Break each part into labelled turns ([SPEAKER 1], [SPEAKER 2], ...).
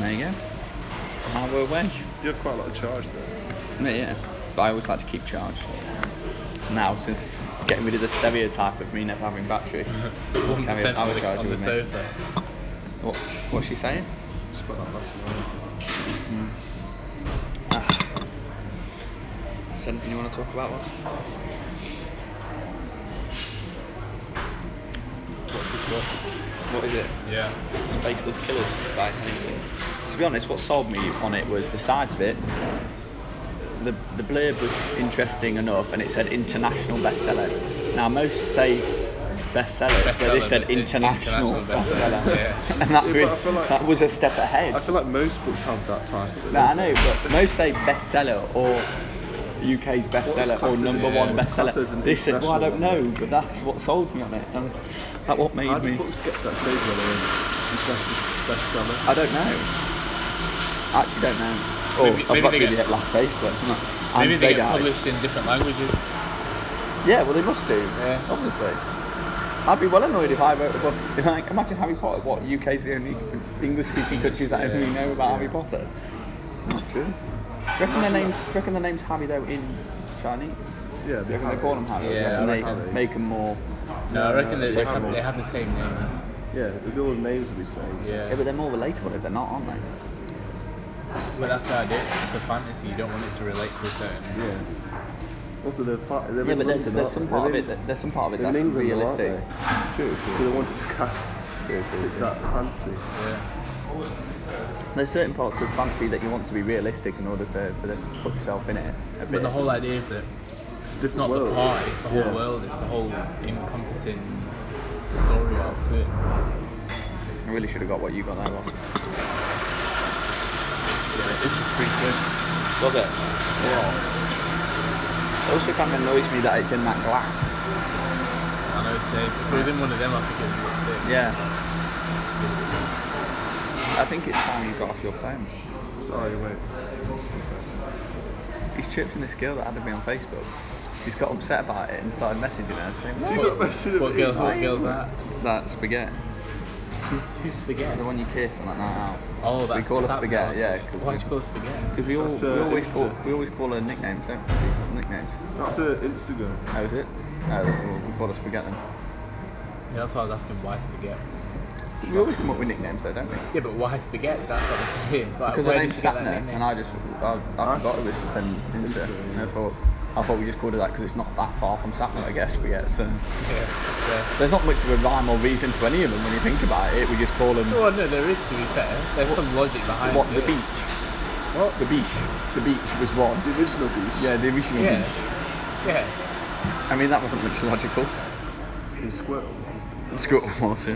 [SPEAKER 1] There you go. Hour wedge.
[SPEAKER 2] You have quite a lot of charge there.
[SPEAKER 1] Yeah, yeah. But I always like to keep charged. Now, since it's getting rid of the stereotype of me never having battery, I'll carry an hour charger
[SPEAKER 3] on the
[SPEAKER 1] with me.
[SPEAKER 3] sofa.
[SPEAKER 1] What, what's she saying?
[SPEAKER 2] Just put that last one.
[SPEAKER 1] Mm. Ah. Is there anything you want to talk about, Ross? What is it?
[SPEAKER 3] Yeah.
[SPEAKER 1] Spaceless Killers by Hennington. To be honest, what sold me on it was the size of it. The, the blurb was interesting enough and it said international bestseller. Now, most say bestsellers, but
[SPEAKER 3] Bestseller,
[SPEAKER 1] they said
[SPEAKER 3] but it-
[SPEAKER 1] international,
[SPEAKER 3] international
[SPEAKER 1] bestseller.
[SPEAKER 3] bestseller, yeah.
[SPEAKER 1] and that,
[SPEAKER 2] Yeah, but
[SPEAKER 1] really-
[SPEAKER 2] I feel like-
[SPEAKER 1] that was a step ahead.
[SPEAKER 2] I feel like most books have that title.
[SPEAKER 1] No, I know, but most say bestseller or UK's bestseller or
[SPEAKER 2] classed as-
[SPEAKER 1] number
[SPEAKER 3] yeah,
[SPEAKER 1] one
[SPEAKER 2] what's classed as
[SPEAKER 1] bestseller.
[SPEAKER 2] an
[SPEAKER 1] They said, well, I don't
[SPEAKER 2] international
[SPEAKER 1] know,
[SPEAKER 2] one?
[SPEAKER 1] but that's what sold me on it. And that what made
[SPEAKER 2] How do
[SPEAKER 1] me.
[SPEAKER 2] books get to that stage where they're international bestseller?
[SPEAKER 1] I don't know. I actually don't know. Oh,
[SPEAKER 3] Maybe- maybe
[SPEAKER 1] I've got
[SPEAKER 3] they
[SPEAKER 1] to
[SPEAKER 3] get-
[SPEAKER 1] the last page, but I'm not- and
[SPEAKER 3] Maybe they get
[SPEAKER 1] died.
[SPEAKER 3] published in different languages.
[SPEAKER 1] Yeah, well, they must do.
[SPEAKER 3] Yeah.
[SPEAKER 1] Obviously. I'd be well annoyed if I wrote a book. If, like, imagine Harry Potter. What UK's the only English-speaking countries that
[SPEAKER 3] yeah,
[SPEAKER 1] only know about
[SPEAKER 2] yeah.
[SPEAKER 1] Harry Potter. Not true. Do you reckon their names? Do you reckon their names Harry though in Chinese?
[SPEAKER 2] Yeah,
[SPEAKER 1] Do you reckon they call them Harry? or do you
[SPEAKER 3] Yeah,
[SPEAKER 1] reckon
[SPEAKER 2] I
[SPEAKER 1] they
[SPEAKER 2] reckon Harry.
[SPEAKER 1] make them more.
[SPEAKER 3] No, I reckon
[SPEAKER 2] no,
[SPEAKER 3] they,
[SPEAKER 2] it's
[SPEAKER 3] they,
[SPEAKER 2] horrible.
[SPEAKER 3] have, they have the same names.
[SPEAKER 2] Yeah, the all the names will be same. It's
[SPEAKER 3] Yeah.
[SPEAKER 2] just-
[SPEAKER 1] Yeah, but they're more relatable if they're not, aren't they?
[SPEAKER 3] But that's the idea. It's, it's a fantasy. You don't want it to relate to a certain.
[SPEAKER 2] Yeah. Also, they're part. They're
[SPEAKER 1] yeah,
[SPEAKER 2] in
[SPEAKER 1] but there's,
[SPEAKER 2] London,
[SPEAKER 1] there's
[SPEAKER 2] aren't
[SPEAKER 1] some
[SPEAKER 2] they?
[SPEAKER 1] part of
[SPEAKER 2] They're
[SPEAKER 1] it.
[SPEAKER 2] in-
[SPEAKER 1] That, there's some part of it
[SPEAKER 2] they're in
[SPEAKER 1] that's
[SPEAKER 2] England, though, aren't
[SPEAKER 1] realistic.
[SPEAKER 2] they? So they wanted to catch sticks that fancy.
[SPEAKER 3] Yeah.
[SPEAKER 1] There's certain parts of fantasy that you want to be realistic in order to for them to put yourself in it. A bit.
[SPEAKER 3] But the whole idea is that
[SPEAKER 2] It's a
[SPEAKER 3] it's not
[SPEAKER 2] different world.
[SPEAKER 3] the part, it's the whole
[SPEAKER 2] Yeah.
[SPEAKER 3] world, it's the whole encompassing story of it.
[SPEAKER 1] I really should have got what you got there. Ross.
[SPEAKER 3] Yeah, this is pretty good.
[SPEAKER 1] Was it? Yeah. It also kind of annoys me that it's in that glass.
[SPEAKER 3] I know, say, if it was in one of them, I think it'd be sick.
[SPEAKER 1] Yeah. I think it's time you got off your phone.
[SPEAKER 2] Sorry, wait.
[SPEAKER 1] He's chirping this girl that added me on Facebook. He's got upset about it and started messaging her saying,
[SPEAKER 2] She's
[SPEAKER 1] "What?
[SPEAKER 2] not messing
[SPEAKER 3] What
[SPEAKER 2] with
[SPEAKER 3] girl,
[SPEAKER 2] me.
[SPEAKER 3] what girl's that?
[SPEAKER 1] That spaghetti.
[SPEAKER 3] Who's, who's spaghetti?
[SPEAKER 1] The one you kiss on that night out.
[SPEAKER 3] Oh, that's
[SPEAKER 1] We call her
[SPEAKER 3] Sapna or
[SPEAKER 1] spaghetti, yeah,
[SPEAKER 3] something.
[SPEAKER 1] 'cause
[SPEAKER 3] Why'd
[SPEAKER 1] we-
[SPEAKER 3] you call her spaghetti?
[SPEAKER 1] Because we, all,
[SPEAKER 2] That's,
[SPEAKER 1] we
[SPEAKER 2] uh,
[SPEAKER 1] always call
[SPEAKER 2] Insta.
[SPEAKER 1] we always call her nicknames, don't we? Nicknames.
[SPEAKER 2] That's her Instagram.
[SPEAKER 1] Oh, is it? Oh, we call her spaghetti.
[SPEAKER 3] Yeah, that's why I was asking why spaghetti.
[SPEAKER 1] We always come up with nicknames though, don't we?
[SPEAKER 3] Yeah, but why spaghetti? That's what I'm saying. Like,
[SPEAKER 1] Because her
[SPEAKER 3] where did
[SPEAKER 1] name's
[SPEAKER 3] she get that
[SPEAKER 1] Satner,
[SPEAKER 3] nickname?
[SPEAKER 1] and I just I, I
[SPEAKER 2] Ah.
[SPEAKER 1] forgot it was an insert.
[SPEAKER 2] Insert,
[SPEAKER 1] And I
[SPEAKER 2] yeah.
[SPEAKER 1] thought I thought we just called it that because it's not that far from Satner, I guess. But yeah, so
[SPEAKER 3] Yeah, yeah.
[SPEAKER 1] there's not much of a rhyme or reason to any of them when you think about it. We just call them
[SPEAKER 3] Oh, no, there is, to be fair. There's
[SPEAKER 1] What-
[SPEAKER 3] some logic behind
[SPEAKER 1] what
[SPEAKER 3] it.
[SPEAKER 1] the beach.
[SPEAKER 2] What?
[SPEAKER 1] The beach. The beach was one.
[SPEAKER 2] The original Beast.
[SPEAKER 1] Yeah, the original
[SPEAKER 3] Yeah.
[SPEAKER 1] beach.
[SPEAKER 3] Yeah.
[SPEAKER 1] I mean that wasn't much logical.
[SPEAKER 2] In Squirtle.
[SPEAKER 1] Screw it almost.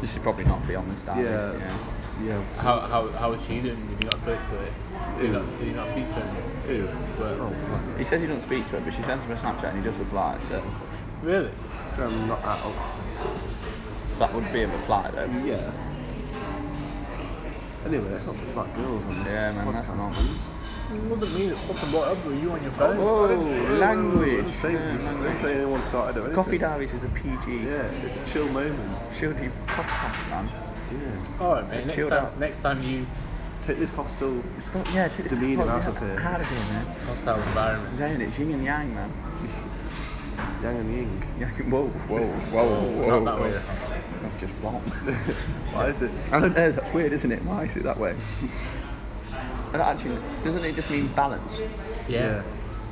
[SPEAKER 1] This should probably not be on this diary.
[SPEAKER 2] Yeah. it's- Yeah.
[SPEAKER 3] How, how, how is she doing? Did you not speak to her? Did you not, did you not speak to her?
[SPEAKER 2] Ew.
[SPEAKER 3] Squirtle.
[SPEAKER 2] Oh,
[SPEAKER 1] Yeah. He says he doesn't speak to her, but she sends him a Snapchat and he does reply. So,
[SPEAKER 3] Really?
[SPEAKER 2] so I'm not at all.
[SPEAKER 1] so that would be a reply though.
[SPEAKER 2] Yeah. Anyway, let's not talk about girls on this
[SPEAKER 1] Yeah, man, that's
[SPEAKER 2] podcast,
[SPEAKER 1] not-
[SPEAKER 2] please.
[SPEAKER 3] It wasn't me that fucking brought up. Were you on your
[SPEAKER 1] phone? Oh,
[SPEAKER 2] I didn't say-
[SPEAKER 1] language.
[SPEAKER 2] I didn't say,
[SPEAKER 1] Yeah,
[SPEAKER 2] I didn't
[SPEAKER 1] language.
[SPEAKER 2] say anyone started or anything.
[SPEAKER 1] Coffee Diaries is a PG.
[SPEAKER 2] Yeah, it's a chill moment.
[SPEAKER 1] Shitty podcast, man.
[SPEAKER 2] Yeah.
[SPEAKER 3] All right, mate. Next
[SPEAKER 1] Chilled
[SPEAKER 3] time,
[SPEAKER 1] out.
[SPEAKER 3] next time you
[SPEAKER 2] Take this hostel.
[SPEAKER 1] It's not, yeah, take this
[SPEAKER 2] Demeanor
[SPEAKER 1] fuck
[SPEAKER 2] out of here.
[SPEAKER 1] Out of here, man.
[SPEAKER 3] hostile environment.
[SPEAKER 1] Zen, it's yin and yang, man.
[SPEAKER 2] Yang and Ying.
[SPEAKER 1] Yeah, whoa, whoa, whoa, whoa.
[SPEAKER 3] Not that
[SPEAKER 1] whoa.
[SPEAKER 3] way.
[SPEAKER 1] That's just wrong.
[SPEAKER 2] Why is it?
[SPEAKER 1] I don't know, that's weird, isn't it? Why is it that way? And Actually, doesn't it just mean balance?
[SPEAKER 3] Yeah.
[SPEAKER 2] Yeah.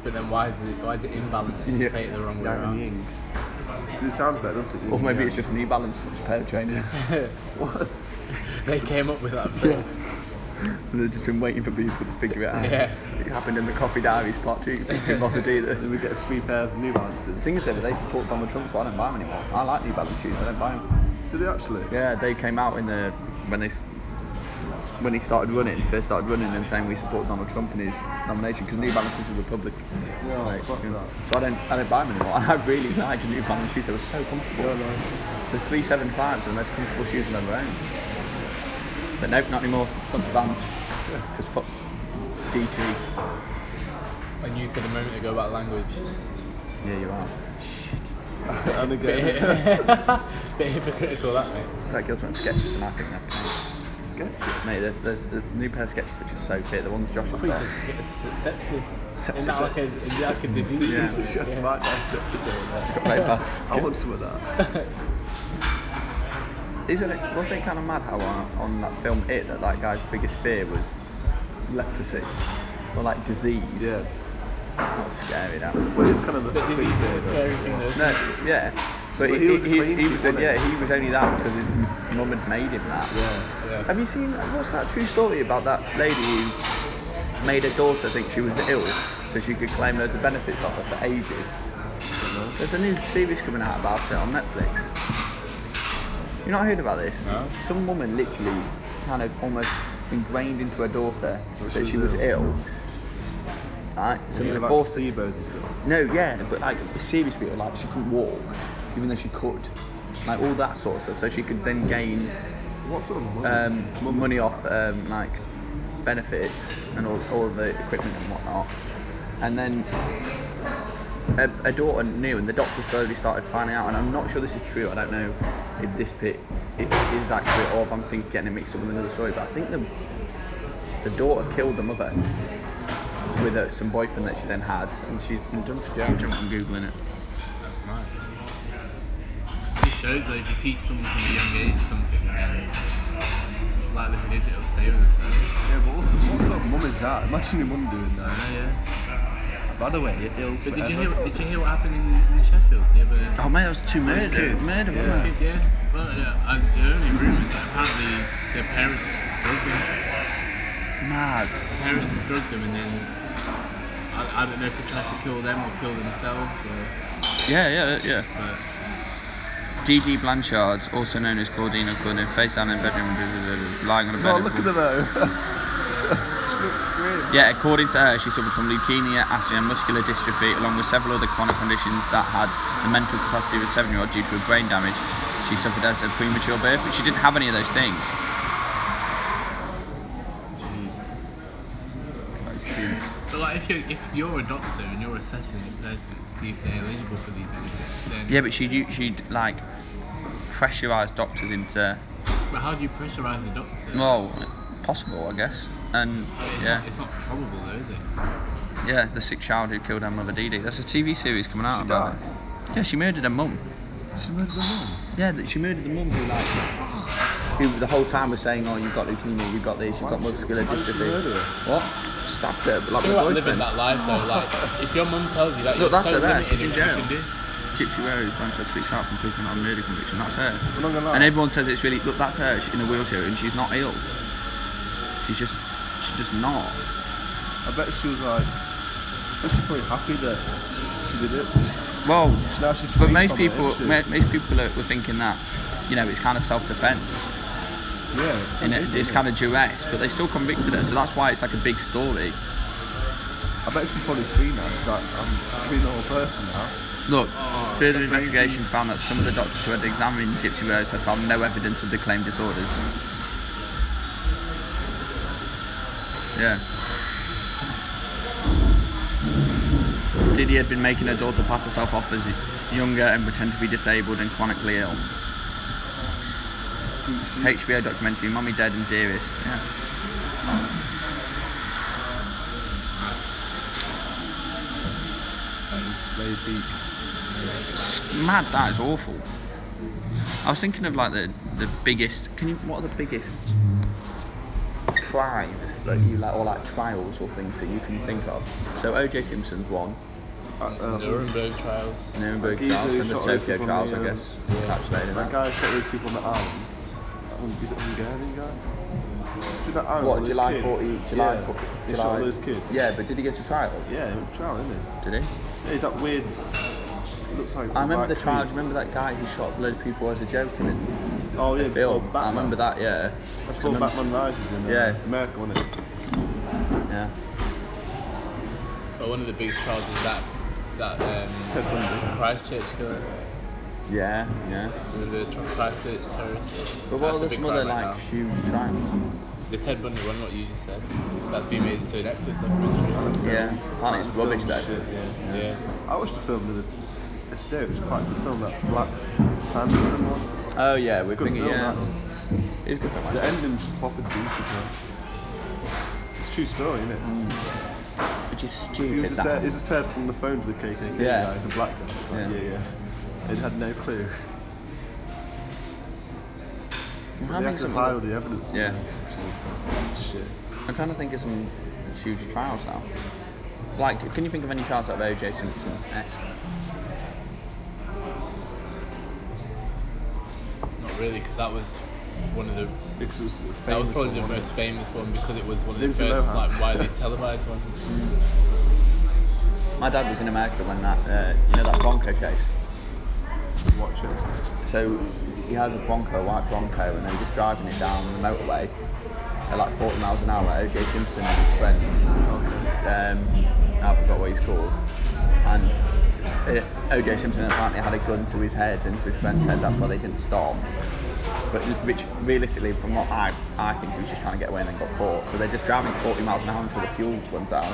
[SPEAKER 3] But then why is it why is it imbalanced if
[SPEAKER 1] Yeah.
[SPEAKER 3] you say it the wrong way
[SPEAKER 2] Yang and
[SPEAKER 3] around?
[SPEAKER 2] Ying. 'Cause It sounds better, doesn't it? Yin
[SPEAKER 1] Or
[SPEAKER 2] and
[SPEAKER 1] maybe
[SPEAKER 2] yang.
[SPEAKER 1] it's just New Balance, which pair of trainers.
[SPEAKER 2] What?
[SPEAKER 3] they came up with that phrase.
[SPEAKER 1] They've just been waiting for people to figure it out.
[SPEAKER 3] Yeah.
[SPEAKER 1] It happened in the Coffee Diaries Part 2. It wasn't
[SPEAKER 2] Then
[SPEAKER 1] either.
[SPEAKER 2] we get a free pair of New
[SPEAKER 1] The
[SPEAKER 2] Balances.
[SPEAKER 1] thing is, though, they support Donald Trump, so I don't buy them anymore. I like New Balance shoes, I don't buy them.
[SPEAKER 2] Do they actually?
[SPEAKER 1] Yeah, they came out in the when they s- when he started running, first started running, and saying we support Donald Trump in his nomination because New Balance is a republic.
[SPEAKER 2] Yeah, fuck
[SPEAKER 1] you know,
[SPEAKER 2] that.
[SPEAKER 1] so I don't I don't buy them anymore. And I really liked New Balance shoes; they were so comfortable.
[SPEAKER 2] No, no.
[SPEAKER 1] The 375s are the most comfortable shoes I've ever owned. But nope, not anymore. Gone to Vans because fuck DT.
[SPEAKER 3] And you said a moment ago about language.
[SPEAKER 1] Yeah, you are.
[SPEAKER 2] and
[SPEAKER 3] Bit,
[SPEAKER 2] again.
[SPEAKER 3] bit hypocritical that mate.
[SPEAKER 1] That girl's wearing sketches, and I think that counts.
[SPEAKER 2] sketches.
[SPEAKER 1] Mate, there's, there's a new pair of sketches which are so fit. The ones Josh
[SPEAKER 3] I
[SPEAKER 1] has
[SPEAKER 3] thought you
[SPEAKER 1] got.
[SPEAKER 3] said se- se- sepsis.
[SPEAKER 1] Sepsis.
[SPEAKER 3] Isn't that like a, is that like a disease?
[SPEAKER 1] Yeah.
[SPEAKER 2] It's just my concept to say
[SPEAKER 1] You've
[SPEAKER 2] that.
[SPEAKER 1] got very bad skin.
[SPEAKER 2] I want some of that.
[SPEAKER 1] Isn't it? Wasn't it kind of mad how on, on that film It that that guy's biggest fear was leprosy or like disease?
[SPEAKER 2] Yeah.
[SPEAKER 1] Not scary that.
[SPEAKER 2] Well, it's kind of a
[SPEAKER 3] But
[SPEAKER 2] big
[SPEAKER 3] it is a
[SPEAKER 2] thing.
[SPEAKER 3] scary thing though.
[SPEAKER 1] No, yeah. But,
[SPEAKER 2] But
[SPEAKER 1] he,
[SPEAKER 2] he was a
[SPEAKER 1] he, he's-
[SPEAKER 2] clean
[SPEAKER 1] he
[SPEAKER 2] sheet,
[SPEAKER 1] was
[SPEAKER 2] wasn't he?
[SPEAKER 1] yeah he was only that because his m- mum had made him that.
[SPEAKER 2] Yeah.
[SPEAKER 3] Yeah.
[SPEAKER 1] Have you seen what's that true story about that lady who made her daughter think she was ill so she could claim loads of benefits off her for ages?
[SPEAKER 2] I don't know.
[SPEAKER 1] There's a new series coming out about it on Netflix. You not heard about this?
[SPEAKER 3] No.
[SPEAKER 1] Some woman literally kind of almost ingrained into her daughter
[SPEAKER 2] That
[SPEAKER 1] that
[SPEAKER 2] she
[SPEAKER 1] she
[SPEAKER 2] was
[SPEAKER 1] was
[SPEAKER 2] ill.
[SPEAKER 1] ill. Right? So
[SPEAKER 2] Yeah,
[SPEAKER 1] they
[SPEAKER 2] about
[SPEAKER 1] forced
[SPEAKER 2] placebos and stuff.
[SPEAKER 1] No, yeah, but like seriously, like she couldn't walk, even though she could, like all that sort of stuff. So she could then gain
[SPEAKER 2] What sort of money?
[SPEAKER 1] um, money off um, like benefits and all, all the equipment and whatnot. And then a, a daughter knew, and the doctor slowly started finding out. And I'm not sure this is true. I don't know if this bit if it is accurate or if I'm think, getting it mixed up with another story. But I think the the daughter killed the mother with uh some boyfriend that she then had, and she's been done for
[SPEAKER 3] Damn.
[SPEAKER 1] jump. I'm googling it.
[SPEAKER 3] That's mad. Just shows that if you teach someone from a young age something, then like if it is, it'll stay with them forever.
[SPEAKER 2] Yeah, but also, what sort of mum is that? Imagine your mum doing that.
[SPEAKER 3] yeah.
[SPEAKER 2] By the way, you're ill
[SPEAKER 3] But
[SPEAKER 2] forever.
[SPEAKER 3] did you hear? Did you hear what happened in, in Sheffield? The other
[SPEAKER 1] Oh man, that was two
[SPEAKER 2] Those
[SPEAKER 1] murder,
[SPEAKER 2] kids,
[SPEAKER 1] murder,
[SPEAKER 2] yeah.
[SPEAKER 1] wasn't it?
[SPEAKER 3] kids, yeah. Well, yeah. I, the only rumours that apparently their parents drugged them.
[SPEAKER 1] Mad.
[SPEAKER 3] Their parents drugged them, and then I, I don't know if they tried to kill them or kill themselves. Or,
[SPEAKER 1] Yeah, yeah, yeah.
[SPEAKER 3] but
[SPEAKER 1] Gigi Blanchard, also known as Claudina Gordon, face down in bedroom, blah, blah, blah, blah, lying on a bed.
[SPEAKER 2] Oh,
[SPEAKER 1] of
[SPEAKER 2] look at
[SPEAKER 1] wood.
[SPEAKER 2] her though. she looks great.
[SPEAKER 1] Yeah, according to her, she suffered from leukemia, asthma, and muscular dystrophy, along with several other chronic conditions that had the mental capacity of a seven-year-old due to her brain damage. She suffered as a premature birth, but she didn't have any of those things.
[SPEAKER 3] jeez.
[SPEAKER 2] That is cute.
[SPEAKER 3] But like, if you if you're a doctor and you're assessing this person to see if they're eligible for these benefits, then
[SPEAKER 1] Yeah, but she would she'd like pressurised doctors into
[SPEAKER 3] But how do you pressurise a doctor?
[SPEAKER 1] well, possible, I guess. And
[SPEAKER 3] it's,
[SPEAKER 1] yeah,
[SPEAKER 3] not, it's not probable though, is it?
[SPEAKER 1] yeah, the sick child who killed her mother, Dee Dee. That's a TV series coming out
[SPEAKER 2] She
[SPEAKER 1] about
[SPEAKER 2] died.
[SPEAKER 1] it. Yeah, she murdered her mum.
[SPEAKER 2] She murdered her mum.
[SPEAKER 1] Yeah, that she murdered the mum who like who the whole time was saying, "Oh, you've got leukemia, you've got this, you've
[SPEAKER 2] Why
[SPEAKER 1] got
[SPEAKER 2] did she-
[SPEAKER 1] muscular
[SPEAKER 2] why did she
[SPEAKER 1] dystrophy."
[SPEAKER 2] murder
[SPEAKER 1] What? Stabbed her, but like
[SPEAKER 3] I
[SPEAKER 1] the
[SPEAKER 3] feel like living
[SPEAKER 1] boyfriend.
[SPEAKER 3] that life though, like if your mum tells you that
[SPEAKER 1] Look,
[SPEAKER 3] you're
[SPEAKER 1] that's
[SPEAKER 3] so
[SPEAKER 1] her there.
[SPEAKER 3] limited
[SPEAKER 1] She's in
[SPEAKER 3] in what you
[SPEAKER 1] jail.
[SPEAKER 3] can do.
[SPEAKER 1] Gypsy Rose, Blanchard speaks out from prison on murder conviction. That's her.
[SPEAKER 2] I'm not gonna lie.
[SPEAKER 1] And everyone says it's really. Look, that's her she's in a wheelchair, and she's not ill. She's just, she's just not.
[SPEAKER 2] I bet she was like, I bet she's probably happy that she did it.
[SPEAKER 1] Well,
[SPEAKER 2] She- now she's
[SPEAKER 1] but
[SPEAKER 2] free
[SPEAKER 1] most
[SPEAKER 2] from it,
[SPEAKER 1] people,
[SPEAKER 2] isn't she?
[SPEAKER 1] mo- most people are, were thinking that, you know, it's kind of self-defense.
[SPEAKER 2] yeah.
[SPEAKER 1] and it, it's kind of duress, but they still convicted her, so that's why it's like a big story.
[SPEAKER 2] I bet she's probably free now. She's like, I'm a clean normal person now.
[SPEAKER 1] Look,
[SPEAKER 3] Oh,
[SPEAKER 1] further
[SPEAKER 3] crazy.
[SPEAKER 1] investigation found that some of the doctors who had examined Gypsy Rose had found no evidence of the claimed disorders. Yeah. Diddy had been making her daughter pass herself off as younger and pretend to be disabled and chronically ill.
[SPEAKER 2] She, she,
[SPEAKER 1] HBO documentary Mummy Dead and Dearest. Yeah.
[SPEAKER 2] and she's laid deep.
[SPEAKER 1] Mad, that is awful. I was thinking of like the the biggest. Can you? What are the biggest crimes that you like, or like trials or things that you can think of? So O.J. Simpson's one,
[SPEAKER 2] Uh, uh,
[SPEAKER 3] Nuremberg trials.
[SPEAKER 1] Nuremberg
[SPEAKER 2] Like, he's
[SPEAKER 1] trials,
[SPEAKER 2] who
[SPEAKER 1] and the
[SPEAKER 2] shot those
[SPEAKER 1] Tokyo
[SPEAKER 2] people in
[SPEAKER 1] trials,
[SPEAKER 2] the,
[SPEAKER 1] I
[SPEAKER 2] um,
[SPEAKER 1] guess.
[SPEAKER 3] yeah.
[SPEAKER 1] Encapsulated in
[SPEAKER 2] That
[SPEAKER 1] that.
[SPEAKER 2] guy shot those people on the island. That one- Is it Hungarian guy? Did that island
[SPEAKER 1] What
[SPEAKER 2] with those
[SPEAKER 1] July
[SPEAKER 2] kids?
[SPEAKER 1] 40? July.
[SPEAKER 2] yeah.
[SPEAKER 1] 40
[SPEAKER 2] He
[SPEAKER 1] July,
[SPEAKER 2] shot all those kids.
[SPEAKER 1] Yeah, but did he go to trial?
[SPEAKER 2] Yeah, it was trial, isn't it?
[SPEAKER 1] Did he?
[SPEAKER 2] Yeah, he's that weird. It looks like.
[SPEAKER 1] I remember
[SPEAKER 2] like-
[SPEAKER 1] the trial. Do you remember that guy who shot loads of people as a joke in his
[SPEAKER 2] Oh yeah,
[SPEAKER 1] the
[SPEAKER 2] it's
[SPEAKER 1] film?
[SPEAKER 2] called
[SPEAKER 1] I
[SPEAKER 2] Batman.
[SPEAKER 1] remember that. Yeah.
[SPEAKER 2] That's
[SPEAKER 1] 'Cause
[SPEAKER 2] called
[SPEAKER 1] I remember-
[SPEAKER 2] Batman Rises in uh,
[SPEAKER 1] Yeah.
[SPEAKER 2] America, wasn't it?
[SPEAKER 1] Yeah.
[SPEAKER 3] Well, one of the biggest trials is that that
[SPEAKER 2] Ted
[SPEAKER 3] um,
[SPEAKER 2] Bundy.
[SPEAKER 3] Christchurch killer,
[SPEAKER 1] Yeah. Yeah.
[SPEAKER 3] one of the tr- Christchurch terrorists.
[SPEAKER 1] But what
[SPEAKER 3] That's a
[SPEAKER 1] are
[SPEAKER 3] big
[SPEAKER 1] some other
[SPEAKER 3] crime right
[SPEAKER 1] like huge trials?
[SPEAKER 3] now. The Ted Bundy one, what you just said, that's been made into a Netflix documentary.
[SPEAKER 1] Yeah, and it's
[SPEAKER 2] Like the
[SPEAKER 1] rubbish
[SPEAKER 2] film
[SPEAKER 1] though.
[SPEAKER 2] shit,
[SPEAKER 3] Yeah.
[SPEAKER 2] I watched the film with a estate. It was quite the film that Black Klansman one.
[SPEAKER 1] Oh yeah,
[SPEAKER 2] It's
[SPEAKER 1] we're
[SPEAKER 2] a good
[SPEAKER 1] thinking
[SPEAKER 2] film,
[SPEAKER 1] yeah.
[SPEAKER 2] that is.
[SPEAKER 1] It's good for
[SPEAKER 2] The ending's proper deep as well. It's a true story, isn't it?
[SPEAKER 1] Which is
[SPEAKER 2] So he
[SPEAKER 1] stupid.
[SPEAKER 2] was just,
[SPEAKER 1] Mm. that.
[SPEAKER 2] uh, he was just turned from the phone to the KKK
[SPEAKER 1] Yeah.
[SPEAKER 2] guy, he's a black guy. Like,
[SPEAKER 1] Yeah.
[SPEAKER 2] yeah, yeah. They had no clue.
[SPEAKER 1] I'm
[SPEAKER 2] they
[SPEAKER 1] having
[SPEAKER 2] had to
[SPEAKER 1] some
[SPEAKER 2] hide all
[SPEAKER 1] other-
[SPEAKER 2] the evidence.
[SPEAKER 1] Yeah.
[SPEAKER 2] Which is shit.
[SPEAKER 1] I'm trying to think of some huge trials now. Like, can you think of any trials that were O.J. Simpson esque?
[SPEAKER 3] Not really, because that was one of the.
[SPEAKER 2] Because it was a famous
[SPEAKER 3] That was probably
[SPEAKER 2] one,
[SPEAKER 3] the
[SPEAKER 2] wasn't
[SPEAKER 3] most
[SPEAKER 2] it?
[SPEAKER 3] famous one because it was one of the
[SPEAKER 2] Lindsay
[SPEAKER 3] first
[SPEAKER 2] Lohan.
[SPEAKER 3] like widely televised ones.
[SPEAKER 1] My dad was in America when that, uh, you know, that Bronco chase.
[SPEAKER 2] Watch it.
[SPEAKER 1] So he had a Bronco, a white Bronco, and they were just driving it down the motorway at like 40 miles an hour. O.J. Simpson and his friend
[SPEAKER 2] Okay.
[SPEAKER 1] um, I forgot what he's called. And uh, OJ Simpson apparently had a gun to his head and to his friend's head. That's why they didn't stop. But which realistically, from what I I think, he was just trying to get away and then got caught. So they're just driving 40 miles an hour until the fuel runs out.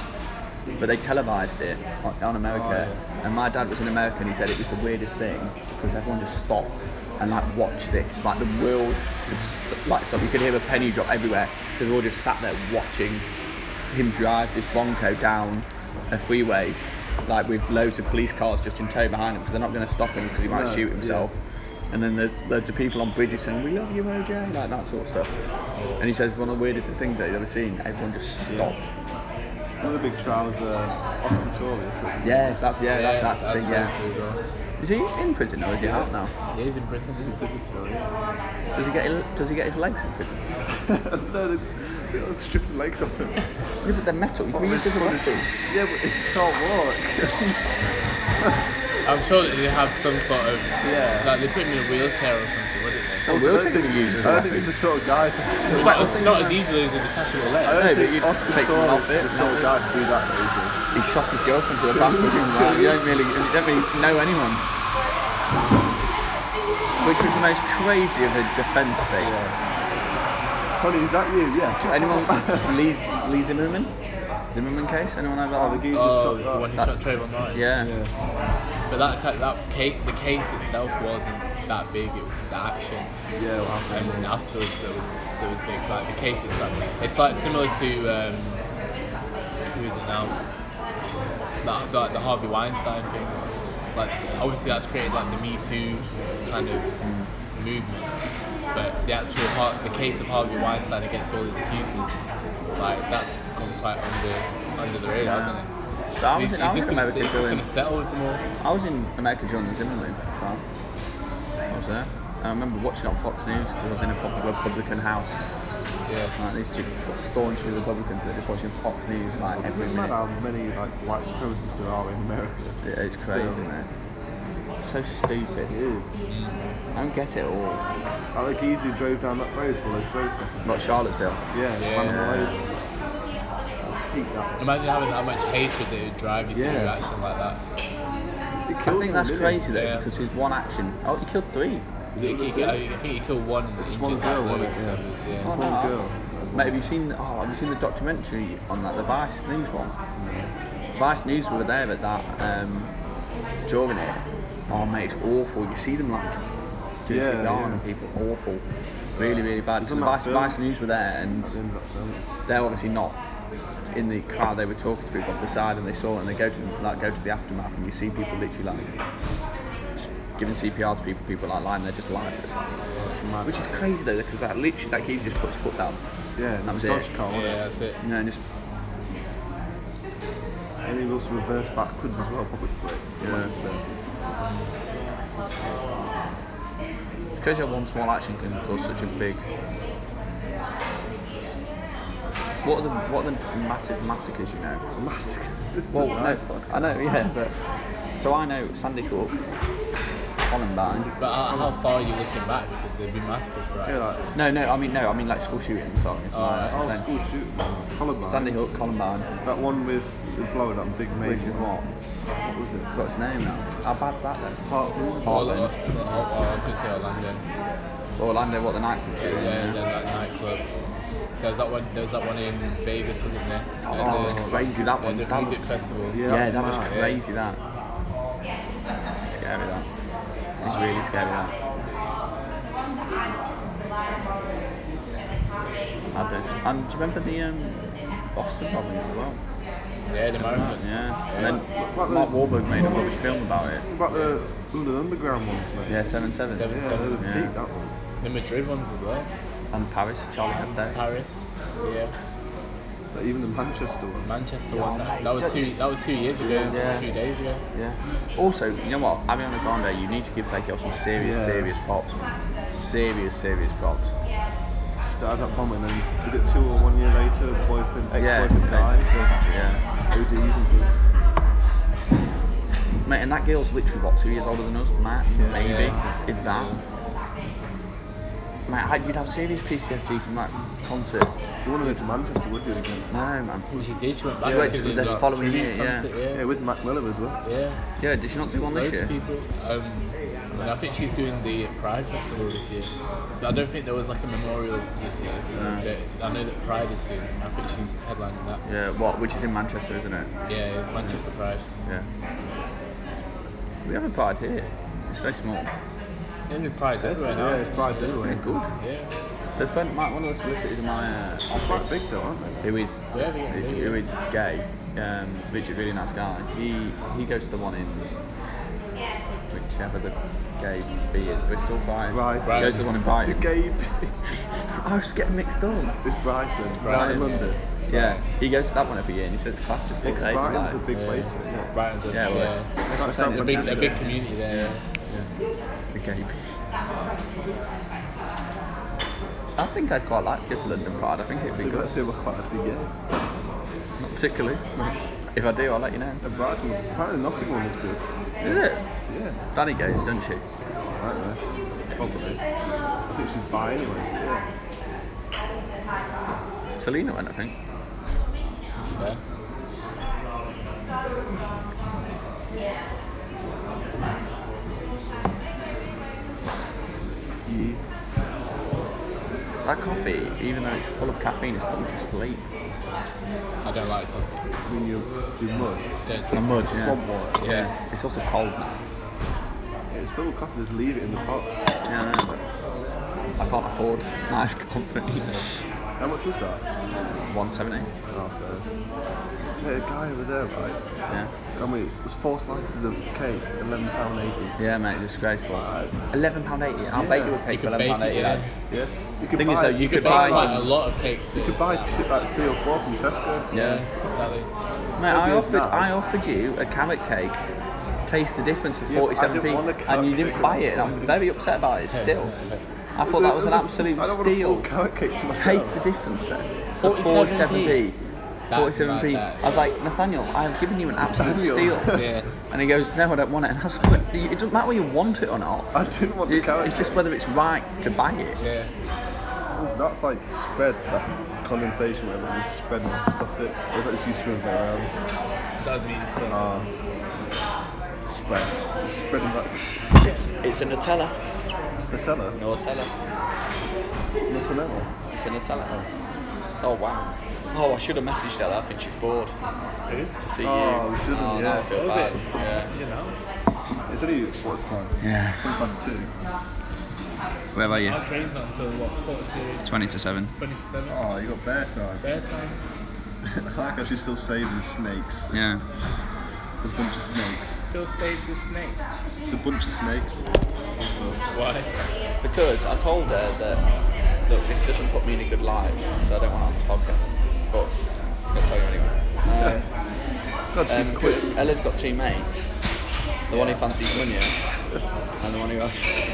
[SPEAKER 1] But they televised it on, on America,
[SPEAKER 2] Oh,
[SPEAKER 1] and my dad was in America, and he said it was the weirdest thing because everyone just stopped and like watched this. Like the world, would st- like stop. You could hear a penny drop everywhere because we all just sat there watching him drive this Bronco down a freeway, like with loads of police cars just in tow behind him because they're not going to stop him because he might
[SPEAKER 2] No,
[SPEAKER 1] shoot
[SPEAKER 2] yeah.
[SPEAKER 1] himself. And then there's loads of people on bridges saying, We love you, OJ, like that sort of stuff. And he says, One of the weirdest things that he's ever seen, everyone just stopped.
[SPEAKER 2] Another big trial is uh, Oscar Pistorius. wasn't it?
[SPEAKER 1] Yes, that's, yeah, that's that
[SPEAKER 3] that's
[SPEAKER 1] thing,
[SPEAKER 3] really
[SPEAKER 1] yeah.
[SPEAKER 3] cool, bro.
[SPEAKER 1] Is he in prison or is he out now?
[SPEAKER 3] Yeah, he's in prison. He's in prison still. Yeah.
[SPEAKER 1] Does he get does he get his legs in prison? Yeah,
[SPEAKER 2] no, they they stripped the legs off him.
[SPEAKER 1] but they're metal. You
[SPEAKER 2] What
[SPEAKER 1] can use
[SPEAKER 2] was
[SPEAKER 1] as a
[SPEAKER 2] punished-
[SPEAKER 1] weapon.
[SPEAKER 2] Yeah, but he can't walk.
[SPEAKER 3] I'm sure that they have some sort of.
[SPEAKER 2] Yeah.
[SPEAKER 3] Like they put him in a wheelchair or something, wouldn't
[SPEAKER 1] A
[SPEAKER 2] Also,
[SPEAKER 3] they?
[SPEAKER 2] I don't
[SPEAKER 1] wheelchair can
[SPEAKER 2] think-
[SPEAKER 1] be used as a
[SPEAKER 2] I don't
[SPEAKER 1] weapon.
[SPEAKER 2] think he's the sort of guy to.
[SPEAKER 3] Not, as, not as easily as a detachable leg.
[SPEAKER 2] I don't
[SPEAKER 1] No, but
[SPEAKER 2] think
[SPEAKER 1] you'd
[SPEAKER 2] Oscar
[SPEAKER 1] take someone
[SPEAKER 2] Pistorius
[SPEAKER 1] off
[SPEAKER 2] is
[SPEAKER 1] it,
[SPEAKER 2] the sort of
[SPEAKER 1] no.
[SPEAKER 2] guy to do that easily.
[SPEAKER 1] He shot his girlfriend to the
[SPEAKER 2] True,
[SPEAKER 1] bathroom.
[SPEAKER 2] true.
[SPEAKER 1] You don't really, you don't really know anyone. Which was the most crazy of a defence thing.
[SPEAKER 2] Yeah. Honey, is that you? Yeah.
[SPEAKER 1] Anyone? Lee, Lee Zimmerman? Zimmerman case? Anyone have
[SPEAKER 2] Oh, the
[SPEAKER 1] that?
[SPEAKER 2] geezer
[SPEAKER 3] oh,
[SPEAKER 2] shot
[SPEAKER 3] the one who
[SPEAKER 1] That-
[SPEAKER 3] shot Trayvon Martin.
[SPEAKER 1] yeah.
[SPEAKER 2] Yeah.
[SPEAKER 3] But that ca- that case, the case itself wasn't that big. It was the action,
[SPEAKER 2] Yeah, what
[SPEAKER 3] and
[SPEAKER 2] happened?
[SPEAKER 3] then afterwards there was there was big. Like the case itself, it's like similar to um, who is it now? That like the Harvey Weinstein thing. Like obviously that's created like the Me Too kind of movement, but the actual har- the case of Harvey Weinstein against all his accusers, like that's gone quite under under the radar, hasn't it?
[SPEAKER 1] So I was
[SPEAKER 3] He's-
[SPEAKER 1] in,
[SPEAKER 3] he's
[SPEAKER 1] I was
[SPEAKER 3] just
[SPEAKER 1] in
[SPEAKER 3] gonna-
[SPEAKER 1] America
[SPEAKER 3] he's just
[SPEAKER 1] during,
[SPEAKER 3] gonna settle with them all.
[SPEAKER 1] I was in America during the Zimmerman as well. I was there. And I remember watching on Fox News because I was in a proper Republican house.
[SPEAKER 3] Yeah.
[SPEAKER 1] Like these two staunchly Republicans are just watching Fox News like
[SPEAKER 2] It's
[SPEAKER 1] every
[SPEAKER 2] mad
[SPEAKER 1] minute.
[SPEAKER 2] how many like white supremacists there are in America.
[SPEAKER 1] It is
[SPEAKER 2] Still.
[SPEAKER 1] crazy, man. So
[SPEAKER 2] It
[SPEAKER 1] stupid.
[SPEAKER 2] is.
[SPEAKER 1] I don't get it all.
[SPEAKER 2] Like the geezer who drove down that road to all those protesters.
[SPEAKER 1] Not Charlottesville.
[SPEAKER 2] Yeah.
[SPEAKER 3] Yeah.
[SPEAKER 2] slamming the road. That's peak. That.
[SPEAKER 3] Imagine having that much hatred that would drive you to do
[SPEAKER 2] Yeah.
[SPEAKER 3] action like that.
[SPEAKER 2] It
[SPEAKER 1] I think
[SPEAKER 2] kills them,
[SPEAKER 1] that's
[SPEAKER 2] doesn't it?
[SPEAKER 1] crazy though
[SPEAKER 3] Yeah.
[SPEAKER 1] because his one action. Oh, he killed three.
[SPEAKER 3] You- you- you- I think you killed one and
[SPEAKER 2] It's
[SPEAKER 3] injured
[SPEAKER 2] one
[SPEAKER 3] like
[SPEAKER 2] girl, wasn't it?
[SPEAKER 3] loads,
[SPEAKER 2] Yeah.
[SPEAKER 3] so it was- yeah.
[SPEAKER 1] Oh,
[SPEAKER 2] It's
[SPEAKER 1] no.
[SPEAKER 2] one girl.
[SPEAKER 1] Mate, have you seen? Oh, have you seen the documentary on that? The Vice News one. Vice News were there at that um, during it. Oh, mate, it's awful. You see them like doing
[SPEAKER 2] Yeah,
[SPEAKER 1] yeah, yeah.
[SPEAKER 2] yeah.
[SPEAKER 1] people. Awful. Really, really bad.
[SPEAKER 2] It's
[SPEAKER 1] Because
[SPEAKER 2] on that
[SPEAKER 1] Vice,
[SPEAKER 2] film.
[SPEAKER 1] Vice News were there and
[SPEAKER 2] At the end of that film, it's-
[SPEAKER 1] they're obviously not in the crowd they were talking to people off the side and they saw it and they go to like go to the aftermath and you see people literally like just giving CPR to people people like lying they're just lying
[SPEAKER 2] it's mad.
[SPEAKER 1] which is crazy though because that literally that geezer just put his foot down
[SPEAKER 2] Yeah,
[SPEAKER 1] that
[SPEAKER 2] that
[SPEAKER 1] was
[SPEAKER 2] was
[SPEAKER 1] it.
[SPEAKER 2] dodge car, wasn't
[SPEAKER 3] Yeah,
[SPEAKER 2] it?
[SPEAKER 3] that's it.
[SPEAKER 1] you know and just
[SPEAKER 2] And he also reversed backwards as well, probably. Like, smacked
[SPEAKER 1] Yeah.
[SPEAKER 2] a bit.
[SPEAKER 1] it's crazy how one small action can cause such a big what are the what are the massive massacres you know
[SPEAKER 2] Mask. This is
[SPEAKER 1] Well,
[SPEAKER 2] a
[SPEAKER 1] no,
[SPEAKER 2] nice podcast.
[SPEAKER 1] I know, yeah, but so I know Sandy Hook, Columbine.
[SPEAKER 3] But how, how far are you looking back? Because they've been massacred for
[SPEAKER 2] Yeah,
[SPEAKER 3] us.
[SPEAKER 2] like,
[SPEAKER 1] No, no, I mean no, I mean like school shootings. Sorry.
[SPEAKER 3] Oh,
[SPEAKER 1] Like,
[SPEAKER 3] right.
[SPEAKER 2] oh,
[SPEAKER 1] saying-
[SPEAKER 2] school shooting. Columbine.
[SPEAKER 1] Sandy Hook, Columbine.
[SPEAKER 2] That one with in Florida, that big
[SPEAKER 1] Which
[SPEAKER 2] major
[SPEAKER 1] is what?
[SPEAKER 2] What was it?
[SPEAKER 1] I forgot his name now. How bad's that then?
[SPEAKER 2] Parkland.
[SPEAKER 3] Or,
[SPEAKER 1] Portland.
[SPEAKER 3] or, or, or, I was going to say Orlando.
[SPEAKER 1] Orlando, what the night club
[SPEAKER 3] Yeah,
[SPEAKER 1] shooting?
[SPEAKER 3] yeah, yeah, that nightclub. There was that one. There was that one in Vegas, wasn't there?
[SPEAKER 1] Oh,
[SPEAKER 3] At
[SPEAKER 1] it's
[SPEAKER 3] the-
[SPEAKER 1] crazy, that
[SPEAKER 3] at
[SPEAKER 1] one.
[SPEAKER 3] The
[SPEAKER 1] That was-
[SPEAKER 3] music festival.
[SPEAKER 2] Yeah,
[SPEAKER 1] Yeah,
[SPEAKER 2] that's
[SPEAKER 1] that was
[SPEAKER 2] mad.
[SPEAKER 1] crazy. That. Scary that. It's really scary that. had this. And do you remember the um, Boston bombing as well?
[SPEAKER 3] Yeah, the marathon.
[SPEAKER 1] Oh, Yeah. And then
[SPEAKER 2] What- what
[SPEAKER 1] Mark
[SPEAKER 2] the-
[SPEAKER 1] Wahlberg made a rubbish film about it.
[SPEAKER 2] What about the London Underground ones, mate?
[SPEAKER 1] Yeah, seven seven.
[SPEAKER 3] Seven
[SPEAKER 2] Yeah, they were
[SPEAKER 1] Yeah.
[SPEAKER 2] peak, that was.
[SPEAKER 3] The Madrid ones as well.
[SPEAKER 1] And Paris, Charlie Hebdo.
[SPEAKER 3] Paris. Yeah.
[SPEAKER 2] Like, even the Manchester one.
[SPEAKER 3] Manchester
[SPEAKER 1] Yeah,
[SPEAKER 3] one. That,
[SPEAKER 1] mate,
[SPEAKER 3] that was
[SPEAKER 1] that's-
[SPEAKER 3] two. That was two years ago.
[SPEAKER 1] Yeah.
[SPEAKER 3] A few days ago.
[SPEAKER 1] Yeah. Also, you know what? Ariana Grande, you need to give that girl some serious,
[SPEAKER 2] Yeah.
[SPEAKER 1] serious props. man. Serious, serious props.
[SPEAKER 2] That has that bomb, and then is it two or one year later, the boyfriend,
[SPEAKER 1] Yeah.
[SPEAKER 2] ex-boyfriend dies,
[SPEAKER 1] Yeah.
[SPEAKER 2] ODs and drugs.
[SPEAKER 1] Mate, and that girl's literally what two years older than us, Matt,
[SPEAKER 2] Yeah.
[SPEAKER 1] maybe,
[SPEAKER 3] Yeah.
[SPEAKER 1] if that. Mate, I- you'd have serious PTSD from that concert.
[SPEAKER 2] You want to go to Manchester, would you again?
[SPEAKER 1] No, man.
[SPEAKER 3] Well, she did. She went back
[SPEAKER 1] She went
[SPEAKER 3] to
[SPEAKER 1] to the
[SPEAKER 3] like,
[SPEAKER 1] following year,
[SPEAKER 3] tribute
[SPEAKER 1] yeah.
[SPEAKER 3] concert,
[SPEAKER 2] Yeah, with Mac Miller as well.
[SPEAKER 3] Yeah.
[SPEAKER 1] Yeah, did she not do one this
[SPEAKER 3] Loads
[SPEAKER 1] year?
[SPEAKER 3] of people. Um, and I think she's doing the Pride Festival this year. So I don't think there was like a memorial this year.
[SPEAKER 1] No.
[SPEAKER 3] But I know that Pride is soon. I think she's headlining that.
[SPEAKER 1] Yeah, what? Which is in Manchester, isn't it?
[SPEAKER 3] Yeah, Manchester Pride.
[SPEAKER 1] Yeah. Do we have a pride here? It's very small.
[SPEAKER 3] Yeah, Pride's everywhere now.
[SPEAKER 2] yeah,
[SPEAKER 3] isn't
[SPEAKER 2] it's
[SPEAKER 3] it?
[SPEAKER 2] prize anyway.
[SPEAKER 1] Yeah, good.
[SPEAKER 3] Yeah.
[SPEAKER 1] The friend, my, one of the solicitors of my uh,
[SPEAKER 2] They're Quite
[SPEAKER 1] office,
[SPEAKER 2] big though, aren't they?
[SPEAKER 1] who is
[SPEAKER 3] Yeah, they get big,
[SPEAKER 1] who
[SPEAKER 3] yeah.
[SPEAKER 1] is gay, um, Richard, really nice guy. He he goes to the one in whichever the gay B is, Bristol, Brighton.
[SPEAKER 2] Right.
[SPEAKER 1] He goes to the one in
[SPEAKER 2] The
[SPEAKER 1] Brighton.
[SPEAKER 2] gay
[SPEAKER 1] I was getting mixed up.
[SPEAKER 2] is Brighton,
[SPEAKER 3] Brighton,
[SPEAKER 2] Brighton, London.
[SPEAKER 1] Yeah, he goes to that one every year, and he says class just full
[SPEAKER 2] Because
[SPEAKER 1] days.
[SPEAKER 2] Brighton's a
[SPEAKER 1] like-
[SPEAKER 2] big
[SPEAKER 3] Yeah.
[SPEAKER 2] place for it, yeah.
[SPEAKER 3] Brighton's a,
[SPEAKER 1] Yeah, well,
[SPEAKER 3] yeah.
[SPEAKER 1] that's what I'm
[SPEAKER 2] That's
[SPEAKER 1] saying, it's
[SPEAKER 2] not
[SPEAKER 3] There's a big, a
[SPEAKER 1] Manchester.
[SPEAKER 3] big community there.
[SPEAKER 1] Yeah. The gay B. I think I'd quite like to go to London Pride. I think it'd be
[SPEAKER 2] They've got
[SPEAKER 1] good.
[SPEAKER 2] to say we're quite a big yeah.
[SPEAKER 1] Not particularly. If I do, I'll let you know.
[SPEAKER 2] And Brighton, apparently Nottingham one was good.
[SPEAKER 1] Is it?
[SPEAKER 2] Yeah,
[SPEAKER 1] Danny goes, doesn't she?
[SPEAKER 2] I don't know. Probably. I think she's bi anyway, so yeah.
[SPEAKER 1] Selena went, I think.
[SPEAKER 3] Yeah.
[SPEAKER 2] You,
[SPEAKER 1] That coffee, even though it's full of caffeine, it's put me to sleep.
[SPEAKER 3] I don't like coffee.
[SPEAKER 2] I mean, you do mud.
[SPEAKER 3] Don't
[SPEAKER 1] And
[SPEAKER 3] drink.
[SPEAKER 1] mud, yeah.
[SPEAKER 2] Swamp water.
[SPEAKER 1] Yeah. It's also cold now.
[SPEAKER 2] It's full of coffee, just leave it in the pot.
[SPEAKER 1] Yeah, I know. I can't afford nice coffee.
[SPEAKER 2] How much was that?
[SPEAKER 1] 170.
[SPEAKER 2] Oh, first. Yeah, a guy over there, right?
[SPEAKER 1] Yeah.
[SPEAKER 2] I mean, it's, it's four slices of cake, eleven pound eighty.
[SPEAKER 1] Yeah, mate, disgraceful.
[SPEAKER 2] Right.
[SPEAKER 1] £11.80. I'll
[SPEAKER 2] Yeah.
[SPEAKER 1] bake you a cake for
[SPEAKER 3] You could bake
[SPEAKER 1] £11.80.
[SPEAKER 3] it, yeah.
[SPEAKER 2] Yeah. You
[SPEAKER 1] Thing is, though, you
[SPEAKER 3] You could
[SPEAKER 1] could buy
[SPEAKER 3] buy
[SPEAKER 1] one.
[SPEAKER 3] like a lot of cakes for
[SPEAKER 2] you could buy two, like three or four from Tesco.
[SPEAKER 1] Yeah.
[SPEAKER 3] Exactly.
[SPEAKER 1] Mate, I
[SPEAKER 2] Coffee is
[SPEAKER 1] offered,
[SPEAKER 2] nice.
[SPEAKER 1] I offered you a carrot cake. Taste the difference for
[SPEAKER 2] Yeah, but I didn't
[SPEAKER 1] 47p,
[SPEAKER 2] want a
[SPEAKER 1] and
[SPEAKER 2] carrot
[SPEAKER 1] you didn't
[SPEAKER 2] cake.
[SPEAKER 1] buy it. And I'm very upset about it still. I thought
[SPEAKER 2] It
[SPEAKER 1] that was an
[SPEAKER 2] it
[SPEAKER 1] absolute
[SPEAKER 2] I don't
[SPEAKER 1] steal.
[SPEAKER 2] Want a full carrot cake to myself.
[SPEAKER 1] Taste the difference though. For 47p.
[SPEAKER 3] 47p. That's
[SPEAKER 1] 47p.
[SPEAKER 3] mad, that,
[SPEAKER 1] I was
[SPEAKER 3] yeah.
[SPEAKER 1] like, Nathaniel, I have given you an absolute
[SPEAKER 2] Nathaniel.
[SPEAKER 1] steal.
[SPEAKER 3] Yeah.
[SPEAKER 1] And he goes, No, I don't want it. And I was like, It doesn't matter whether you want it or not.
[SPEAKER 2] I didn't want the
[SPEAKER 1] It's,
[SPEAKER 2] carrot
[SPEAKER 1] it's
[SPEAKER 2] cake.
[SPEAKER 1] just whether it's right to buy it.
[SPEAKER 3] Yeah.
[SPEAKER 2] That's- That's like spread, that condensation, whatever, just spread off. That's it. That's like just you swimming around.
[SPEAKER 3] That means so.
[SPEAKER 2] Ah,
[SPEAKER 1] Spread.
[SPEAKER 2] just spreading like
[SPEAKER 1] It's, it's a Nutella.
[SPEAKER 2] Nutella.
[SPEAKER 1] Nutella.
[SPEAKER 2] Nutella.
[SPEAKER 1] It's a Nutella. Oh wow. Oh, I should have messaged her. I think she's bored. To see
[SPEAKER 2] Oh,
[SPEAKER 1] you.
[SPEAKER 2] we shouldn't,
[SPEAKER 1] Oh, no,
[SPEAKER 2] yeah.
[SPEAKER 1] I feel
[SPEAKER 2] Was
[SPEAKER 1] bad.
[SPEAKER 2] it?
[SPEAKER 1] Yeah.
[SPEAKER 2] It's only what's time?
[SPEAKER 1] Yeah.
[SPEAKER 2] Ten past two.
[SPEAKER 1] Where were you?
[SPEAKER 3] Our train's not until what, quarter to
[SPEAKER 1] 20 to 7.
[SPEAKER 3] 27?
[SPEAKER 2] Oh, you got bear time.
[SPEAKER 3] Their time?
[SPEAKER 2] I like how she still saving snakes.
[SPEAKER 1] Yeah.
[SPEAKER 2] It's a bunch of snakes.
[SPEAKER 3] Still save the snake.
[SPEAKER 2] It's a bunch of snakes.
[SPEAKER 3] Why?
[SPEAKER 1] Because I told her that, look, this doesn't put me in a good light, so I don't want it on the podcast. But I'll tell you anyway. Um,
[SPEAKER 2] God, she's
[SPEAKER 1] um, 'cause
[SPEAKER 2] quick.
[SPEAKER 1] Ella's got two mates. The one who fancies Munya and the one who has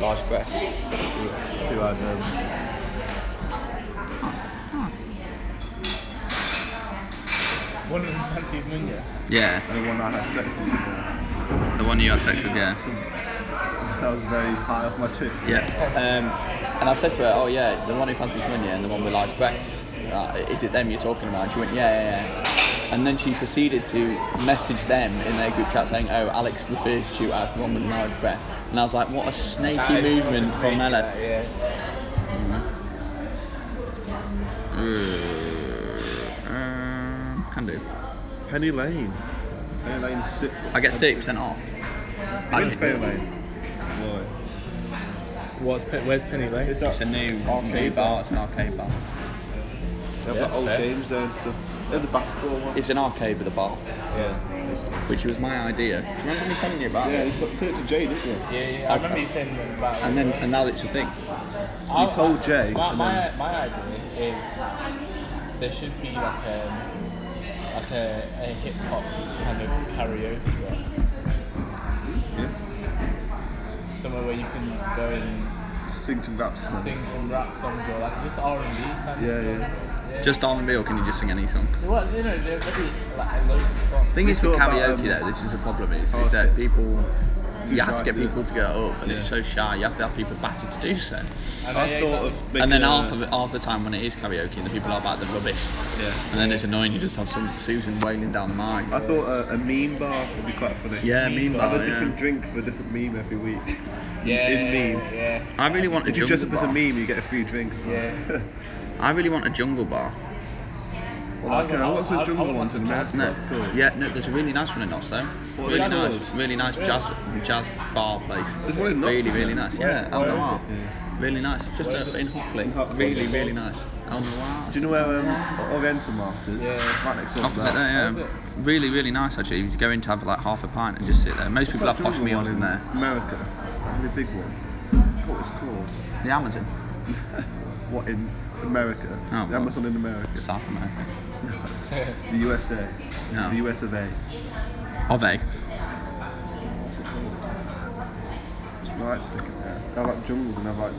[SPEAKER 1] large breasts.
[SPEAKER 2] Who had um,
[SPEAKER 3] One of them fancies Munya.
[SPEAKER 1] Yeah,
[SPEAKER 2] and the one I had sex with. before.
[SPEAKER 1] the one you had sex with, yeah.
[SPEAKER 2] Some, that was very high off my tip.
[SPEAKER 1] Yeah. Um, and I said to her, oh yeah, the one who fancies Munya and the one with large breasts, uh, is it them you're talking about? And she went, yeah, yeah, yeah. And then she proceeded to message them in their group chat saying, oh, Alex refers to you as the one with large breasts. And I was like, what a
[SPEAKER 3] That
[SPEAKER 1] snaky
[SPEAKER 3] is
[SPEAKER 1] movement from
[SPEAKER 3] fucking sneaky,
[SPEAKER 1] Ella.
[SPEAKER 3] that, Yeah.
[SPEAKER 1] Mm. Can do.
[SPEAKER 2] Penny Lane. Penny Lane sick.
[SPEAKER 1] I get 30% off.
[SPEAKER 2] Where's Penny Lane? Why?
[SPEAKER 3] What's Pe- where's Penny Lane?
[SPEAKER 2] It's
[SPEAKER 1] It's a new, new
[SPEAKER 2] Arcade
[SPEAKER 1] bar.
[SPEAKER 2] bar.
[SPEAKER 1] It's an arcade bar.
[SPEAKER 2] They have
[SPEAKER 3] Yeah,
[SPEAKER 2] like old
[SPEAKER 3] fair.
[SPEAKER 2] games there and stuff. They have the basketball one.
[SPEAKER 1] It's an arcade with a bar,
[SPEAKER 2] yeah. It's,
[SPEAKER 1] which was my idea. Do you remember me telling you about
[SPEAKER 2] yeah,
[SPEAKER 1] this?
[SPEAKER 2] it's up to, to Jay, didn't you?
[SPEAKER 3] yeah, yeah. I remember you saying that about. it.
[SPEAKER 1] And then and now it's a thing.
[SPEAKER 3] I-
[SPEAKER 2] You told Jay,
[SPEAKER 3] My,
[SPEAKER 2] and
[SPEAKER 3] my,
[SPEAKER 2] then-
[SPEAKER 3] my idea is there should be like a like a, a hip hop kind of karaoke bar.
[SPEAKER 2] Yeah.
[SPEAKER 3] somewhere where you can go and
[SPEAKER 2] Sing some rap songs.
[SPEAKER 3] sing some rap songs or like just R and B kind
[SPEAKER 2] Yeah,
[SPEAKER 3] of
[SPEAKER 2] yeah.
[SPEAKER 3] songs. Yeah.
[SPEAKER 1] Just R&B, or can you just sing any song?
[SPEAKER 3] Well, you know, there would be like loads of songs.
[SPEAKER 1] The thing is
[SPEAKER 2] We
[SPEAKER 1] with
[SPEAKER 2] thought
[SPEAKER 1] karaoke
[SPEAKER 2] about, um,
[SPEAKER 1] though, this is a problem. Is,
[SPEAKER 2] oh,
[SPEAKER 1] is that
[SPEAKER 2] it's-
[SPEAKER 1] people,
[SPEAKER 2] Too
[SPEAKER 1] you have to
[SPEAKER 2] shy
[SPEAKER 1] get
[SPEAKER 2] to do
[SPEAKER 1] people
[SPEAKER 2] it.
[SPEAKER 1] to get up, and it's
[SPEAKER 2] Yeah.
[SPEAKER 1] so shy. You have to have people battered to do so.
[SPEAKER 3] I,
[SPEAKER 2] I
[SPEAKER 3] know, yeah,
[SPEAKER 2] thought
[SPEAKER 3] exactly.
[SPEAKER 2] of making
[SPEAKER 1] and then
[SPEAKER 2] a,
[SPEAKER 1] half of it, half the time when it is karaoke, and the people are like the rubbish,
[SPEAKER 2] Yeah.
[SPEAKER 1] and then it's annoying. You just have some Susan wailing down the mic.
[SPEAKER 2] I thought a, a meme bar would be quite funny.
[SPEAKER 1] yeah, mean
[SPEAKER 2] Have
[SPEAKER 1] bar,
[SPEAKER 2] a different
[SPEAKER 1] yeah.
[SPEAKER 2] drink for a different meme every week.
[SPEAKER 3] yeah,
[SPEAKER 2] in meme.
[SPEAKER 3] Yeah.
[SPEAKER 1] I really want a
[SPEAKER 2] If you dress up
[SPEAKER 1] jungle
[SPEAKER 2] as a
[SPEAKER 1] bar.
[SPEAKER 2] meme, you get a free drink or something.
[SPEAKER 1] I really want a jungle bar.
[SPEAKER 2] well, like,
[SPEAKER 3] I-
[SPEAKER 2] uh, what's
[SPEAKER 3] I- I
[SPEAKER 2] those jungle
[SPEAKER 3] would
[SPEAKER 2] ones in
[SPEAKER 3] like a jazz
[SPEAKER 2] America?
[SPEAKER 1] No,
[SPEAKER 2] called?
[SPEAKER 1] yeah, no. There's a really nice one in Notts though.
[SPEAKER 2] Oh, What are
[SPEAKER 1] really
[SPEAKER 2] they
[SPEAKER 1] nice,
[SPEAKER 2] called?
[SPEAKER 1] really nice
[SPEAKER 3] Yeah.
[SPEAKER 1] jazz jazz bar place.
[SPEAKER 2] There's one in Notts,
[SPEAKER 1] Really,
[SPEAKER 2] isn't
[SPEAKER 1] really
[SPEAKER 2] there?
[SPEAKER 1] nice.
[SPEAKER 3] Where-
[SPEAKER 1] Yeah, El
[SPEAKER 3] where is
[SPEAKER 1] Noir.
[SPEAKER 2] it?
[SPEAKER 1] Really nice. Just
[SPEAKER 3] Where is
[SPEAKER 1] uh,
[SPEAKER 3] it?
[SPEAKER 1] in Hockley.
[SPEAKER 2] In Hockley.
[SPEAKER 1] Really,
[SPEAKER 3] What's it
[SPEAKER 1] really
[SPEAKER 3] called?
[SPEAKER 1] nice. El Noir.
[SPEAKER 2] Do you know where um, Oriental Mart is?
[SPEAKER 3] Yeah.
[SPEAKER 2] It's right next door
[SPEAKER 1] I've
[SPEAKER 2] to
[SPEAKER 1] been
[SPEAKER 2] that.
[SPEAKER 1] there,
[SPEAKER 3] How's
[SPEAKER 1] yeah.
[SPEAKER 3] it?
[SPEAKER 1] Really, really nice actually. You go in to have like half a pint and just sit there. Most people
[SPEAKER 2] What's
[SPEAKER 1] have
[SPEAKER 2] that
[SPEAKER 1] posh
[SPEAKER 2] jungle
[SPEAKER 1] meals
[SPEAKER 2] one
[SPEAKER 1] in there.
[SPEAKER 2] America. Really big one. What it's called?
[SPEAKER 1] The Amazon.
[SPEAKER 2] What in America?
[SPEAKER 1] Oh,
[SPEAKER 2] the Amazon in America.
[SPEAKER 1] South America.
[SPEAKER 2] The USA.
[SPEAKER 1] No.
[SPEAKER 2] The US of A.
[SPEAKER 1] Of A.
[SPEAKER 2] What's it called? It's right sick in there. They're like jungles and they're like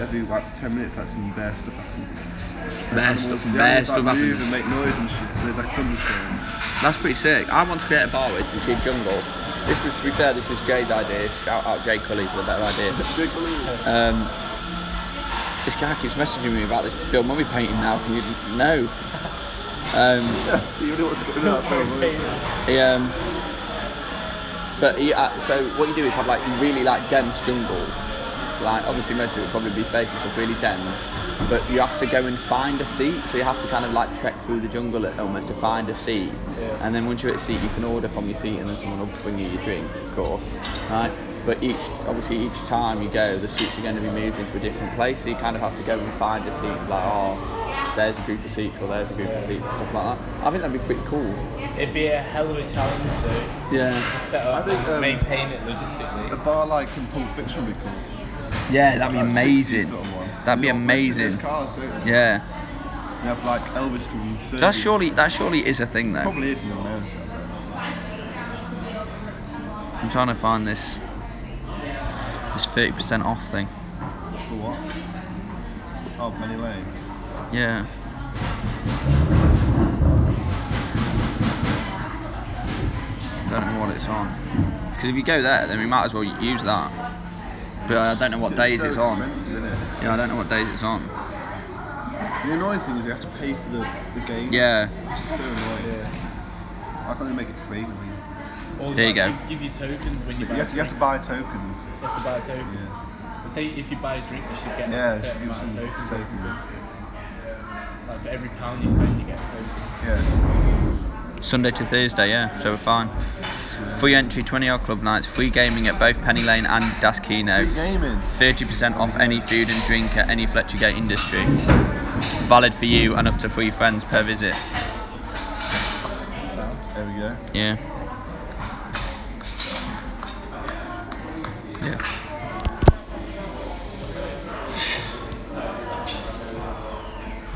[SPEAKER 2] every like ten minutes like some bear stuff happens. And
[SPEAKER 1] Bear
[SPEAKER 2] animals-
[SPEAKER 1] stuff-
[SPEAKER 2] the
[SPEAKER 1] bear
[SPEAKER 2] animals, like,
[SPEAKER 1] stuff happens.
[SPEAKER 2] move and make noise and shit. There's like thunderstorms.
[SPEAKER 1] That's pretty sick. I want to create a bar with which is jungle. This was to be fair, this was Jay's idea. Shout out Jay Cully for the better idea.
[SPEAKER 2] Jake, what are you-
[SPEAKER 1] Um, this guy keeps messaging me about this Bill Murray painting now. Can you no? Um,
[SPEAKER 2] you really want to get rid of that film, don't you?
[SPEAKER 1] he, um, but he, uh, so what you do is have like really like dense jungle. Like obviously most of it would probably be fake and stuff, really dense. But you have to go and find a seat, so you have to kind of like trek through the jungle almost to find a seat.
[SPEAKER 3] Yeah.
[SPEAKER 1] And then once you're at a seat, you can order from your seat, and then someone will bring you your drinks, of course. Right? But each, obviously, each time you go, the seats are going to be moved into a different place, so you kind of have to go and find a seat. and be Like, oh, there's a group of seats, or there's a group
[SPEAKER 3] Yeah.
[SPEAKER 1] of seats, and stuff like that. I think that'd be pretty cool.
[SPEAKER 3] It'd be a hell of a challenge though.
[SPEAKER 1] Yeah.
[SPEAKER 3] To set
[SPEAKER 2] I
[SPEAKER 3] up
[SPEAKER 2] think,
[SPEAKER 3] and
[SPEAKER 2] um,
[SPEAKER 3] maintain it
[SPEAKER 2] A
[SPEAKER 3] logistically.
[SPEAKER 2] bar like in Pulp Fiction would be cool.
[SPEAKER 1] Yeah, that'd be
[SPEAKER 2] Like a 60s
[SPEAKER 1] amazing.
[SPEAKER 2] sort of one.
[SPEAKER 1] That'd be
[SPEAKER 2] They all crash in
[SPEAKER 1] amazing.
[SPEAKER 2] these cars, don't they?
[SPEAKER 1] Yeah.
[SPEAKER 2] You have like Elvis from Serbia.
[SPEAKER 1] That surely, that surely is a thing though.
[SPEAKER 2] probably is in America.
[SPEAKER 1] I'm trying to find this. This 30% off thing.
[SPEAKER 2] For what? Oh, Penny Lane.
[SPEAKER 1] Yeah. Don't know what it's on. Because if you go there, then we might as well use that. But I don't know what days
[SPEAKER 2] so
[SPEAKER 1] it's on.
[SPEAKER 2] expensive, isn't it?
[SPEAKER 1] Yeah, I don't know what days it's on.
[SPEAKER 2] The annoying thing is you have to pay for the, the game.
[SPEAKER 1] Yeah.
[SPEAKER 2] Which is so annoying. Why can't they make it free?
[SPEAKER 3] Or
[SPEAKER 1] There you
[SPEAKER 3] like,
[SPEAKER 1] go.
[SPEAKER 3] Give you tokens when
[SPEAKER 2] You
[SPEAKER 3] you buy.
[SPEAKER 2] have to, you have to
[SPEAKER 3] a
[SPEAKER 2] buy tokens.
[SPEAKER 3] drink. You have to buy a token.
[SPEAKER 2] Yes.
[SPEAKER 3] Say if you buy a drink, you should get
[SPEAKER 2] Yeah,
[SPEAKER 3] a
[SPEAKER 2] should
[SPEAKER 3] certain
[SPEAKER 2] give
[SPEAKER 3] amount of
[SPEAKER 2] some
[SPEAKER 3] tokens.
[SPEAKER 2] tokens.
[SPEAKER 3] Like for every pound you spend, you get a token.
[SPEAKER 2] Yeah.
[SPEAKER 1] Sunday to Thursday, yeah, so we're fine. Free entry, 20 odd club nights, free gaming at both Penny Lane and
[SPEAKER 2] Free
[SPEAKER 1] Daskino.
[SPEAKER 2] gaming.
[SPEAKER 1] 30% off any food and drink at any Fletcher Gate industry. Valid for you and up to three friends per visit.
[SPEAKER 2] There we go.
[SPEAKER 1] Yeah. Yeah.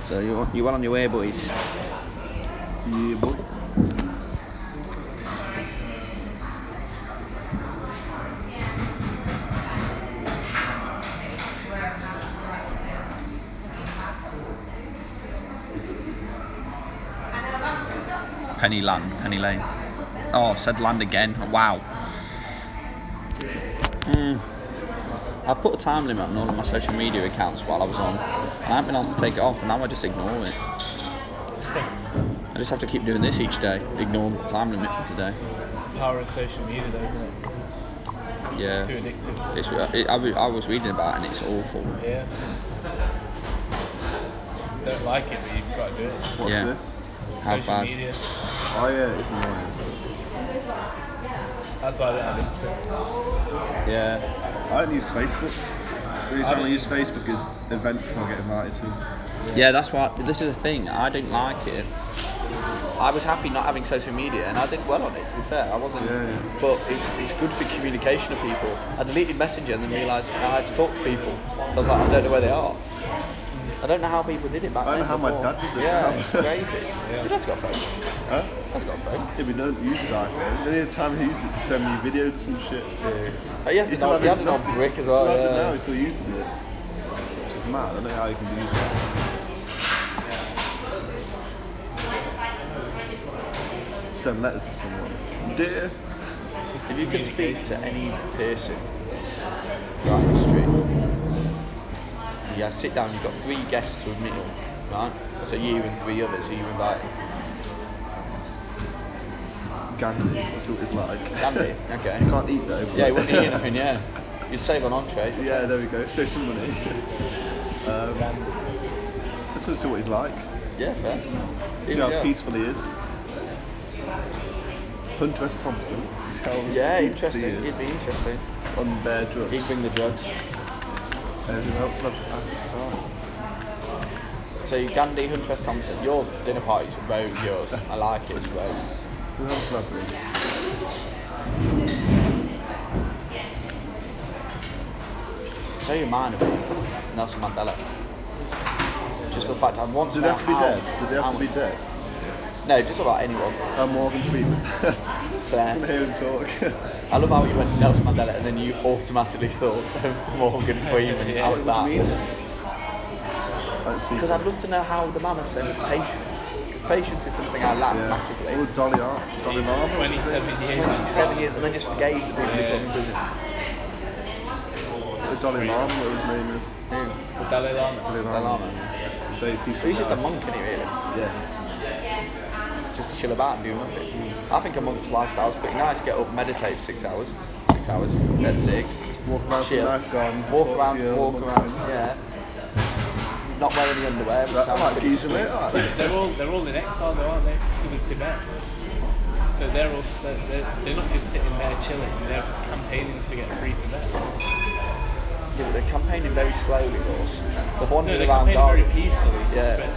[SPEAKER 1] So you you well on your way, boys?
[SPEAKER 2] Yeah, boy.
[SPEAKER 1] Penny Land, Penny Lane. Oh, I've said land again. Wow. Mm. I put a time limit on all of my social media accounts while I was on. And I haven't been able to take it off, and now I just ignore it. I just have to keep doing this each day, ignoring the time limit for today.
[SPEAKER 3] It's the power of social media, though, isn't it?
[SPEAKER 1] Yeah.
[SPEAKER 3] It's too addictive.
[SPEAKER 1] It's, uh, it, I, was- I was reading about it and it's awful.
[SPEAKER 3] Yeah. Don't like it, but you've got to do it.
[SPEAKER 2] What's
[SPEAKER 1] Yeah.
[SPEAKER 2] this?
[SPEAKER 1] How
[SPEAKER 3] Social
[SPEAKER 1] bad?
[SPEAKER 3] media.
[SPEAKER 2] Oh yeah, it's annoying.
[SPEAKER 3] That's why I don't have Instagram.
[SPEAKER 1] Yeah.
[SPEAKER 2] I don't use Facebook. Every
[SPEAKER 3] I
[SPEAKER 2] time I,
[SPEAKER 3] don't-
[SPEAKER 2] use Facebook is events I'll get invited to.
[SPEAKER 1] Yeah, that's why. but This is the thing. I didn't like it. I was happy not having social media, and I did well on it. To be fair, I wasn't.
[SPEAKER 2] Yeah, yeah.
[SPEAKER 1] But it's, it's good for communication of people. I deleted Messenger and then realised I had to talk to people. So I was like, I don't know where they are. I don't know how people did it back
[SPEAKER 2] I
[SPEAKER 1] then.
[SPEAKER 2] don't know how my
[SPEAKER 1] before.
[SPEAKER 2] dad does it
[SPEAKER 1] Yeah,
[SPEAKER 2] now.
[SPEAKER 1] it's crazy.
[SPEAKER 3] Yeah.
[SPEAKER 1] Your dad's got a phone.
[SPEAKER 2] Huh?
[SPEAKER 1] Dad's got a phone.
[SPEAKER 2] Yeah, we don't use his iPhone. The only time he uses it is to send me videos or some shit.
[SPEAKER 1] Oh, you had
[SPEAKER 2] He
[SPEAKER 1] an
[SPEAKER 2] still
[SPEAKER 1] old,
[SPEAKER 2] has
[SPEAKER 1] you had
[SPEAKER 2] his
[SPEAKER 1] an old
[SPEAKER 2] nothing.
[SPEAKER 1] brick as
[SPEAKER 2] He
[SPEAKER 1] well.
[SPEAKER 2] Still has it
[SPEAKER 1] yeah.
[SPEAKER 2] now, he still uses it. Which is mad. I don't know how he can use it. Send letters to someone. Dear.
[SPEAKER 3] It's just a
[SPEAKER 1] If you could speak
[SPEAKER 3] communication.
[SPEAKER 1] to any person throughout history, yeah, sit down. You've got three guests to a meal, right? So you and three others who you invite.
[SPEAKER 2] Gandhi. That's what it's like.
[SPEAKER 1] Gandhi, okay.
[SPEAKER 2] you can't eat though.
[SPEAKER 1] Yeah, you
[SPEAKER 2] but-
[SPEAKER 1] wouldn't eat anything. Yeah, you'd save on entrees. that's
[SPEAKER 2] yeah,
[SPEAKER 1] it.
[SPEAKER 2] there we go. Save some money. um, that's what, so what he's like.
[SPEAKER 1] Yeah, fair.
[SPEAKER 2] See
[SPEAKER 1] Here
[SPEAKER 2] how
[SPEAKER 1] we go.
[SPEAKER 2] peaceful he is. Hunter S. Thompson. See how
[SPEAKER 1] Yeah,
[SPEAKER 2] sweet He
[SPEAKER 1] interesting.
[SPEAKER 2] is.
[SPEAKER 1] It'd be interesting.
[SPEAKER 2] It's on bare drugs.
[SPEAKER 1] He'd bring the drugs.
[SPEAKER 2] Everyone else have ass far.
[SPEAKER 1] So Gandhi, Hunter S. Thompson, your dinner parties are very yours. I like it. It's very.
[SPEAKER 2] Who else have been?
[SPEAKER 1] So you mine of Nelson Mandela. Just for the fact I once
[SPEAKER 2] Do they have to be
[SPEAKER 1] how-
[SPEAKER 2] dead? Do they
[SPEAKER 1] how-
[SPEAKER 2] have to be dead?
[SPEAKER 1] No, just about anyone.
[SPEAKER 2] Uh, Morgan Freeman.
[SPEAKER 1] Fair.
[SPEAKER 2] Doesn't hear him talk.
[SPEAKER 1] I love how you went Nelson Mandela and then you automatically thought of Morgan Freeman.
[SPEAKER 3] Yeah,
[SPEAKER 1] How
[SPEAKER 2] What
[SPEAKER 1] was
[SPEAKER 2] do you mean?
[SPEAKER 1] that?
[SPEAKER 2] I don't see.
[SPEAKER 1] Because I'd love to know how the man has so much patience. Because patience is something I lack
[SPEAKER 2] Yeah.
[SPEAKER 1] massively.
[SPEAKER 2] Well, Dolly Art, Dolly Martin.
[SPEAKER 3] 27 years.
[SPEAKER 1] 27 years and then just forgave the people who
[SPEAKER 3] Yeah.
[SPEAKER 1] put in prison.
[SPEAKER 2] It's Dolly Martin, whatever his name is.
[SPEAKER 3] The Dalai Lama.
[SPEAKER 1] The
[SPEAKER 2] Dalai Lama.
[SPEAKER 1] llama.
[SPEAKER 2] Very peaceful.
[SPEAKER 1] So he's just
[SPEAKER 2] guy.
[SPEAKER 1] a monk, isn't he, really?
[SPEAKER 2] Yeah.
[SPEAKER 1] just to chill about and do nothing. I think a monk's lifestyle's pretty nice. Get up, meditate for six hours, six hours, bed six.
[SPEAKER 2] Walk around some
[SPEAKER 1] chill,
[SPEAKER 2] nice gardens,
[SPEAKER 1] Walk
[SPEAKER 2] talk to
[SPEAKER 1] around,
[SPEAKER 2] your
[SPEAKER 1] walk
[SPEAKER 2] monk
[SPEAKER 1] around.
[SPEAKER 2] friends.
[SPEAKER 1] Yeah. Not wear any underwear. Which
[SPEAKER 2] That,
[SPEAKER 1] sounds
[SPEAKER 2] like
[SPEAKER 1] pretty
[SPEAKER 2] Giza, mate.
[SPEAKER 1] sweet.
[SPEAKER 2] I like
[SPEAKER 3] They're
[SPEAKER 2] that.
[SPEAKER 3] all they're all in exile though, aren't they? Because of Tibet. So they're all st- they're, they're not just sitting there chilling. They're campaigning to get free Tibet.
[SPEAKER 1] Yeah, but they're campaigning very slowly, Ross. They're
[SPEAKER 3] No,
[SPEAKER 1] wandering
[SPEAKER 3] they're
[SPEAKER 1] around
[SPEAKER 3] campaigning
[SPEAKER 1] gardens.
[SPEAKER 3] very peacefully.
[SPEAKER 1] Yeah.
[SPEAKER 3] But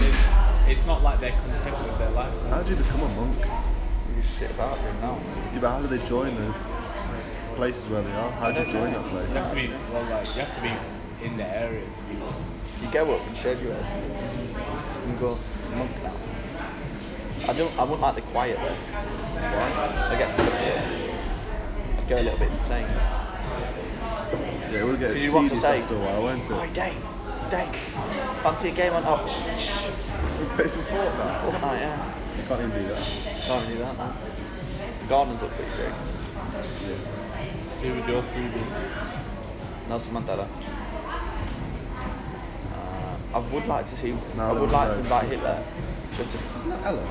[SPEAKER 3] they- it's not like they're content with their
[SPEAKER 2] How
[SPEAKER 3] lifestyle.
[SPEAKER 2] do you become a monk?
[SPEAKER 1] You just sit about them now.
[SPEAKER 2] Yeah, but how do they join the places where they are? How do you
[SPEAKER 1] don't
[SPEAKER 2] join
[SPEAKER 1] know.
[SPEAKER 2] that
[SPEAKER 3] You
[SPEAKER 2] place?
[SPEAKER 3] have to be well, like you have to be in the area to be one.
[SPEAKER 1] You go up and shave your head. And go monk now. I don't. I wouldn't like the quiet though. Why? I get full of it. I'd go a little bit insane.
[SPEAKER 2] Yeah, it would get
[SPEAKER 1] Because you want to
[SPEAKER 2] tedious
[SPEAKER 1] say,
[SPEAKER 2] after a while, won't
[SPEAKER 1] Hi,
[SPEAKER 2] it?
[SPEAKER 1] Dave. Dave. Fancy a game on oh, shh, shh.
[SPEAKER 2] Play some Fortnite.
[SPEAKER 1] Fortnite, yeah.
[SPEAKER 2] You can't even do that.
[SPEAKER 1] Can't really do that now. The gardens look pretty sick.
[SPEAKER 2] Yeah.
[SPEAKER 3] So who would your three be?
[SPEAKER 1] Nelson Mandela. Uh, I would like to see. I
[SPEAKER 2] Marilyn
[SPEAKER 1] would like to
[SPEAKER 2] Monroe.
[SPEAKER 1] invite Hitler. Just to. s-
[SPEAKER 2] It's not Ella.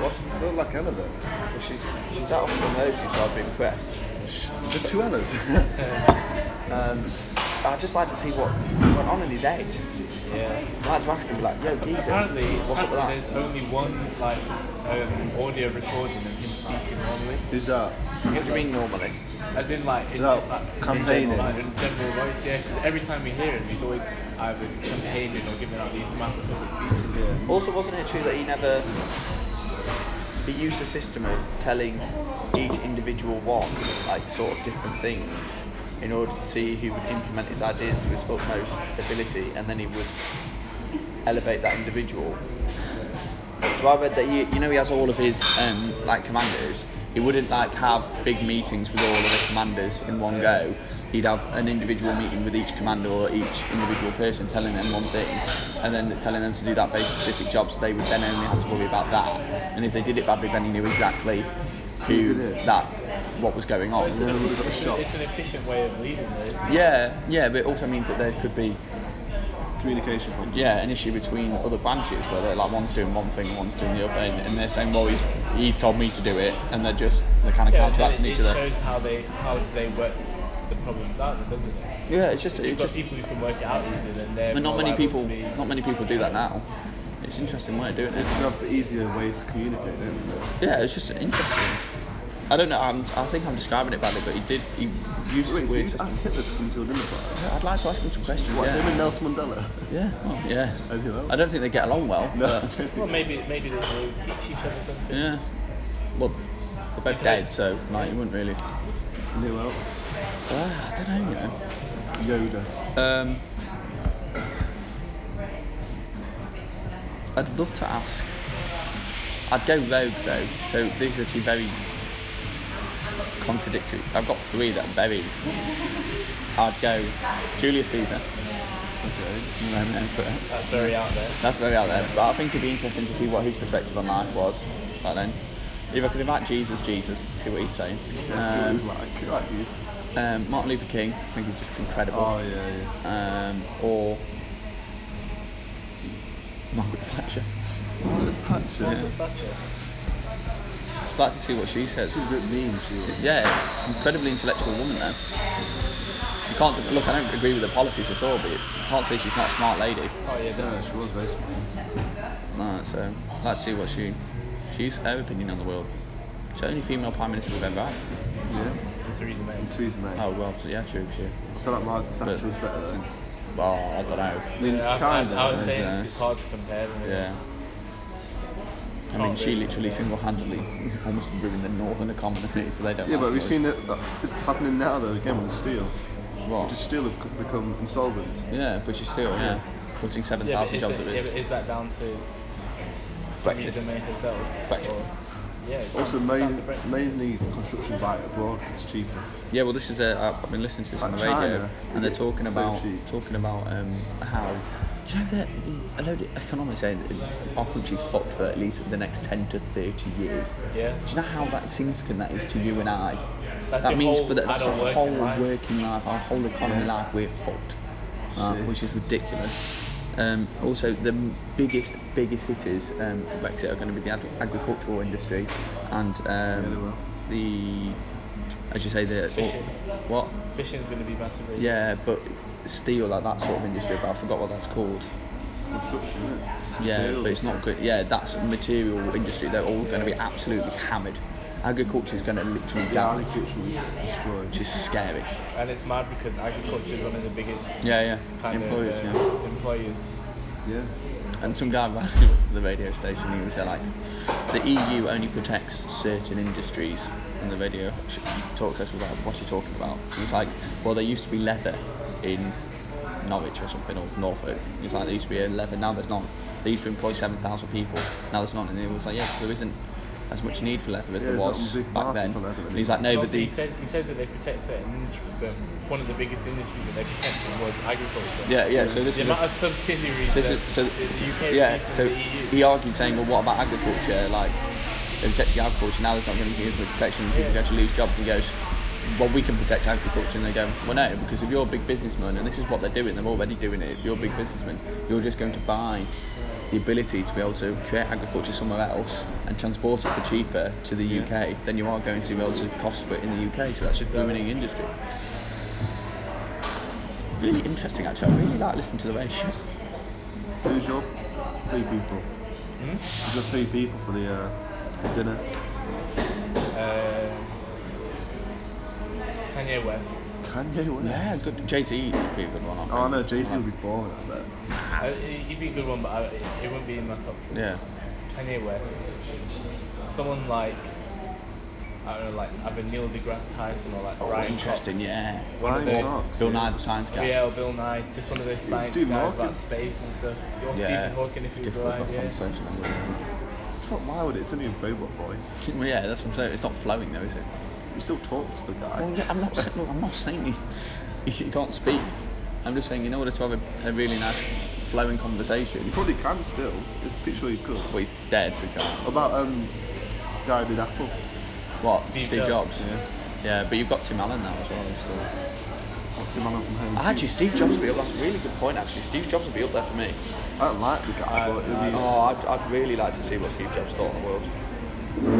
[SPEAKER 1] What?
[SPEAKER 2] I don't like Ella though.
[SPEAKER 1] Well, she's she's out of the nose, so I'd be impressed.
[SPEAKER 2] Shh, The two Ellas.
[SPEAKER 1] Um, I'd just like to see what went on in his head.
[SPEAKER 3] Yeah.
[SPEAKER 1] I'd like to ask him, like, yo, Geezer,
[SPEAKER 3] Apparently,
[SPEAKER 1] what's up
[SPEAKER 3] apparently
[SPEAKER 1] with that?
[SPEAKER 3] there's only one like um, audio recording of him speaking normally.
[SPEAKER 2] Who's that?
[SPEAKER 1] What do you mean normally?
[SPEAKER 3] As in, like, in
[SPEAKER 2] No,
[SPEAKER 3] just like
[SPEAKER 2] campaigning.
[SPEAKER 3] In general, like, in general voice, yeah. 'cause every time we hear him, he's always either campaigning or giving out these massive public speeches.
[SPEAKER 2] Yeah.
[SPEAKER 1] Also, wasn't it true that he never he used a system of telling each individual one like sort of different things in order to see who would implement his ideas to his utmost ability, and then he would elevate that individual. So I read that he, you know, he has all of his um, like commanders. He wouldn't like have big meetings with all of the commanders in one go. He'd have an individual meeting with each commander or each individual person, telling them one thing, and then telling them to do that very specific job. So they would then only have to worry about that. And if they did it badly, then he knew exactly who
[SPEAKER 2] Who did it?
[SPEAKER 1] that what was going
[SPEAKER 3] But
[SPEAKER 1] on.
[SPEAKER 3] it's, an
[SPEAKER 2] Yeah, we've got
[SPEAKER 3] efficient,
[SPEAKER 2] a
[SPEAKER 3] it's,
[SPEAKER 2] shot.
[SPEAKER 3] an efficient way of leading, though, isn't it?
[SPEAKER 1] Yeah, yeah, but it also means that there could be
[SPEAKER 2] Communication problem.
[SPEAKER 1] yeah, an issue between other branches where they're like one's doing one thing and one's doing the other thing, and they're saying, well, he's, he's told me to do it, and they're just they're kind of
[SPEAKER 3] Yeah, and then
[SPEAKER 1] counteracting
[SPEAKER 3] it,
[SPEAKER 1] each
[SPEAKER 3] it
[SPEAKER 1] other.
[SPEAKER 3] shows how they how they work the problems out, then, doesn't it?
[SPEAKER 1] Yeah, it's just
[SPEAKER 3] If you've
[SPEAKER 1] it's
[SPEAKER 3] got
[SPEAKER 1] just,
[SPEAKER 3] people who can work it out easier, then they're
[SPEAKER 1] but not
[SPEAKER 3] more
[SPEAKER 1] many
[SPEAKER 3] liable
[SPEAKER 1] people
[SPEAKER 3] to be-
[SPEAKER 1] not many people do that now. It's an interesting way of doing
[SPEAKER 2] They
[SPEAKER 1] it.
[SPEAKER 2] have easier ways to communicate, don't they?
[SPEAKER 1] Yeah, it's just interesting. I don't know. I'm, I think I'm describing it badly, but he did. He used a weird
[SPEAKER 2] Wait, so you
[SPEAKER 1] system.
[SPEAKER 2] asked Hitler to come to a dinner party?
[SPEAKER 1] I'd like to ask him some questions.
[SPEAKER 2] What,
[SPEAKER 1] yeah.
[SPEAKER 2] him and Nelson Mandela?
[SPEAKER 1] Yeah. well, yeah.
[SPEAKER 2] And who else?
[SPEAKER 1] I don't think they get along well.
[SPEAKER 2] No, I
[SPEAKER 1] but-
[SPEAKER 2] don't think-
[SPEAKER 4] Well, maybe maybe they, they teach each other something.
[SPEAKER 1] Yeah. Well, they're both dead, so like you wouldn't really.
[SPEAKER 2] And who else?
[SPEAKER 1] Uh, I don't know. You know.
[SPEAKER 2] Yoda.
[SPEAKER 1] Um, I'd love to ask. I'd go rogue though. So these are two very contradictory. I've got three that are very. I'd go Julius Caesar.
[SPEAKER 2] Okay.
[SPEAKER 1] Roman Emperor.
[SPEAKER 4] That's very out there.
[SPEAKER 1] That's very out there. But I think it'd be interesting to see what his perspective on life was back then. If I could invite Jesus, Jesus, see what he's saying.
[SPEAKER 2] That's what we
[SPEAKER 1] Um,
[SPEAKER 2] like. Like these.
[SPEAKER 1] um, Martin Luther King, I think he's just incredible
[SPEAKER 2] Oh yeah, yeah.
[SPEAKER 1] um, or Margaret Thatcher.
[SPEAKER 2] Margaret Thatcher.
[SPEAKER 1] Yeah.
[SPEAKER 4] Thatcher.
[SPEAKER 1] Just like to see what she says.
[SPEAKER 2] She's a bit mean, she was.
[SPEAKER 1] Yeah, incredibly intellectual woman though. You can't look. I don't agree with her policies at all, but you can't say she's not a smart lady.
[SPEAKER 4] Oh yeah,
[SPEAKER 2] No,
[SPEAKER 4] the,
[SPEAKER 2] she was very smart.
[SPEAKER 1] No, so let's see what she, she's her opinion on the world. She's the only female prime minister we've ever had.
[SPEAKER 2] Yeah.
[SPEAKER 4] Theresa May.
[SPEAKER 2] And Theresa May.
[SPEAKER 1] Oh well, so yeah, true, she.
[SPEAKER 2] I feel like Margaret Thatcher was better. Than,
[SPEAKER 1] Well, I don't know.
[SPEAKER 2] I mean,
[SPEAKER 4] Yeah, I, I,
[SPEAKER 2] kind of.
[SPEAKER 4] I was
[SPEAKER 1] I
[SPEAKER 4] saying
[SPEAKER 1] dunno.
[SPEAKER 4] it's, it's hard to compare them.
[SPEAKER 1] Yeah. I mean, she literally single-handedly almost ruined the northern economy, so they don't.
[SPEAKER 2] Yeah,
[SPEAKER 1] like
[SPEAKER 2] but we've
[SPEAKER 1] us.
[SPEAKER 2] seen it. uh, It's happening now though again with steel.
[SPEAKER 1] What?
[SPEAKER 2] Just steel have c- become insolvent.
[SPEAKER 1] Yeah, but you're still yeah. putting seven
[SPEAKER 4] Yeah, but
[SPEAKER 1] thousand
[SPEAKER 4] is,
[SPEAKER 1] jobs
[SPEAKER 4] that,
[SPEAKER 1] at
[SPEAKER 4] yeah, but
[SPEAKER 1] risk.
[SPEAKER 4] is that down to Theresa
[SPEAKER 1] Brexit.
[SPEAKER 4] May herself?
[SPEAKER 1] Brexit.
[SPEAKER 4] Or, yeah, it's
[SPEAKER 2] Also,
[SPEAKER 4] down to,
[SPEAKER 2] main,
[SPEAKER 4] it's down to Brexit.
[SPEAKER 2] mainly construction buy it abroad. It's cheaper.
[SPEAKER 1] Yeah, well, this is a. I've been listening to this on the
[SPEAKER 2] Like
[SPEAKER 1] radio,
[SPEAKER 2] China,
[SPEAKER 1] and they're
[SPEAKER 2] it's
[SPEAKER 1] talking
[SPEAKER 2] so
[SPEAKER 1] about
[SPEAKER 2] cheap.
[SPEAKER 1] talking about um, how. Do you know that a load of economists saying that our country's fucked for at least the next ten to thirty years?
[SPEAKER 4] Yeah.
[SPEAKER 1] Do you know how that significant that is to you and I?
[SPEAKER 4] That's
[SPEAKER 1] that
[SPEAKER 4] your
[SPEAKER 1] means
[SPEAKER 4] whole
[SPEAKER 1] for the, that's our
[SPEAKER 4] adult
[SPEAKER 1] whole
[SPEAKER 4] working
[SPEAKER 1] working life.
[SPEAKER 4] life.
[SPEAKER 1] our whole economy
[SPEAKER 2] Yeah.
[SPEAKER 1] life, we're fucked, uh,
[SPEAKER 2] Shit.
[SPEAKER 1] which is ridiculous. Um, also, the m- biggest biggest hitters um, for Brexit are going to be the ag- agricultural industry and
[SPEAKER 2] Yeah, they will.
[SPEAKER 1] um, the, as you say, the
[SPEAKER 4] Fishing.
[SPEAKER 1] what?
[SPEAKER 4] Fishing's going to be massively.
[SPEAKER 1] Yeah, but steel like that sort of industry. But I forgot what that's called.
[SPEAKER 2] It's construction, isn't it? It's
[SPEAKER 1] Yeah,
[SPEAKER 2] materials.
[SPEAKER 1] but it's not good. Yeah, that's material industry. They're all going to be absolutely hammered. Agriculture is going to literally
[SPEAKER 2] Yeah,
[SPEAKER 1] die,
[SPEAKER 2] agriculture was destroyed.
[SPEAKER 1] which is scary.
[SPEAKER 4] And it's mad because agriculture is one of the biggest
[SPEAKER 1] Yeah, yeah.
[SPEAKER 4] kind
[SPEAKER 1] Employers,
[SPEAKER 4] of uh,
[SPEAKER 1] yeah.
[SPEAKER 4] employers.
[SPEAKER 2] Yeah.
[SPEAKER 1] And some guy ran the radio station. He was there like, the EU only protects certain industries. And the radio sh- talk to us was like, what are you talking about? And it's like, well, there used to be leather in Norwich or something or Norfolk. It was like there used to be a leather. Now there's not. They used to employ seven thousand people. Now there's not. And he was like, yeah, there isn't as much need for leather as
[SPEAKER 2] Yeah,
[SPEAKER 1] there
[SPEAKER 2] there's not
[SPEAKER 1] was
[SPEAKER 2] a big
[SPEAKER 1] back
[SPEAKER 2] market
[SPEAKER 1] then.
[SPEAKER 2] for leather
[SPEAKER 1] And he's like, no,
[SPEAKER 4] Obviously,
[SPEAKER 1] but the
[SPEAKER 4] he says he says that they protect certain industries, but one of the biggest industries that they protected was agriculture.
[SPEAKER 1] yeah, yeah. So this
[SPEAKER 4] the
[SPEAKER 1] is
[SPEAKER 4] amount
[SPEAKER 1] a-
[SPEAKER 4] of subsidiaries
[SPEAKER 1] So
[SPEAKER 4] that
[SPEAKER 1] this is- so
[SPEAKER 4] the UK
[SPEAKER 1] yeah,
[SPEAKER 4] received
[SPEAKER 1] so
[SPEAKER 4] from the E EU.
[SPEAKER 1] he argued saying, well, what about agriculture? Like, they protect the agriculture. Now there's not going to be any protection. People
[SPEAKER 4] Yeah.
[SPEAKER 1] go to lose jobs. He goes, well, we can protect agriculture, and they go, well, no, because if you're a big businessman, and this is what they're doing, they're already doing it. If you're a big businessman, you're just going to buy the ability to be able to create agriculture somewhere else and transport it for cheaper to the UK, then you are going to be able to cost for it in the UK. So that's just ruining industry. Really interesting, actually. I really like listening to the radio.
[SPEAKER 2] Who's your three people?
[SPEAKER 4] Hmm?
[SPEAKER 2] Who's your three people for the uh, dinner?
[SPEAKER 4] Uh, Kanye West.
[SPEAKER 2] Kanye West.
[SPEAKER 1] Yeah, good. Jay Z would be a good one. I
[SPEAKER 2] Oh
[SPEAKER 1] think.
[SPEAKER 2] no, Jay Z would be boring. I bet.
[SPEAKER 4] I, Uh, he'd be a good one, but I, it wouldn't be in my top. three.
[SPEAKER 1] Yeah.
[SPEAKER 4] Kanye West. Someone like I don't know, like either Neil deGrasse Tyson or like Ryan
[SPEAKER 1] Oh, interesting.
[SPEAKER 4] Cox.
[SPEAKER 1] Yeah.
[SPEAKER 4] One
[SPEAKER 2] Ryan
[SPEAKER 4] of those.
[SPEAKER 2] Cox.
[SPEAKER 1] Bill Nye the Science
[SPEAKER 4] Oh,
[SPEAKER 1] Guy.
[SPEAKER 4] yeah, or Bill Nye, just one of those science
[SPEAKER 2] Stephen
[SPEAKER 4] guys
[SPEAKER 2] Hawking.
[SPEAKER 4] about space and stuff. Or
[SPEAKER 1] Yeah.
[SPEAKER 4] Stephen Hawking if he was
[SPEAKER 1] Difficult
[SPEAKER 4] alive,
[SPEAKER 1] for
[SPEAKER 4] yeah.
[SPEAKER 1] conversation, isn't
[SPEAKER 2] It's not loud. It's only a robot voice.
[SPEAKER 1] it? Well, yeah, that's what I'm saying. It's not flowing though, is it?
[SPEAKER 2] You still talk to the guy.
[SPEAKER 1] Well, yeah, I'm not. sa- Look, I'm not saying he's, he can't speak. I'm just saying in order to have a, a really nice flowing conversation,
[SPEAKER 2] You probably can still. It's pretty sure you could.
[SPEAKER 1] well, he's dead, so we can't.
[SPEAKER 2] What about um, guy who did Apple?
[SPEAKER 1] What? Steve,
[SPEAKER 4] Steve
[SPEAKER 1] Jobs.
[SPEAKER 4] Jobs.
[SPEAKER 1] Yeah. but you've got Tim Allen now as well. who's Still.
[SPEAKER 2] What's him on from home?
[SPEAKER 1] Actually, Steve Jobs would be up. That's a really good point. Actually, Steve Jobs would be up there for me.
[SPEAKER 2] I don't like the guy, but it'd be.
[SPEAKER 1] Oh, I'd, I'd really like to see what Steve Jobs thought of the world.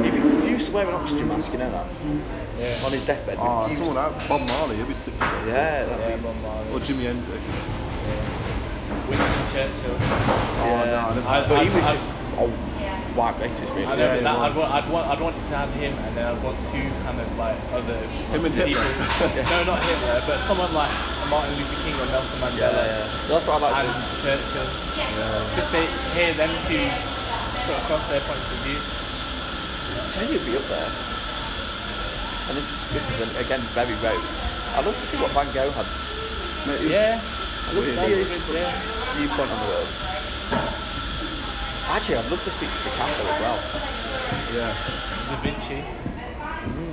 [SPEAKER 1] If he refused to wear an oxygen mask, you know that?
[SPEAKER 4] Yeah.
[SPEAKER 1] On his deathbed.
[SPEAKER 2] Oh,
[SPEAKER 1] refused.
[SPEAKER 2] someone like Bob Marley. He'd be six.
[SPEAKER 1] Yeah, that'd
[SPEAKER 4] Yeah,
[SPEAKER 1] be.
[SPEAKER 4] Bob Marley.
[SPEAKER 2] Or Jimi Hendrix.
[SPEAKER 4] Yeah. Winston
[SPEAKER 2] Oh,
[SPEAKER 4] Churchill.
[SPEAKER 2] no, I don't-
[SPEAKER 4] I-
[SPEAKER 1] but he
[SPEAKER 4] I-
[SPEAKER 1] was
[SPEAKER 4] I-
[SPEAKER 1] just a white racist, really.
[SPEAKER 4] I
[SPEAKER 2] Yeah,
[SPEAKER 4] know, but
[SPEAKER 2] he
[SPEAKER 4] that, I'd,
[SPEAKER 2] was.
[SPEAKER 4] want, I'd, want, I'd want to have him, and then I'd want two kind of like other
[SPEAKER 2] Him and Hitler.
[SPEAKER 4] people. no, not Hitler, but someone like Martin Luther King or Nelson Mandela
[SPEAKER 1] Yeah, yeah. That's what I like.
[SPEAKER 4] and
[SPEAKER 1] to-
[SPEAKER 4] Churchill.
[SPEAKER 1] Yeah.
[SPEAKER 4] Just to hear them two put across their points of view.
[SPEAKER 1] Chelsea would be up there. And this is this is an, again very rogue. I'd love to see what Van Gogh had.
[SPEAKER 2] Mate, it was-
[SPEAKER 4] Yeah.
[SPEAKER 1] I'd love to
[SPEAKER 2] Weird.
[SPEAKER 1] see his
[SPEAKER 4] That's a bit- yeah.
[SPEAKER 1] viewpoint on the world. Actually, I'd love to speak to Picasso as well.
[SPEAKER 2] Yeah.
[SPEAKER 4] Da Vinci.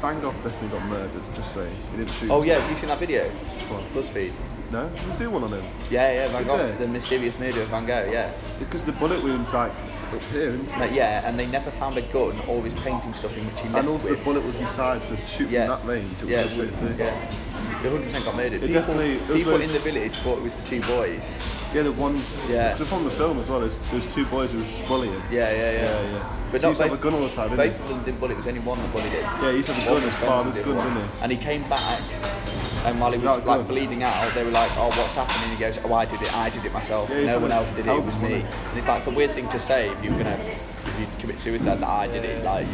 [SPEAKER 2] Van Gogh definitely got murdered, just saying. He didn't shoot
[SPEAKER 1] Oh yeah, have you
[SPEAKER 2] himself.
[SPEAKER 1] seen that video?
[SPEAKER 2] Which one?
[SPEAKER 1] BuzzFeed.
[SPEAKER 2] No? They do one on him.
[SPEAKER 1] Yeah, yeah, Van
[SPEAKER 2] Did
[SPEAKER 1] Gogh,
[SPEAKER 2] they?
[SPEAKER 1] the mysterious murder of Van Gogh. Yeah,
[SPEAKER 2] Because the bullet wound's like up here, isn't it?
[SPEAKER 1] Like, yeah, and they never found a gun or his painting stuff in which he left
[SPEAKER 2] And also
[SPEAKER 1] with.
[SPEAKER 2] the bullet was inside, so to shoot
[SPEAKER 1] yeah,
[SPEAKER 2] from that range, it was
[SPEAKER 1] yeah,
[SPEAKER 2] a
[SPEAKER 1] it
[SPEAKER 2] bit
[SPEAKER 1] would-
[SPEAKER 2] through.
[SPEAKER 1] yeah. They 100% got murdered.
[SPEAKER 2] It
[SPEAKER 1] people
[SPEAKER 2] definitely- it was
[SPEAKER 1] people
[SPEAKER 2] those-
[SPEAKER 1] in the village thought it was the two boys.
[SPEAKER 2] Yeah, the ones.
[SPEAKER 1] Yeah.
[SPEAKER 2] Just on the film as well. There's, there's two boys who were just bullying.
[SPEAKER 1] Yeah, yeah, yeah.
[SPEAKER 2] Yeah, yeah.
[SPEAKER 1] But
[SPEAKER 2] He
[SPEAKER 1] not
[SPEAKER 2] used to
[SPEAKER 1] both,
[SPEAKER 2] have a gun all the time, didn't
[SPEAKER 1] Both
[SPEAKER 2] he?
[SPEAKER 1] of them didn't bully. It was only one that bullied it.
[SPEAKER 2] Yeah, he used to have a
[SPEAKER 1] One
[SPEAKER 2] gun,
[SPEAKER 1] was
[SPEAKER 2] his
[SPEAKER 1] friends
[SPEAKER 2] father's
[SPEAKER 1] with
[SPEAKER 2] gun,
[SPEAKER 1] other.
[SPEAKER 2] didn't he?
[SPEAKER 1] And he came back, and while he was
[SPEAKER 2] Without a
[SPEAKER 1] like
[SPEAKER 2] gun.
[SPEAKER 1] bleeding out, they were like, "Oh, what's happening?" He goes, "Oh, I did it. I did it myself.
[SPEAKER 2] Yeah, he
[SPEAKER 1] no
[SPEAKER 2] said
[SPEAKER 1] one
[SPEAKER 2] it.
[SPEAKER 1] else did it. It
[SPEAKER 2] Help
[SPEAKER 1] was
[SPEAKER 2] him,
[SPEAKER 1] me."
[SPEAKER 2] wasn't it?
[SPEAKER 1] And it's like it's a weird thing to say if you were gonna if you commit suicide that I did it.
[SPEAKER 4] Yeah.
[SPEAKER 1] Like,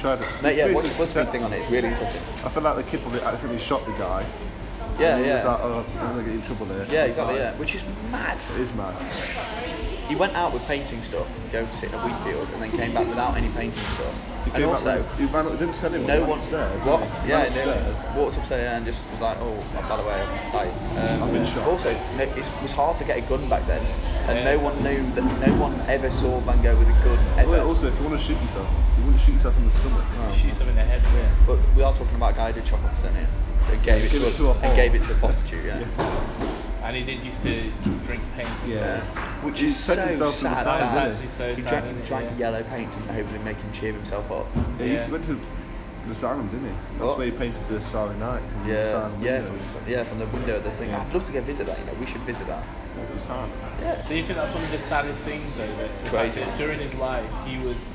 [SPEAKER 2] Tried it.
[SPEAKER 1] mate, yeah,
[SPEAKER 2] It's
[SPEAKER 1] watch this BuzzFeed
[SPEAKER 2] protect-
[SPEAKER 1] thing on it. It's really interesting.
[SPEAKER 2] I feel like the kid probably accidentally shot the guy.
[SPEAKER 1] Yeah,
[SPEAKER 2] and he was like,
[SPEAKER 1] yeah,
[SPEAKER 2] oh, I'm gonna get in trouble here.
[SPEAKER 1] yeah,
[SPEAKER 2] It's
[SPEAKER 1] exactly. Yeah,
[SPEAKER 2] like-
[SPEAKER 1] which is mad.
[SPEAKER 2] It is mad.
[SPEAKER 1] He went out with painting stuff to go sit in a wheat field, and then came back without any painting stuff.
[SPEAKER 2] He
[SPEAKER 1] and
[SPEAKER 2] came out
[SPEAKER 1] also.
[SPEAKER 2] with- he ran, up- didn't tell him.
[SPEAKER 1] No one.
[SPEAKER 2] upstairs.
[SPEAKER 1] What?
[SPEAKER 2] Yeah.
[SPEAKER 1] Yeah. No, walked upstairs and just was like, oh, by the way, I'm- like. Um,
[SPEAKER 2] I've been shot.
[SPEAKER 1] Also, no, it was hard to get a gun back then, and
[SPEAKER 4] Yeah.
[SPEAKER 1] no one knew that. No one ever saw Van Gogh with a gun ever.
[SPEAKER 2] Well, also, if you want to shoot yourself, you wouldn't shoot yourself in the stomach.
[SPEAKER 1] Oh.
[SPEAKER 4] Shoot something in the head. Yeah.
[SPEAKER 1] but we are talking about a guy who did chop off his own ear. And gave it
[SPEAKER 2] Give
[SPEAKER 1] to,
[SPEAKER 2] it
[SPEAKER 1] us-
[SPEAKER 2] to a
[SPEAKER 1] and
[SPEAKER 2] whore.
[SPEAKER 1] gave it to a prostitute. Yeah.
[SPEAKER 4] And he did used to drink paint.
[SPEAKER 2] Yeah.
[SPEAKER 1] Which
[SPEAKER 2] He
[SPEAKER 1] is
[SPEAKER 2] sent
[SPEAKER 1] so
[SPEAKER 2] himself to the
[SPEAKER 1] sad.
[SPEAKER 2] side,
[SPEAKER 4] That's
[SPEAKER 2] didn't
[SPEAKER 4] actually so
[SPEAKER 1] he
[SPEAKER 4] sad.
[SPEAKER 1] drank,
[SPEAKER 4] isn't it?
[SPEAKER 1] drank
[SPEAKER 4] Yeah.
[SPEAKER 1] yellow paint to hopefully make him cheer himself up.
[SPEAKER 2] Yeah, he used to
[SPEAKER 4] Yeah.
[SPEAKER 2] went to the asylum, didn't he? That's
[SPEAKER 1] What?
[SPEAKER 2] where he painted the Starry Night. From The
[SPEAKER 1] Yeah,
[SPEAKER 2] asylum
[SPEAKER 1] yeah, from,
[SPEAKER 2] windows.
[SPEAKER 1] yeah, from the window of the thing.
[SPEAKER 2] Yeah.
[SPEAKER 1] I'd love to go visit that. You know, we should visit that.
[SPEAKER 2] What was that?
[SPEAKER 1] Yeah.
[SPEAKER 4] Do you think that's one of the saddest things though? That the fact
[SPEAKER 1] Crazy.
[SPEAKER 4] that during his life he was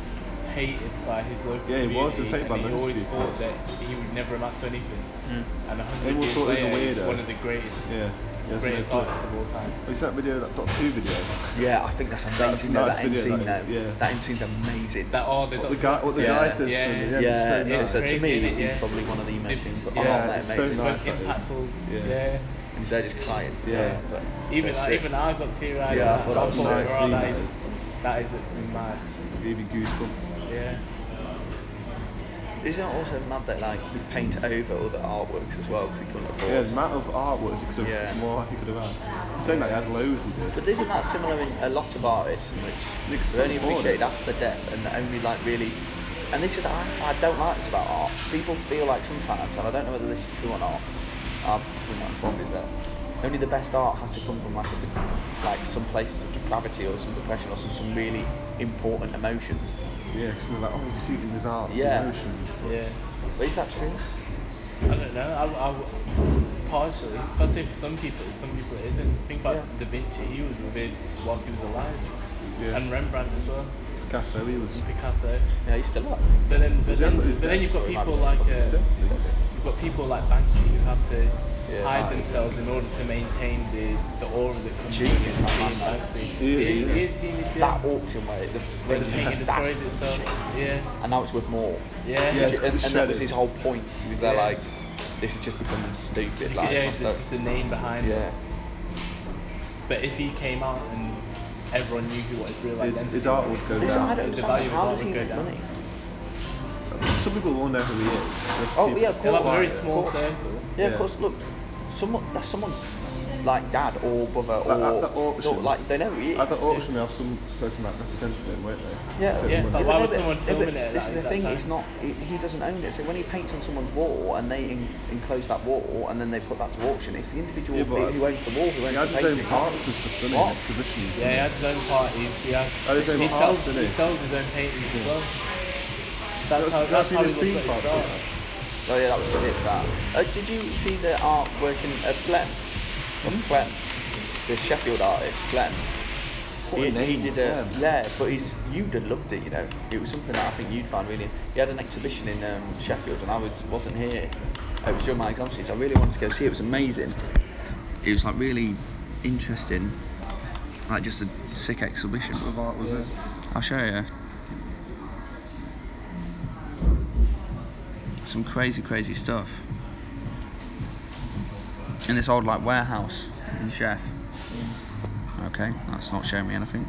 [SPEAKER 4] hated by his local
[SPEAKER 2] Yeah, he was, he was
[SPEAKER 4] community,
[SPEAKER 2] hated by
[SPEAKER 4] and he
[SPEAKER 2] loads of
[SPEAKER 4] always
[SPEAKER 2] people.
[SPEAKER 4] thought that he would never amount to anything.
[SPEAKER 1] Mm.
[SPEAKER 4] And a hundred
[SPEAKER 2] Everyone
[SPEAKER 4] years
[SPEAKER 2] thought he was a
[SPEAKER 4] later, he's
[SPEAKER 2] weirdo.
[SPEAKER 4] one of the greatest,
[SPEAKER 2] Yeah. yeah
[SPEAKER 4] greatest artists of all time.
[SPEAKER 2] We that video, that Doctor Who video.
[SPEAKER 1] Yeah, I think that's
[SPEAKER 2] That's
[SPEAKER 1] amazing.
[SPEAKER 2] a
[SPEAKER 1] though,
[SPEAKER 2] nice
[SPEAKER 1] that end
[SPEAKER 2] video,
[SPEAKER 1] scene,
[SPEAKER 2] that
[SPEAKER 1] though.
[SPEAKER 2] is, yeah.
[SPEAKER 1] That end scene's amazing.
[SPEAKER 4] That all the
[SPEAKER 2] What the
[SPEAKER 4] Dr.
[SPEAKER 2] guy- what the guy
[SPEAKER 1] Yeah.
[SPEAKER 2] says to
[SPEAKER 4] yeah.
[SPEAKER 2] him.
[SPEAKER 1] yeah,
[SPEAKER 2] Yeah,
[SPEAKER 1] yeah,
[SPEAKER 2] it's
[SPEAKER 1] it's
[SPEAKER 2] so
[SPEAKER 1] to
[SPEAKER 4] crazy,
[SPEAKER 1] me,
[SPEAKER 4] isn't it?
[SPEAKER 1] it's
[SPEAKER 4] Yeah.
[SPEAKER 1] probably one of the most
[SPEAKER 4] Diff-
[SPEAKER 1] impo-
[SPEAKER 4] yeah,
[SPEAKER 1] oh, they're
[SPEAKER 2] it's so
[SPEAKER 1] amazing.
[SPEAKER 4] the
[SPEAKER 2] nice,
[SPEAKER 4] most
[SPEAKER 2] that is.
[SPEAKER 4] impactful.
[SPEAKER 2] Yeah.
[SPEAKER 4] Yeah.
[SPEAKER 1] And they're just crying.
[SPEAKER 2] Yeah.
[SPEAKER 4] Even
[SPEAKER 1] That's
[SPEAKER 4] I,
[SPEAKER 1] it.
[SPEAKER 4] even I got teary eyed.
[SPEAKER 1] Yeah, I
[SPEAKER 4] that.
[SPEAKER 1] thought that was
[SPEAKER 4] I
[SPEAKER 2] a nice
[SPEAKER 4] "Wow,
[SPEAKER 2] scene,
[SPEAKER 4] that
[SPEAKER 2] that
[SPEAKER 4] is
[SPEAKER 2] is.
[SPEAKER 4] that is mad.
[SPEAKER 2] Gave you goosebumps.
[SPEAKER 4] Yeah.
[SPEAKER 1] Isn't it also mad that like we paint over other artworks as well because we couldn't afford?
[SPEAKER 2] Yeah, the amount of artworks he could have,
[SPEAKER 1] Yeah.
[SPEAKER 2] more he could have had. I'm saying that he has loads he did.
[SPEAKER 1] But isn't that similar in a lot of artists in which
[SPEAKER 2] Because
[SPEAKER 1] they're only
[SPEAKER 2] couldn't afford
[SPEAKER 1] appreciated
[SPEAKER 2] it.
[SPEAKER 1] after their death and they're only like really and this is I, I don't like this about art. People feel like sometimes and I don't know whether this is true or not, I'm probably not informed is that only the best art has to come from like a de- like some places of depravity or some depression or some, some really important emotions.
[SPEAKER 2] Yeah, because they're like, oh, you see it in his art, the
[SPEAKER 1] Yeah.
[SPEAKER 2] emotions.
[SPEAKER 4] Yeah.
[SPEAKER 1] But is that true?
[SPEAKER 4] I don't know. I, I partially. If I say for some people, some people it isn't. Think about
[SPEAKER 1] Yeah.
[SPEAKER 4] Da Vinci. He was revered whilst he was alive,
[SPEAKER 2] Yeah.
[SPEAKER 4] and Rembrandt as well,
[SPEAKER 2] Picasso, he was.
[SPEAKER 4] and Picasso.
[SPEAKER 1] Yeah, he's still alive.
[SPEAKER 4] But then, but
[SPEAKER 2] Is
[SPEAKER 4] then,
[SPEAKER 2] that- is
[SPEAKER 4] but then
[SPEAKER 2] that-
[SPEAKER 4] you've got
[SPEAKER 1] Or he might
[SPEAKER 4] people
[SPEAKER 1] be-
[SPEAKER 4] like
[SPEAKER 1] he's
[SPEAKER 4] uh,
[SPEAKER 2] dead.
[SPEAKER 4] you've got people like Banksy who have to
[SPEAKER 1] Yeah.
[SPEAKER 4] hide themselves in order to maintain the, the aura that comes with
[SPEAKER 1] Genius, that
[SPEAKER 4] being
[SPEAKER 1] man.
[SPEAKER 4] Banksy.
[SPEAKER 2] He is,
[SPEAKER 4] he,
[SPEAKER 2] yeah.
[SPEAKER 4] he is genius. Yeah.
[SPEAKER 1] That auction where the
[SPEAKER 4] Where the painting
[SPEAKER 1] that's
[SPEAKER 4] destroys itself.
[SPEAKER 1] genius.
[SPEAKER 4] Yeah.
[SPEAKER 1] And now it's worth more.
[SPEAKER 4] Yeah.
[SPEAKER 2] Yeah,
[SPEAKER 1] Which-
[SPEAKER 2] it's
[SPEAKER 1] and, and that was
[SPEAKER 2] shredded.
[SPEAKER 1] his whole point. He was there
[SPEAKER 4] Yeah.
[SPEAKER 1] like, this has just become stupid. Like,
[SPEAKER 4] yeah,
[SPEAKER 1] it's
[SPEAKER 4] just,
[SPEAKER 1] not
[SPEAKER 4] just
[SPEAKER 1] that-
[SPEAKER 4] the name behind
[SPEAKER 1] yeah.
[SPEAKER 4] it. But if he came out and everyone knew who what his real
[SPEAKER 2] His,
[SPEAKER 4] identity
[SPEAKER 2] his art
[SPEAKER 4] was,
[SPEAKER 2] would go
[SPEAKER 1] This- I
[SPEAKER 2] down.
[SPEAKER 1] don't
[SPEAKER 4] The
[SPEAKER 1] understand.
[SPEAKER 4] value of
[SPEAKER 1] How
[SPEAKER 4] art
[SPEAKER 1] does he
[SPEAKER 4] would go
[SPEAKER 1] make
[SPEAKER 4] down.
[SPEAKER 1] money?
[SPEAKER 2] Some people will know who he is. There's
[SPEAKER 1] Oh
[SPEAKER 2] people-
[SPEAKER 1] yeah, of
[SPEAKER 4] They're
[SPEAKER 1] course.
[SPEAKER 4] like a very
[SPEAKER 1] yeah, of
[SPEAKER 4] small
[SPEAKER 1] course.
[SPEAKER 4] circle.
[SPEAKER 1] Yeah, of
[SPEAKER 2] Yeah.
[SPEAKER 1] course. Look, someone that's someone's like dad or brother or
[SPEAKER 2] Like, at the auction,
[SPEAKER 1] no, like they know who he is.
[SPEAKER 2] At the auction, they have some person that represented him, won't they?
[SPEAKER 1] Yeah,
[SPEAKER 2] Take
[SPEAKER 4] Yeah,
[SPEAKER 2] the
[SPEAKER 4] but
[SPEAKER 2] money.
[SPEAKER 4] why
[SPEAKER 1] no,
[SPEAKER 4] was
[SPEAKER 1] but-
[SPEAKER 4] someone
[SPEAKER 1] no,
[SPEAKER 4] filming
[SPEAKER 1] but
[SPEAKER 4] it at
[SPEAKER 1] This
[SPEAKER 4] that-
[SPEAKER 1] is the
[SPEAKER 4] that
[SPEAKER 1] thing.
[SPEAKER 4] time?
[SPEAKER 1] It's not. He, he doesn't own it. So when he paints on someone's wall and they en- enclose that wall and then they put that to auction, it's the individual
[SPEAKER 2] Yeah,
[SPEAKER 1] who,
[SPEAKER 2] but-
[SPEAKER 1] who owns the wall who
[SPEAKER 2] He
[SPEAKER 1] owns
[SPEAKER 2] had
[SPEAKER 1] the
[SPEAKER 2] his own
[SPEAKER 1] painting.
[SPEAKER 2] parts and stuff, didn't he?
[SPEAKER 1] What?
[SPEAKER 2] Exhibitions.
[SPEAKER 4] Yeah, he has his own parties. He has.
[SPEAKER 2] Oh, his own
[SPEAKER 4] he
[SPEAKER 2] art,
[SPEAKER 4] sells.
[SPEAKER 2] doesn't
[SPEAKER 4] He
[SPEAKER 2] he?
[SPEAKER 4] sells his own paintings as well.
[SPEAKER 2] You
[SPEAKER 4] That's
[SPEAKER 2] know,
[SPEAKER 4] how.
[SPEAKER 2] you
[SPEAKER 4] That's
[SPEAKER 2] know, seen
[SPEAKER 4] how he
[SPEAKER 2] his
[SPEAKER 4] was
[SPEAKER 2] theme
[SPEAKER 4] got
[SPEAKER 2] parks,
[SPEAKER 4] his start.
[SPEAKER 2] haven't
[SPEAKER 1] Oh yeah, that was it's that. Uh, did you see the artwork in uh, Flem? Of
[SPEAKER 2] Hmm?
[SPEAKER 1] Flem, the Sheffield artist Flem.
[SPEAKER 2] What a name, Flem.
[SPEAKER 1] yeah, but he's you'd have loved it, you know. It was something that I think you'd find really. He had an exhibition in um, Sheffield, and I was wasn't here. It was during my exam, so I really wanted to go see. It It was amazing. it was like really interesting, like just a sick exhibition.
[SPEAKER 2] What sort of art was it?
[SPEAKER 1] I'll show you. Some crazy, crazy stuff. In this old like warehouse in Chef. Okay, that's not showing me anything.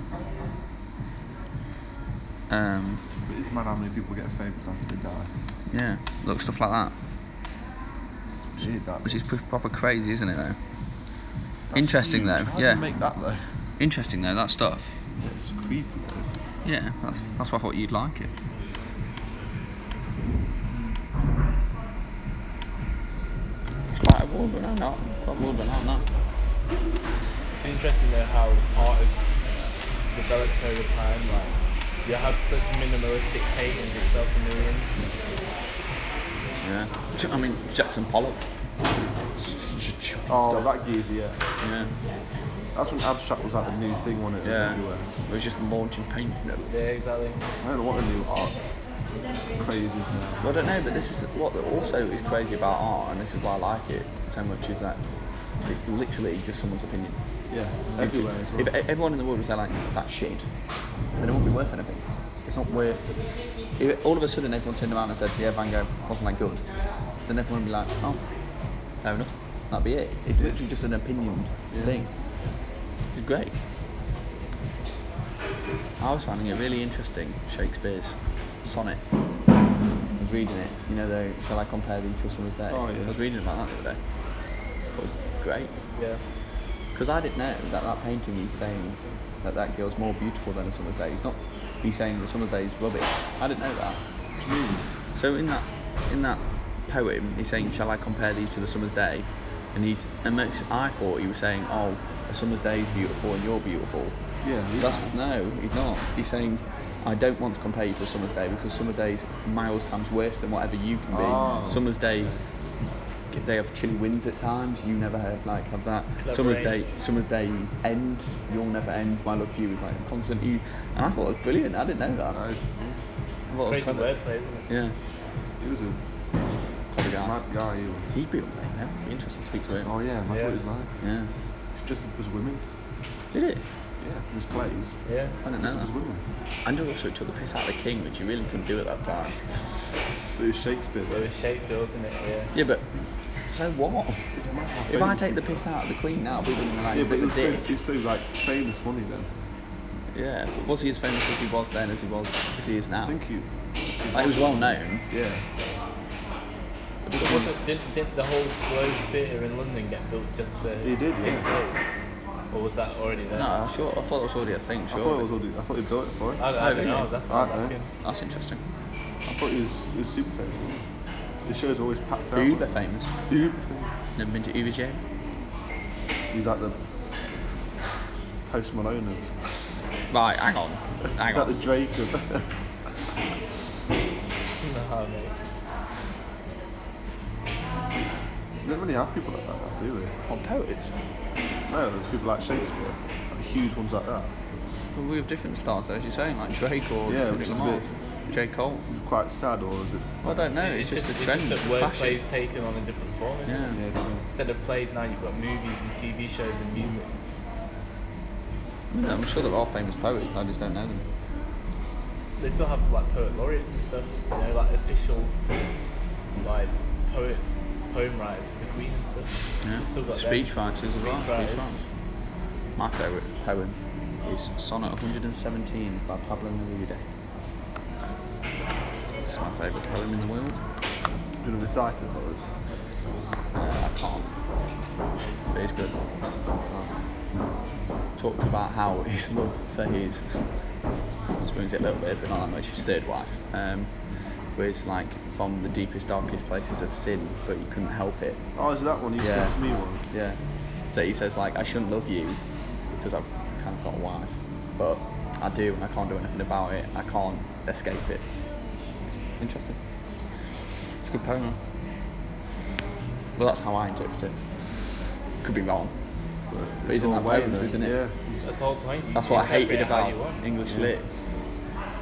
[SPEAKER 1] Um,
[SPEAKER 2] It's mad how many people get famous after they die.
[SPEAKER 1] yeah, look stuff like that,
[SPEAKER 2] It's weird that.
[SPEAKER 1] which is
[SPEAKER 2] is.
[SPEAKER 1] pr- proper crazy, isn't it though?
[SPEAKER 2] That's
[SPEAKER 1] interesting
[SPEAKER 2] huge.
[SPEAKER 1] though,
[SPEAKER 2] How
[SPEAKER 1] yeah.
[SPEAKER 2] Do you make that though.
[SPEAKER 1] Interesting though, that stuff.
[SPEAKER 2] It's creepy. Though.
[SPEAKER 1] Yeah, that's that's why I thought you'd like it. It's quite a wall, but no, not quite a wall, but not that.
[SPEAKER 4] It's interesting though how art has developed over time. Like you have such minimalistic paintings itself a million.
[SPEAKER 1] Yeah. Ch- I mean Jackson Pollock.
[SPEAKER 2] Oh,
[SPEAKER 1] Oh,
[SPEAKER 2] that geezer, yeah.
[SPEAKER 1] yeah.
[SPEAKER 2] That's when abstract was like the new thing, wasn't it? It was
[SPEAKER 1] Yeah.
[SPEAKER 2] everywhere.
[SPEAKER 1] It was just launching paint.
[SPEAKER 4] Yeah, exactly.
[SPEAKER 2] I don't know what the new art craze is now.
[SPEAKER 1] Well, I don't know, but this is what also is crazy about art, and this is why I like it so much, is that it's literally just someone's opinion.
[SPEAKER 2] Yeah, it's everywhere as well.
[SPEAKER 1] If e- everyone in the world was there like that shit, then it wouldn't be worth anything. It's not worth. If all of a sudden everyone turned around and said, "Yeah, Van Gogh wasn't that good," then everyone would be like, "Oh, fair enough." That'd be it. It's literally just an opinion
[SPEAKER 2] Yeah.
[SPEAKER 1] thing. It's great. I was finding it really interesting. Shakespeare's sonnet. I was reading it. You know, though, shall I compare thee to a summer's day?
[SPEAKER 2] Oh, yeah.
[SPEAKER 1] I was reading about that the other day. It was great.
[SPEAKER 4] Yeah.
[SPEAKER 1] Because I didn't know that that painting he's saying that that girl's more beautiful than a summer's day. He's not. He's saying the summer's day is rubbish. I didn't know that. So in that in that poem, he's saying, "Shall I compare these to the summer's day?" And he's and most, I thought he was saying, "Oh, a summer's day is beautiful and you're beautiful."
[SPEAKER 2] Yeah, he's-
[SPEAKER 1] That's no, he's not. He's saying. I don't want to compare you to a summer's day because summer days miles times worse than whatever you can be.
[SPEAKER 2] Oh.
[SPEAKER 1] Summer's day they have chilly winds at times. You never have like have that.
[SPEAKER 4] Clever
[SPEAKER 1] summer's
[SPEAKER 4] aim.
[SPEAKER 1] day, summer's days end. You'll never end. My love for you is like constant. You and I thought it was brilliant. I didn't know that.
[SPEAKER 2] That is-
[SPEAKER 1] I thought it was
[SPEAKER 4] It's crazy
[SPEAKER 1] clever.
[SPEAKER 4] wordplay, isn't it?
[SPEAKER 1] Yeah,
[SPEAKER 2] He was a
[SPEAKER 1] clever guy.
[SPEAKER 2] mad guy. He was.
[SPEAKER 1] He'd be on there. That would be interesting to speak to him.
[SPEAKER 2] Oh yeah, that's
[SPEAKER 4] Yeah.
[SPEAKER 2] what he's like.
[SPEAKER 1] Yeah.
[SPEAKER 2] It's just it was women.
[SPEAKER 1] Did it?
[SPEAKER 2] Yeah, this plays.
[SPEAKER 4] Yeah.
[SPEAKER 1] I didn't
[SPEAKER 2] Just
[SPEAKER 1] know
[SPEAKER 2] it was
[SPEAKER 1] that.
[SPEAKER 2] women.
[SPEAKER 1] And also it took the piss out of the king, which you really couldn't do at that time.
[SPEAKER 2] But it was Shakespeare.
[SPEAKER 4] It was Shakespeare, wasn't it? Yeah.
[SPEAKER 1] Yeah, but so what?
[SPEAKER 2] It's mad how
[SPEAKER 1] If I
[SPEAKER 2] famous
[SPEAKER 1] take
[SPEAKER 2] he-
[SPEAKER 1] the piss out of the queen now, people are gonna be like,
[SPEAKER 2] yeah,
[SPEAKER 1] "Bit
[SPEAKER 2] but
[SPEAKER 1] of a
[SPEAKER 2] it's so,
[SPEAKER 1] dick."
[SPEAKER 2] it's so like famous, wasn't he then?
[SPEAKER 1] Yeah, but was he as famous as he was then as he was as he is now?
[SPEAKER 2] I think he.
[SPEAKER 1] Like, it was well known.
[SPEAKER 2] Yeah.
[SPEAKER 4] But wasn't didn't, didn't the whole Globe Theatre in London get built just for
[SPEAKER 2] It did,
[SPEAKER 4] his
[SPEAKER 2] yeah.
[SPEAKER 4] plays? Or was that already there?
[SPEAKER 1] No, I'm sure. I thought it was already a thing. Sure.
[SPEAKER 2] I thought it was already, I thought he built it for him.
[SPEAKER 4] I, I
[SPEAKER 1] Oh,
[SPEAKER 4] don't know.
[SPEAKER 1] really?
[SPEAKER 4] That's what I was
[SPEAKER 2] Alright,
[SPEAKER 4] asking.
[SPEAKER 1] That's interesting.
[SPEAKER 2] I thought he was, he was super famous. wasn't he? His shows are always packed out.
[SPEAKER 1] Uber
[SPEAKER 2] weren't they?
[SPEAKER 1] famous.
[SPEAKER 2] Uber famous.
[SPEAKER 1] Never been to Uber jail.
[SPEAKER 2] He's like the Post Malone of.
[SPEAKER 1] Right, hang on, hang
[SPEAKER 2] he's
[SPEAKER 1] on.
[SPEAKER 2] like the Drake of.
[SPEAKER 4] no, mate.
[SPEAKER 2] they don't really have people like that, do they?
[SPEAKER 1] What poets?
[SPEAKER 2] No, people like Shakespeare, like huge ones like that.
[SPEAKER 1] Well, we have different stars, though, as you're saying, like Drake or
[SPEAKER 2] Yeah,
[SPEAKER 1] Kendrick
[SPEAKER 2] which is a
[SPEAKER 1] Lamar,
[SPEAKER 2] bit-
[SPEAKER 1] J Cole.
[SPEAKER 2] Is it quite sad or is it?
[SPEAKER 1] Well, I don't know. It's, just, a trend.
[SPEAKER 4] It's just that
[SPEAKER 1] fashion.
[SPEAKER 4] wordplay's taken on a different form, isn't
[SPEAKER 1] Yeah.
[SPEAKER 4] it?
[SPEAKER 2] Yeah, don't know.
[SPEAKER 4] Instead of plays, now you've got movies and TV shows and music.
[SPEAKER 1] Yeah, I'm sure there are famous poets. I just don't know them.
[SPEAKER 4] They still have like poet laureates and stuff. You know, like official, like poet poem writers for the Queen and stuff.
[SPEAKER 1] Yeah.
[SPEAKER 4] They've Still got them.
[SPEAKER 1] Speechwriters as well.
[SPEAKER 4] Speechwriters.
[SPEAKER 1] Speechwriters. My favourite poem is Sonnet 117 by Pablo Neruda. It's my favourite poem in the world.
[SPEAKER 2] Do you want to recite it for us?
[SPEAKER 1] Uh, I can't. But it's good. Talks about how his love for his spoons it a little bit, but not that much. His third wife um, was like from the deepest, darkest places of sin, but he couldn't help it.
[SPEAKER 2] Oh, is it that one you
[SPEAKER 1] Yeah.
[SPEAKER 2] sent to me once?
[SPEAKER 1] Yeah. That he says like I shouldn't love you because I've kind of got a wife, but I do and I can't do anything about it. I can't escape it. Interesting. It's a good poem. Well, that's how I interpret it. Could be wrong.
[SPEAKER 2] But
[SPEAKER 1] But
[SPEAKER 2] it's
[SPEAKER 1] isn't
[SPEAKER 2] all
[SPEAKER 1] that
[SPEAKER 2] way,
[SPEAKER 1] poems,
[SPEAKER 2] though.
[SPEAKER 1] isn't it?
[SPEAKER 2] Yeah.
[SPEAKER 4] That's the whole point. You
[SPEAKER 1] That's what I hated
[SPEAKER 4] interpret it how
[SPEAKER 1] about
[SPEAKER 4] you want.
[SPEAKER 1] English
[SPEAKER 2] Yeah.
[SPEAKER 1] lit.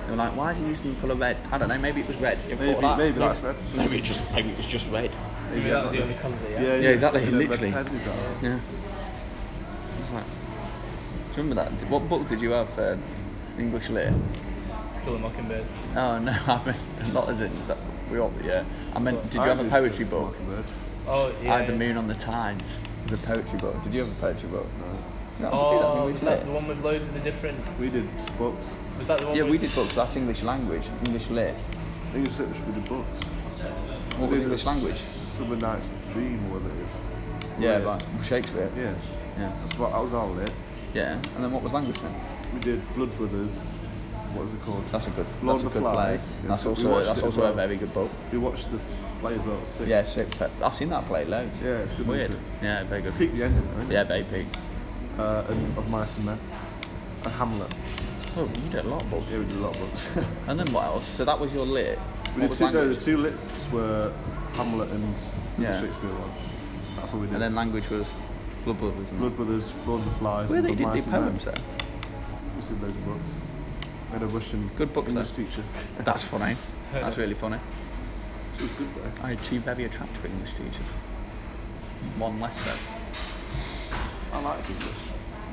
[SPEAKER 1] They were like, why is he using the colour red? I don't know. Maybe it was red. You ever
[SPEAKER 2] Maybe-
[SPEAKER 1] thought of that?
[SPEAKER 2] maybe that's red.
[SPEAKER 1] Maybe it just maybe it was just red.
[SPEAKER 3] Maybe
[SPEAKER 2] Yeah,
[SPEAKER 3] that was
[SPEAKER 2] like
[SPEAKER 3] the only colour they had.
[SPEAKER 2] Yeah,
[SPEAKER 3] Yeah,
[SPEAKER 2] yeah,
[SPEAKER 1] exactly,
[SPEAKER 2] so the red
[SPEAKER 1] literally.
[SPEAKER 2] pennies are-
[SPEAKER 1] Yeah. I was like, do you remember that? Did- What book did you have for English lit?
[SPEAKER 4] To Kill a Mockingbird.
[SPEAKER 1] Oh no, I meant not as in that we all yeah. I meant did you
[SPEAKER 2] I
[SPEAKER 1] have a
[SPEAKER 2] did
[SPEAKER 1] poetry
[SPEAKER 2] Sir
[SPEAKER 1] book?
[SPEAKER 2] Mockingbird.
[SPEAKER 4] Oh yeah.
[SPEAKER 1] I had the moon on the tides. It was a poetry book. Did you have a poetry book?
[SPEAKER 2] No.
[SPEAKER 1] Did you not actually do that for
[SPEAKER 4] Oh,
[SPEAKER 1] English
[SPEAKER 4] was that
[SPEAKER 1] lit?
[SPEAKER 4] the one with loads of the different?
[SPEAKER 2] We did books.
[SPEAKER 4] Was that the one?
[SPEAKER 1] Yeah,
[SPEAKER 4] with...
[SPEAKER 1] we did books. That's English language, English lit.
[SPEAKER 2] English literature, we did books.
[SPEAKER 1] What was
[SPEAKER 2] We did
[SPEAKER 1] English language?
[SPEAKER 2] Summer Night's Dream, or whatever it is.
[SPEAKER 1] Yeah,
[SPEAKER 2] Lit.
[SPEAKER 1] like Shakespeare.
[SPEAKER 2] Yeah.
[SPEAKER 1] Yeah.
[SPEAKER 2] That's what, that was our lit.
[SPEAKER 1] Yeah. And then what was language then?
[SPEAKER 2] We did Blood Brothers. What is it called?
[SPEAKER 1] That's a good.
[SPEAKER 2] Lord
[SPEAKER 1] that's
[SPEAKER 2] of
[SPEAKER 1] a
[SPEAKER 2] the
[SPEAKER 1] good
[SPEAKER 2] Flies.
[SPEAKER 1] play.
[SPEAKER 2] Yes,
[SPEAKER 1] That's
[SPEAKER 2] we
[SPEAKER 1] also
[SPEAKER 2] watched
[SPEAKER 1] that's
[SPEAKER 2] it as
[SPEAKER 1] also
[SPEAKER 2] well.
[SPEAKER 1] a very good book.
[SPEAKER 2] We watched the f- play as well. It's sick.
[SPEAKER 1] Yeah, sick. fe- I've seen that play loads.
[SPEAKER 2] Yeah, it's good,
[SPEAKER 1] Weird.
[SPEAKER 2] isn't it?
[SPEAKER 1] Yeah, very
[SPEAKER 2] It's
[SPEAKER 1] good.
[SPEAKER 2] peak the ending, though, isn't
[SPEAKER 1] Yeah,
[SPEAKER 2] it?
[SPEAKER 1] very peak.
[SPEAKER 2] Uh, and of Mice and Men. And Hamlet.
[SPEAKER 1] Oh, you did a lot of books.
[SPEAKER 2] Yeah, we did a lot of books.
[SPEAKER 1] And then what else? So that was your lit. What
[SPEAKER 2] we did
[SPEAKER 1] was
[SPEAKER 2] two, no, the
[SPEAKER 1] language?
[SPEAKER 2] two lits were Hamlet and
[SPEAKER 1] Yeah.
[SPEAKER 2] the Shakespeare one. That's all we did.
[SPEAKER 1] And then language was Blood Brothers. and that.
[SPEAKER 2] Blood Brothers, Lord of the Flies,
[SPEAKER 1] Where
[SPEAKER 2] and
[SPEAKER 1] they
[SPEAKER 2] Of
[SPEAKER 1] did
[SPEAKER 2] Mice
[SPEAKER 1] the
[SPEAKER 2] and Men.
[SPEAKER 1] poems there.
[SPEAKER 2] We did loads of books. We had a Russian
[SPEAKER 1] Good books,
[SPEAKER 2] English
[SPEAKER 1] though.
[SPEAKER 2] teacher.
[SPEAKER 1] That's funny. That's really funny.
[SPEAKER 2] She was good though.
[SPEAKER 1] I had two very attractive English teachers. One less so.
[SPEAKER 2] I liked English.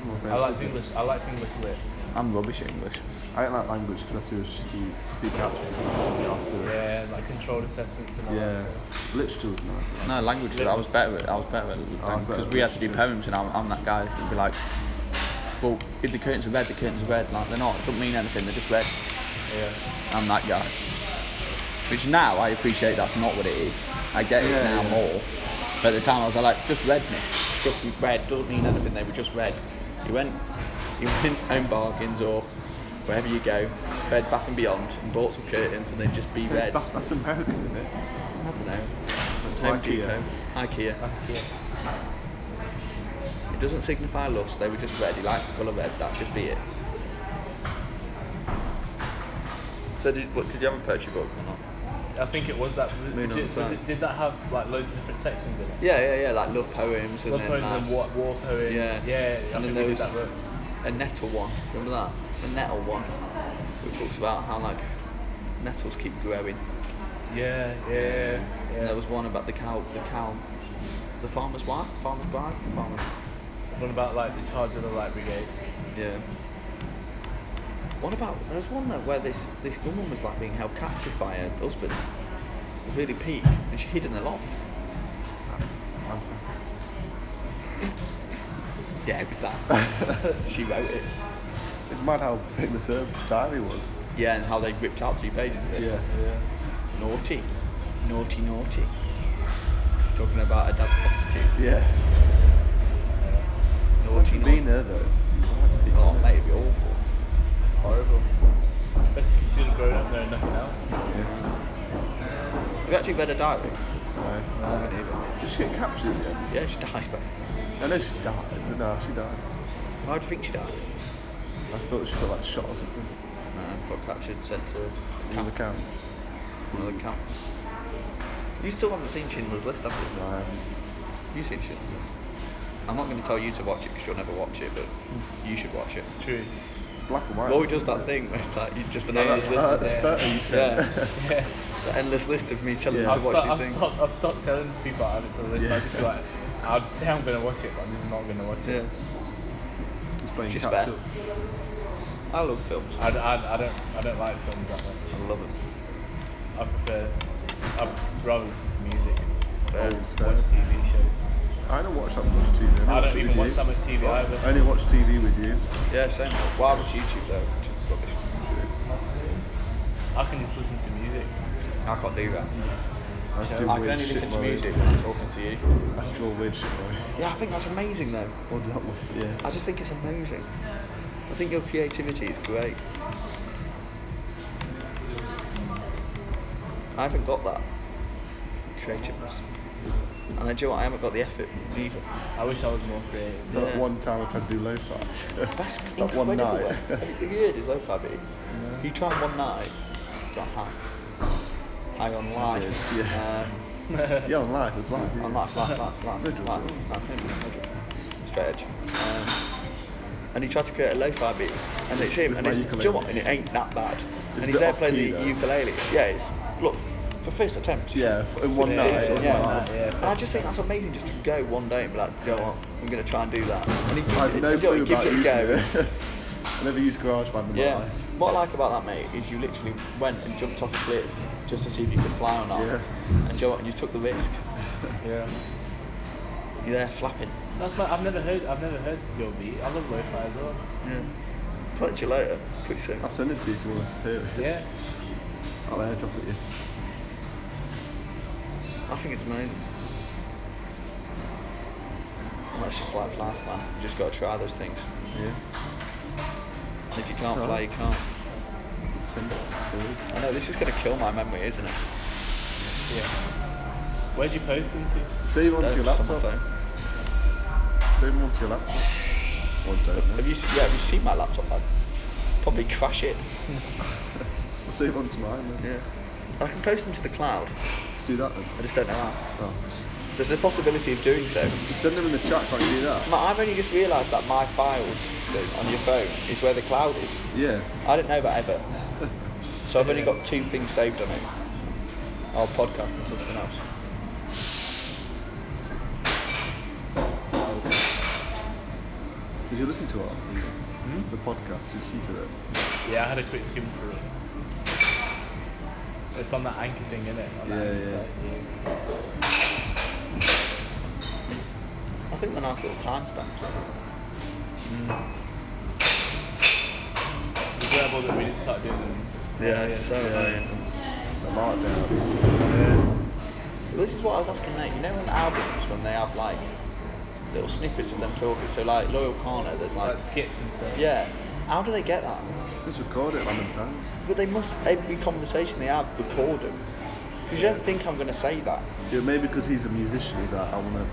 [SPEAKER 2] I'm not very
[SPEAKER 4] I liked
[SPEAKER 2] good at
[SPEAKER 4] English.
[SPEAKER 2] this.
[SPEAKER 4] I liked English lit.
[SPEAKER 1] I'm rubbish at English.
[SPEAKER 2] I didn't like language because I do a shitty speak out to people. Nobody else do it.
[SPEAKER 4] Yeah, like controlled assessments and all that
[SPEAKER 2] Yeah.
[SPEAKER 4] stuff.
[SPEAKER 2] Literature was nice. I
[SPEAKER 1] No, language. I was better. At, I was better
[SPEAKER 2] I was
[SPEAKER 1] at
[SPEAKER 2] better
[SPEAKER 1] because
[SPEAKER 2] at
[SPEAKER 1] we had to do
[SPEAKER 2] literature.
[SPEAKER 1] poems, and I'm, I'm that guy who'd be like, "Well, if the curtains are red, the curtains are red. Like they're not. It don't mean anything. They're just red."
[SPEAKER 4] Yeah.
[SPEAKER 1] I'm that guy. Which now I appreciate that's not what it is. I get
[SPEAKER 2] Yeah,
[SPEAKER 1] it now
[SPEAKER 2] yeah.
[SPEAKER 1] more. But at the time I was like, just redness. It's just red. Doesn't mean anything. They were just red. You went, you went home bargains or wherever you go, Bed Bath and Beyond, and bought some curtains, and they'd just be
[SPEAKER 2] Hey,
[SPEAKER 1] red.
[SPEAKER 2] that- That's American, isn't it?
[SPEAKER 1] I don't know.
[SPEAKER 2] to
[SPEAKER 1] Home
[SPEAKER 2] Ikea.
[SPEAKER 1] Depot, IKEA.
[SPEAKER 4] Yeah.
[SPEAKER 1] It doesn't signify lust. They were just red. He likes the colour red. That just be it. So did what, did you have a poetry book or not?
[SPEAKER 4] I think it was that. Was,
[SPEAKER 1] Moon on
[SPEAKER 4] did,
[SPEAKER 1] the
[SPEAKER 4] was
[SPEAKER 1] Tides.
[SPEAKER 4] it, did that have like loads of different sections in it?
[SPEAKER 1] Yeah, yeah, yeah. Like love poems and
[SPEAKER 4] Love
[SPEAKER 1] then
[SPEAKER 4] poems
[SPEAKER 1] like,
[SPEAKER 4] and war, war poems.
[SPEAKER 1] Yeah.
[SPEAKER 4] Yeah. I
[SPEAKER 1] and then
[SPEAKER 4] think we
[SPEAKER 1] there
[SPEAKER 4] did
[SPEAKER 1] was
[SPEAKER 4] that work.
[SPEAKER 1] a nettle one. Do you remember that? A nettle one, which talks about how like nettles keep growing.
[SPEAKER 4] Yeah, yeah, yeah.
[SPEAKER 1] And there was one about the cow, the cow, the farmer's wife, the farmer's bride, the farmer's.
[SPEAKER 4] It's one about like the charge of the light brigade.
[SPEAKER 1] Yeah. What about there was one though where this this woman was like being held captive by her husband, really peak, and she hid in the loft. Yeah, it was that. she wrote it.
[SPEAKER 2] It's mad how famous her diary was.
[SPEAKER 1] Yeah, and how they ripped out two pages of it.
[SPEAKER 2] Yeah.
[SPEAKER 4] Yeah.
[SPEAKER 1] Naughty. Naughty, naughty. She's talking about her dad's prostitutes.
[SPEAKER 2] Yeah.
[SPEAKER 1] Naughty, naughty.
[SPEAKER 2] Being there though.
[SPEAKER 1] Oh, mate, it'd be awful.
[SPEAKER 4] Horrible. Best you should have grown up there and nothing else.
[SPEAKER 2] Yeah.
[SPEAKER 1] Have you actually read her diary?
[SPEAKER 2] Right.
[SPEAKER 1] I haven't either.
[SPEAKER 2] Did she get captured in the end?
[SPEAKER 1] Yeah, she died, but
[SPEAKER 2] I know she died. No, she died.
[SPEAKER 1] why do you think she died?
[SPEAKER 2] I thought she got like shot or something.
[SPEAKER 1] No, got captured, sent to
[SPEAKER 2] In the camp.
[SPEAKER 1] one of the camps. You still haven't seen Schindler's List, have you?
[SPEAKER 2] No.
[SPEAKER 1] Have you seen Schindler's List? I'm not going to tell you to watch it because you'll never watch it, but you should watch it.
[SPEAKER 4] True.
[SPEAKER 2] It's black and white.
[SPEAKER 1] Roy does that thing where it's like you just an
[SPEAKER 4] Yeah,
[SPEAKER 1] endless list
[SPEAKER 2] Ah,
[SPEAKER 1] of
[SPEAKER 2] that's
[SPEAKER 4] Yeah.
[SPEAKER 2] better you said.
[SPEAKER 1] Yeah.
[SPEAKER 4] Yeah.
[SPEAKER 1] the endless list of me telling
[SPEAKER 2] Yeah.
[SPEAKER 1] you
[SPEAKER 4] I've,
[SPEAKER 1] to watch
[SPEAKER 4] start,
[SPEAKER 1] these
[SPEAKER 4] I've,
[SPEAKER 1] things.
[SPEAKER 4] stopped, I've stopped selling to people out of it to the list.
[SPEAKER 2] Yeah.
[SPEAKER 4] I'd just be like, I'd say I'm going to watch it, but I'm just not going to watch
[SPEAKER 1] Yeah.
[SPEAKER 4] it.
[SPEAKER 2] He's playing
[SPEAKER 1] She's
[SPEAKER 2] catch
[SPEAKER 1] fair.
[SPEAKER 2] up.
[SPEAKER 1] I love films.
[SPEAKER 4] I, I, I, don't, I don't like films that
[SPEAKER 1] I
[SPEAKER 4] much.
[SPEAKER 1] love them.
[SPEAKER 4] I prefer, I'd rather listen to music
[SPEAKER 1] Fair.
[SPEAKER 4] or
[SPEAKER 2] Fair.
[SPEAKER 4] watch TV shows.
[SPEAKER 2] I don't watch that much TV. only
[SPEAKER 4] I
[SPEAKER 2] watch
[SPEAKER 4] don't
[SPEAKER 2] it
[SPEAKER 4] even
[SPEAKER 2] with
[SPEAKER 4] watch
[SPEAKER 2] you.
[SPEAKER 4] that much TV either.
[SPEAKER 2] I only watch TV with you.
[SPEAKER 1] Yeah, same. Why was YouTube though? Which is rubbish.
[SPEAKER 4] I can just listen to music
[SPEAKER 1] I can't do that.
[SPEAKER 4] and just, just
[SPEAKER 2] That's
[SPEAKER 4] chill.
[SPEAKER 2] too
[SPEAKER 1] I
[SPEAKER 2] weird
[SPEAKER 1] can only
[SPEAKER 2] shit,
[SPEAKER 1] listen to
[SPEAKER 2] Rory.
[SPEAKER 1] music when I'm talking to you.
[SPEAKER 2] That's draw weird shit, though.
[SPEAKER 1] Yeah, I think that's amazing though.
[SPEAKER 2] Or that one.
[SPEAKER 1] I
[SPEAKER 2] Yeah.
[SPEAKER 1] just think it's amazing. I think your creativity is great. I haven't got that creativeness. And I do you know what, I haven't got the effort either.
[SPEAKER 4] I wish I was more creative.
[SPEAKER 2] That
[SPEAKER 1] Yeah.
[SPEAKER 2] one time I tried to do lo-fi.
[SPEAKER 1] That's
[SPEAKER 2] that
[SPEAKER 1] incredible.
[SPEAKER 2] one night.
[SPEAKER 1] though. Have you heard his low fabi? You try and one night, it's like high. High on life.
[SPEAKER 2] Yes, yeah.
[SPEAKER 1] Um,
[SPEAKER 2] yeah, on live. It's live. Yeah.
[SPEAKER 1] on life, life, life, life,
[SPEAKER 2] No drugs at
[SPEAKER 1] life,
[SPEAKER 2] all.
[SPEAKER 1] life, no drugs, no drugs. Straight edge. Um, and he tried to create a lo-fi beat, and it's him,
[SPEAKER 2] With
[SPEAKER 1] and
[SPEAKER 2] my
[SPEAKER 1] it's, do you know
[SPEAKER 2] ukulele.
[SPEAKER 1] what, and it ain't that bad.
[SPEAKER 2] It's a
[SPEAKER 1] and he's
[SPEAKER 2] bit
[SPEAKER 1] there playing
[SPEAKER 2] off-key
[SPEAKER 1] the
[SPEAKER 2] though.
[SPEAKER 1] ukulele. Yeah, it's, look, for first attempt.
[SPEAKER 2] Yeah, f- in one
[SPEAKER 1] Yeah,
[SPEAKER 2] night,
[SPEAKER 1] yeah,
[SPEAKER 2] it was
[SPEAKER 1] yeah.
[SPEAKER 2] like that,
[SPEAKER 4] yeah.
[SPEAKER 1] And I just think that's amazing just to go one day and be like, you know what, I'm going to try and do that. And he gives
[SPEAKER 2] I
[SPEAKER 1] it,
[SPEAKER 2] have no
[SPEAKER 1] you know, he
[SPEAKER 2] clue
[SPEAKER 1] gives
[SPEAKER 2] about
[SPEAKER 1] it a
[SPEAKER 2] using
[SPEAKER 1] go.
[SPEAKER 2] it. I never used GarageBand in
[SPEAKER 1] Yeah.
[SPEAKER 2] my life.
[SPEAKER 1] What I like about that, mate, is you literally went and jumped off a cliff just to see if you could fly or not.
[SPEAKER 2] Yeah.
[SPEAKER 1] And you, know what, you took the risk.
[SPEAKER 4] Yeah.
[SPEAKER 1] You're there flapping.
[SPEAKER 4] That's my, I've never heard I've never heard Yo Beat. I love lo-fi as well.
[SPEAKER 1] Yeah. Catch you later. Pretty soon.
[SPEAKER 2] I'll send it to you if you want to hear it.
[SPEAKER 4] Yeah.
[SPEAKER 2] I'll airdrop it to you.
[SPEAKER 1] I think it's amazing. And that's just like life, man. You just got to try those things.
[SPEAKER 2] Yeah.
[SPEAKER 1] And if you
[SPEAKER 2] It's
[SPEAKER 1] can't
[SPEAKER 2] tough.
[SPEAKER 1] fly, you can't.
[SPEAKER 2] Send it to you.
[SPEAKER 1] I know this is going to kill my memory, isn't it?
[SPEAKER 4] Yeah. Where'd you post them to?
[SPEAKER 2] Save onto
[SPEAKER 1] No,
[SPEAKER 2] your
[SPEAKER 1] just on my
[SPEAKER 2] laptop.
[SPEAKER 1] phone.
[SPEAKER 2] Save them onto your laptop. Or don't. know.
[SPEAKER 1] Have you, se- yeah, have you seen my laptop? I'd probably crash it.
[SPEAKER 2] I'll save onto mine then.
[SPEAKER 1] Yeah. I can post them to the cloud.
[SPEAKER 2] Let's do that then.
[SPEAKER 1] I just don't know how.
[SPEAKER 2] Oh.
[SPEAKER 1] There's a possibility of doing so.
[SPEAKER 2] Just send them in the chat, can't you do that?
[SPEAKER 1] Ma- I've only just realised that my files that on your phone is where the cloud is.
[SPEAKER 2] Yeah.
[SPEAKER 1] I didn't know that ever. So I've only got two things saved on it. Our podcast and something else.
[SPEAKER 2] Did you listen to it?
[SPEAKER 1] Hmm?
[SPEAKER 2] The podcast, did you listen to it?
[SPEAKER 4] Yeah, I had a quick skim through it. It's on that anchor thing, isn't it? On that
[SPEAKER 2] Yeah,
[SPEAKER 4] anchor
[SPEAKER 2] yeah.
[SPEAKER 4] site, yeah.
[SPEAKER 1] I think they're nice little timestamps.
[SPEAKER 4] Mm. Regrettable that we didn't start doing them. earlier.
[SPEAKER 2] The markdowns.
[SPEAKER 1] Well, this is what I was asking Nate. You know, on albums when they have like little snippets of them talking. So like Loyal Corner, there's like
[SPEAKER 4] Like skits and stuff.
[SPEAKER 1] yeah. How do they get that?
[SPEAKER 2] Just record it random times.
[SPEAKER 1] But they must every conversation they have record them. Because you don't think I'm gonna say that.
[SPEAKER 2] Yeah, maybe because he's a musician, he's like, I want to.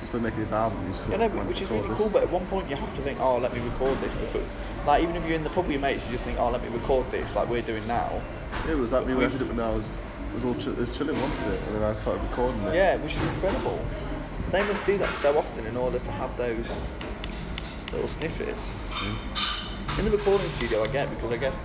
[SPEAKER 2] He's been making his album, he's
[SPEAKER 1] You
[SPEAKER 2] sort
[SPEAKER 1] know,
[SPEAKER 2] of
[SPEAKER 1] but-
[SPEAKER 2] wanted
[SPEAKER 1] which
[SPEAKER 2] to
[SPEAKER 1] is really
[SPEAKER 2] record
[SPEAKER 1] cool.
[SPEAKER 2] this.
[SPEAKER 1] But at one point you have to think, oh, let me record this before. Like even if you're in the pub with your mates, you just think, oh, let me record this, like we're doing now.
[SPEAKER 2] Yeah, it was like me
[SPEAKER 1] we-
[SPEAKER 2] when I did it when I was, was all chill, was chilling, wasn't it? And then I started recording it.
[SPEAKER 1] Yeah, which is incredible. They must do that so often in order to have those little snippets. In the recording studio, I get because I guess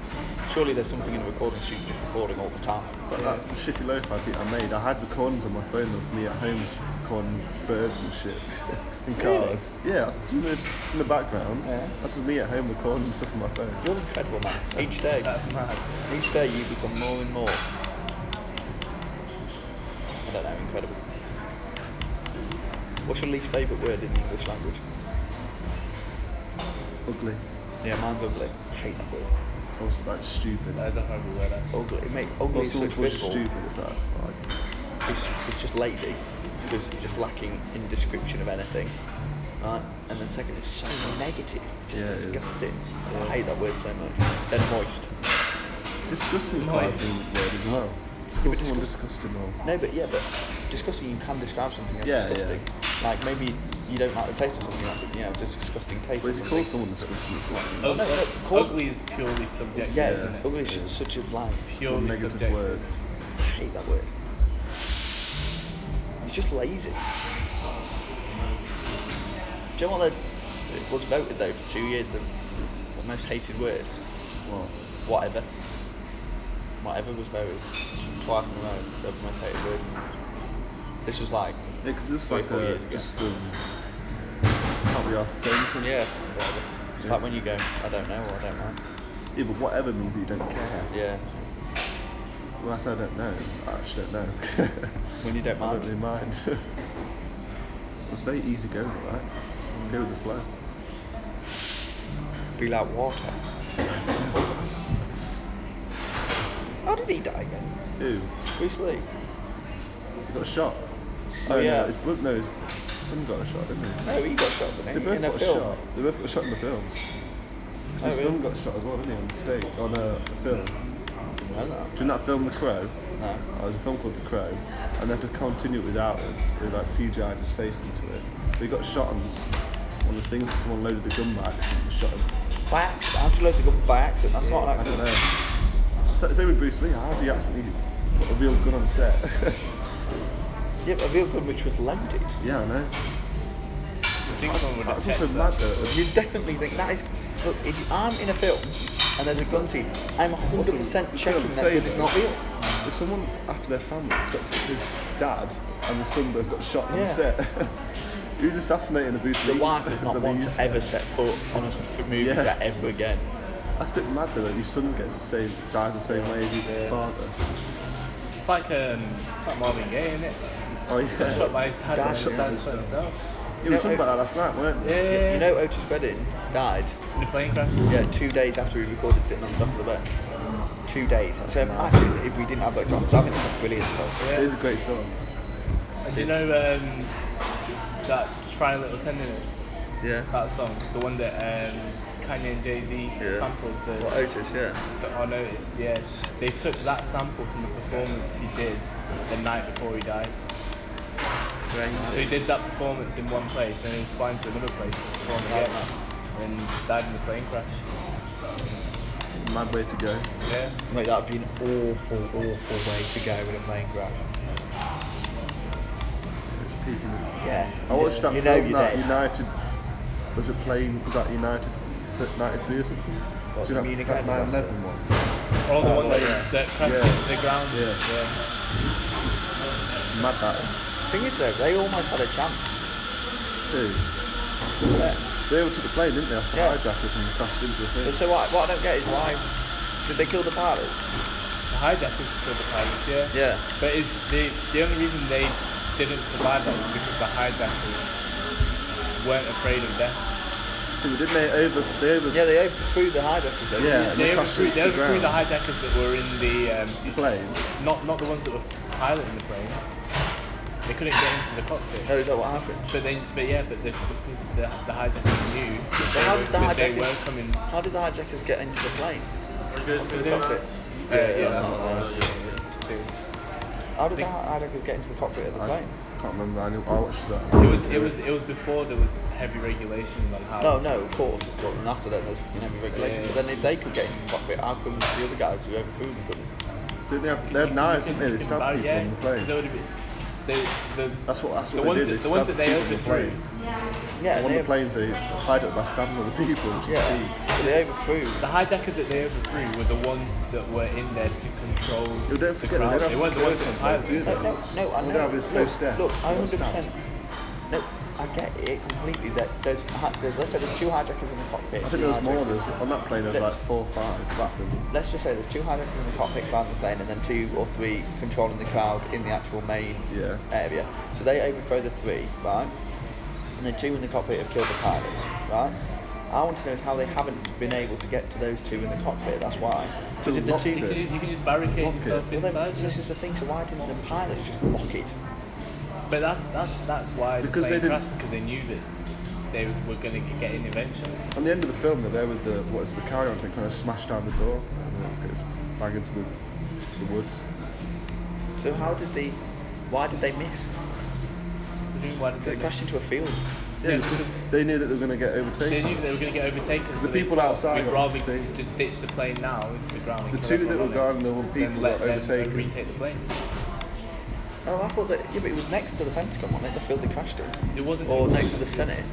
[SPEAKER 1] surely there's something in the recording studio just recording all the time.
[SPEAKER 2] It's like that shitty lo-fi beat I made. I had recordings on my phone of me at home just recording birds and shit in cars. Yeah, that's you know, it's in the background.
[SPEAKER 1] Yeah.
[SPEAKER 2] That's just me at home recording stuff on my phone.
[SPEAKER 1] You're incredible, man. Each day,
[SPEAKER 4] That's mad.
[SPEAKER 1] each day you become more and more. I don't know, incredible. What's your least favourite word in the English language?
[SPEAKER 2] Ugly.
[SPEAKER 1] Yeah, mine's ugly. I hate that word.
[SPEAKER 2] I was like stupid.
[SPEAKER 4] That is a horrible word. actually.
[SPEAKER 1] Ugly. Mate, ugly is
[SPEAKER 2] also,
[SPEAKER 1] such
[SPEAKER 2] which was just
[SPEAKER 1] visible.
[SPEAKER 2] stupid. It's like, like
[SPEAKER 1] It's, it's just lazy because you're just lacking in description of anything. Right? And then second, it's so negative. It's just
[SPEAKER 2] Yeah, it is.
[SPEAKER 1] disgusting. I hate that word so much. Then moist.
[SPEAKER 2] disgusting is quite a
[SPEAKER 4] Nice.
[SPEAKER 2] big word as well. To
[SPEAKER 1] Yeah,
[SPEAKER 2] call
[SPEAKER 1] but
[SPEAKER 2] someone
[SPEAKER 1] disgust-
[SPEAKER 2] disgusting or
[SPEAKER 1] No, but yeah, but disgusting. You can describe something as
[SPEAKER 2] Yeah, yeah.
[SPEAKER 1] disgusting. Like maybe you don't like the taste of something. That's you know just disgusting taste.
[SPEAKER 2] But
[SPEAKER 1] or
[SPEAKER 2] if you call
[SPEAKER 1] something.
[SPEAKER 2] someone disgusting, it's like
[SPEAKER 1] Oh,
[SPEAKER 4] Ug-
[SPEAKER 1] no, no,
[SPEAKER 4] ug-
[SPEAKER 1] call-
[SPEAKER 4] Ugly is purely subjective,
[SPEAKER 1] yeah,
[SPEAKER 4] isn't it?
[SPEAKER 1] ugly is such a like.
[SPEAKER 2] a
[SPEAKER 4] Purely
[SPEAKER 2] negative
[SPEAKER 4] subjective.
[SPEAKER 2] word.
[SPEAKER 1] I hate that word. It's just lazy. Do you know what the, it was voted though for two years the, the most hated word?
[SPEAKER 2] What?
[SPEAKER 1] Whatever. Whatever was voted twice in a row. That was the most hated word. This was like
[SPEAKER 2] Yeah, because it's
[SPEAKER 1] Three,
[SPEAKER 2] like
[SPEAKER 1] four
[SPEAKER 2] a
[SPEAKER 1] years ago.
[SPEAKER 2] just um, just can't be asked to say anything.
[SPEAKER 1] yeah, whatever. It's
[SPEAKER 2] Yeah.
[SPEAKER 1] like when you go, I don't know or I don't know.
[SPEAKER 2] Yeah, but whatever means that you don't care.
[SPEAKER 1] Yeah.
[SPEAKER 2] Well, I say I don't know. It's just, I actually don't know.
[SPEAKER 1] When you don't
[SPEAKER 2] I
[SPEAKER 1] mind.
[SPEAKER 2] don't really mind. it's very easy going, right? Let's go with the flow.
[SPEAKER 1] Be like water. How did he die again?
[SPEAKER 2] Ew.
[SPEAKER 1] Bruce Lee.
[SPEAKER 2] He got shot.
[SPEAKER 1] Oh, yeah.
[SPEAKER 2] No, his, bro- no, his son got a shot, didn't he?
[SPEAKER 1] No, he got shot, didn't he?
[SPEAKER 2] They both
[SPEAKER 1] in a
[SPEAKER 2] got
[SPEAKER 1] film.
[SPEAKER 2] shot. They both got shot in the film. 'Cause
[SPEAKER 1] Oh,
[SPEAKER 2] his
[SPEAKER 1] really?
[SPEAKER 2] son got shot as well, didn't he? On stage, on a, a film.
[SPEAKER 1] I don't know.
[SPEAKER 2] Do you know that film, The Crow?
[SPEAKER 1] No.
[SPEAKER 2] Uh, There's a film called The Crow, and they had to continue it without him. They like CGI'd his face into it. But he got shot on, s- on the thing. Someone loaded the gun by accident and shot him.
[SPEAKER 1] By accident. How do you load the gun by accident? That's not an
[SPEAKER 2] I don't
[SPEAKER 1] accident.
[SPEAKER 2] know. So, same with Bruce Lee. How do you accidentally put a real gun on set?
[SPEAKER 1] Yeah, but a real gun which was loaded.
[SPEAKER 2] yeah, I know.
[SPEAKER 4] I think someone would
[SPEAKER 2] That's
[SPEAKER 4] detect
[SPEAKER 2] also mad
[SPEAKER 4] that.
[SPEAKER 2] though.
[SPEAKER 1] You definitely think that is. Look, if I'm in a film and there's a gun scene, I'm 100%
[SPEAKER 2] Also, you
[SPEAKER 1] checking
[SPEAKER 2] can't
[SPEAKER 1] that
[SPEAKER 2] say
[SPEAKER 1] gun is
[SPEAKER 2] that.
[SPEAKER 1] not real.
[SPEAKER 2] There's someone after their family. 'cause That's his dad and the son both got shot on
[SPEAKER 1] Yeah.
[SPEAKER 2] set. Who's assassinating the Bruce
[SPEAKER 1] The
[SPEAKER 2] Lees?
[SPEAKER 1] wife does not
[SPEAKER 2] The
[SPEAKER 1] want
[SPEAKER 2] Lees.
[SPEAKER 1] to ever set foot on a movie
[SPEAKER 2] Yeah.
[SPEAKER 1] set ever again.
[SPEAKER 2] That's a bit mad though. That your son gets the same, dies the same way as your
[SPEAKER 4] Yeah.
[SPEAKER 2] father.
[SPEAKER 4] It's like um, it's like Marvin Gaye, isn't it?
[SPEAKER 2] Oh yeah.
[SPEAKER 4] Got shot by his dad,
[SPEAKER 1] Dad shot
[SPEAKER 4] and his
[SPEAKER 1] by
[SPEAKER 4] dad
[SPEAKER 1] his
[SPEAKER 4] shot
[SPEAKER 1] dad.
[SPEAKER 4] himself.
[SPEAKER 2] You were talking about that last night, weren't we?
[SPEAKER 4] Yeah,
[SPEAKER 1] You, you know, Otis Redding died.
[SPEAKER 4] in the plane crash.
[SPEAKER 1] Yeah, two days after we recorded sitting on the top of the bed. Two days. So imagine if we didn't have that job. So I think that's a brilliant song.
[SPEAKER 4] Yeah.
[SPEAKER 2] It is a great song.
[SPEAKER 4] And do you know um, that "Try Little Tenderness"?
[SPEAKER 1] Yeah.
[SPEAKER 4] That song, the one that um, Kanye and Jay Z sampled the
[SPEAKER 1] What Otis? Yeah.
[SPEAKER 4] for our notice. Yeah, they took that sample from the performance he did the night before he died. So he
[SPEAKER 1] Crazy.
[SPEAKER 4] did that performance in one place, and he was flying to another place to perform again, and died in the plane crash.
[SPEAKER 2] Mad way to go.
[SPEAKER 4] Yeah.
[SPEAKER 1] Mate, that'd be an awful, awful way to go with a plane crash.
[SPEAKER 2] It's peaking.
[SPEAKER 1] Yeah.
[SPEAKER 2] I watched that
[SPEAKER 1] you know
[SPEAKER 2] film
[SPEAKER 1] you're
[SPEAKER 2] that
[SPEAKER 1] dead.
[SPEAKER 2] United was it playing was that United th- 93 or something?
[SPEAKER 1] What,
[SPEAKER 2] Do
[SPEAKER 1] the
[SPEAKER 2] you know
[SPEAKER 1] Munich
[SPEAKER 2] that 9 11
[SPEAKER 1] disaster?
[SPEAKER 2] one?
[SPEAKER 4] Or the
[SPEAKER 2] Oh,
[SPEAKER 4] one that,
[SPEAKER 2] yeah.
[SPEAKER 4] that crashed
[SPEAKER 2] Yeah.
[SPEAKER 4] into the ground.
[SPEAKER 2] Yeah. It's mad that is.
[SPEAKER 1] Thing is though, they almost had a chance.
[SPEAKER 2] Dude,
[SPEAKER 1] Yeah.
[SPEAKER 2] they all took the plane, didn't they? Off the
[SPEAKER 1] Yeah.
[SPEAKER 2] hijackers and crashed into the thing.
[SPEAKER 1] But so what, what I don't get is why did they kill the pilots?
[SPEAKER 4] The hijackers killed the pilots. Yeah.
[SPEAKER 1] Yeah.
[SPEAKER 4] But is the the only reason they didn't survive that was because the hijackers weren't afraid of death.
[SPEAKER 2] Dude, didn't they over they over
[SPEAKER 1] Yeah, they overthrew the hijackers. though,
[SPEAKER 2] Yeah.
[SPEAKER 1] didn't
[SPEAKER 2] they
[SPEAKER 4] They
[SPEAKER 2] crashed
[SPEAKER 4] overthrew,
[SPEAKER 2] into
[SPEAKER 4] they
[SPEAKER 2] the
[SPEAKER 4] overthrew the
[SPEAKER 2] ground.
[SPEAKER 4] hijackers that were in the um,
[SPEAKER 2] plane?
[SPEAKER 4] Not not the ones that were piloting the plane. They couldn't get into the
[SPEAKER 1] they?
[SPEAKER 2] Oh,
[SPEAKER 4] cockpit.
[SPEAKER 1] No, is that what happened?
[SPEAKER 4] But they, but yeah, but the, because the, the hijackers knew that
[SPEAKER 1] So
[SPEAKER 4] they,
[SPEAKER 1] how
[SPEAKER 4] were,
[SPEAKER 1] did the
[SPEAKER 4] that they were
[SPEAKER 1] hijackers-
[SPEAKER 4] coming. Uh,
[SPEAKER 1] How did the hijackers get into the plane?
[SPEAKER 4] Because
[SPEAKER 1] the
[SPEAKER 4] they were-
[SPEAKER 1] cockpit?
[SPEAKER 4] Uh, yeah,
[SPEAKER 1] Yeah,
[SPEAKER 4] that's
[SPEAKER 1] that's
[SPEAKER 4] what
[SPEAKER 1] what
[SPEAKER 4] it
[SPEAKER 1] it
[SPEAKER 4] was.
[SPEAKER 1] was.
[SPEAKER 4] Cheers.
[SPEAKER 1] How did the
[SPEAKER 4] Think-
[SPEAKER 1] hijackers get into the cockpit of the
[SPEAKER 2] I
[SPEAKER 1] plane?
[SPEAKER 2] can't remember. I, knew, I watched that.
[SPEAKER 4] It was it was it was before there was heavy regulations on how.
[SPEAKER 1] No, Oh, no, of course. Well, and after that, there's you know, regulation.
[SPEAKER 4] Yeah.
[SPEAKER 1] But then if they could get into the cockpit, how come the other guys who overthrew them couldn't?
[SPEAKER 2] Didn't they have, they
[SPEAKER 4] You
[SPEAKER 2] had knives,
[SPEAKER 4] can-
[SPEAKER 2] didn't they? They
[SPEAKER 4] you can
[SPEAKER 2] stabbed
[SPEAKER 4] buy-
[SPEAKER 2] people
[SPEAKER 4] yeah,
[SPEAKER 2] on the plane.
[SPEAKER 4] They would have been, they, the,
[SPEAKER 2] That's what that's
[SPEAKER 4] the
[SPEAKER 2] what they
[SPEAKER 4] ones
[SPEAKER 2] did.
[SPEAKER 4] that, the ones that
[SPEAKER 2] stabbed
[SPEAKER 4] they
[SPEAKER 2] people on the
[SPEAKER 4] overthrew.
[SPEAKER 2] plane.
[SPEAKER 1] Yeah,
[SPEAKER 2] One
[SPEAKER 1] they
[SPEAKER 2] of the planes they hide up by stabbing other people, which is
[SPEAKER 1] Yeah, but they overthrew.
[SPEAKER 4] The hijackers that they overthrew were the ones that were in there to control
[SPEAKER 2] Yo, don't
[SPEAKER 4] the
[SPEAKER 2] forget,
[SPEAKER 4] crowd.
[SPEAKER 2] they don't
[SPEAKER 4] They weren't the
[SPEAKER 2] have
[SPEAKER 4] ones that were
[SPEAKER 2] security
[SPEAKER 4] piloting.
[SPEAKER 2] on
[SPEAKER 1] No, no, no, I
[SPEAKER 2] Well,
[SPEAKER 1] know.
[SPEAKER 2] that was
[SPEAKER 1] look,
[SPEAKER 2] close death.
[SPEAKER 1] look, I
[SPEAKER 2] That was
[SPEAKER 1] 100%.
[SPEAKER 2] stabbed.
[SPEAKER 1] No, I get it completely. That there's, hi- there's let's say there's two hijackers in the cockpit.
[SPEAKER 2] I
[SPEAKER 1] two
[SPEAKER 2] think there was more.
[SPEAKER 1] hijackers-
[SPEAKER 2] There was, on that plane, there was like four or five. Back then.
[SPEAKER 1] Let's just say there's two hijackers in the cockpit climbing the plane, and then two or three controlling the crowd in the actual main
[SPEAKER 2] Yeah.
[SPEAKER 1] area. So they overthrow the three, right? And the two in the cockpit have killed the pilot, right? I want to know is how they haven't been able to get to those two in the cockpit. That's why.
[SPEAKER 2] So
[SPEAKER 1] did the
[SPEAKER 2] locked
[SPEAKER 1] two?
[SPEAKER 2] it.
[SPEAKER 4] You can, you can just barricade
[SPEAKER 2] Lock it.
[SPEAKER 4] yourself
[SPEAKER 1] Well, then,
[SPEAKER 4] inside.
[SPEAKER 1] this
[SPEAKER 4] yeah.
[SPEAKER 1] is the thing. So why didn't the pilots just lock it?
[SPEAKER 4] But that's that's that's why
[SPEAKER 2] Because
[SPEAKER 4] the
[SPEAKER 2] they
[SPEAKER 4] plane
[SPEAKER 2] didn't-
[SPEAKER 4] crashed because they knew that they were going to get in eventually.
[SPEAKER 2] On the end of the film, they're there with the what is it, the carry-on thing, kind of smashed down the door, and then it goes bang into the, the woods.
[SPEAKER 1] So how did they? Why did they miss?
[SPEAKER 4] They knew why did
[SPEAKER 1] They
[SPEAKER 4] they
[SPEAKER 1] crashed into a field.
[SPEAKER 2] Yeah,
[SPEAKER 4] Yeah,
[SPEAKER 2] because
[SPEAKER 4] because-
[SPEAKER 2] they knew that they were going to get overtaken.
[SPEAKER 4] They knew that they were going to get overtaken.
[SPEAKER 2] Because
[SPEAKER 4] so
[SPEAKER 2] the
[SPEAKER 4] they
[SPEAKER 2] people
[SPEAKER 4] thought,
[SPEAKER 2] outside
[SPEAKER 4] We'd
[SPEAKER 2] were-
[SPEAKER 4] rather
[SPEAKER 2] they-
[SPEAKER 4] just ditch the plane now into the ground. and
[SPEAKER 2] The
[SPEAKER 4] kill
[SPEAKER 2] two
[SPEAKER 4] everyone
[SPEAKER 2] that
[SPEAKER 4] on
[SPEAKER 2] were gone,
[SPEAKER 4] it,
[SPEAKER 2] the one people
[SPEAKER 4] Then let
[SPEAKER 2] got
[SPEAKER 4] them
[SPEAKER 2] overtaken.
[SPEAKER 4] retake the plane.
[SPEAKER 1] Oh, I thought that. Yeah, but it was next to the Pentagon, wasn't it? The field they crashed in.
[SPEAKER 4] It wasn't-
[SPEAKER 1] Or
[SPEAKER 4] it
[SPEAKER 1] next
[SPEAKER 4] wasn't-
[SPEAKER 1] to the Senate.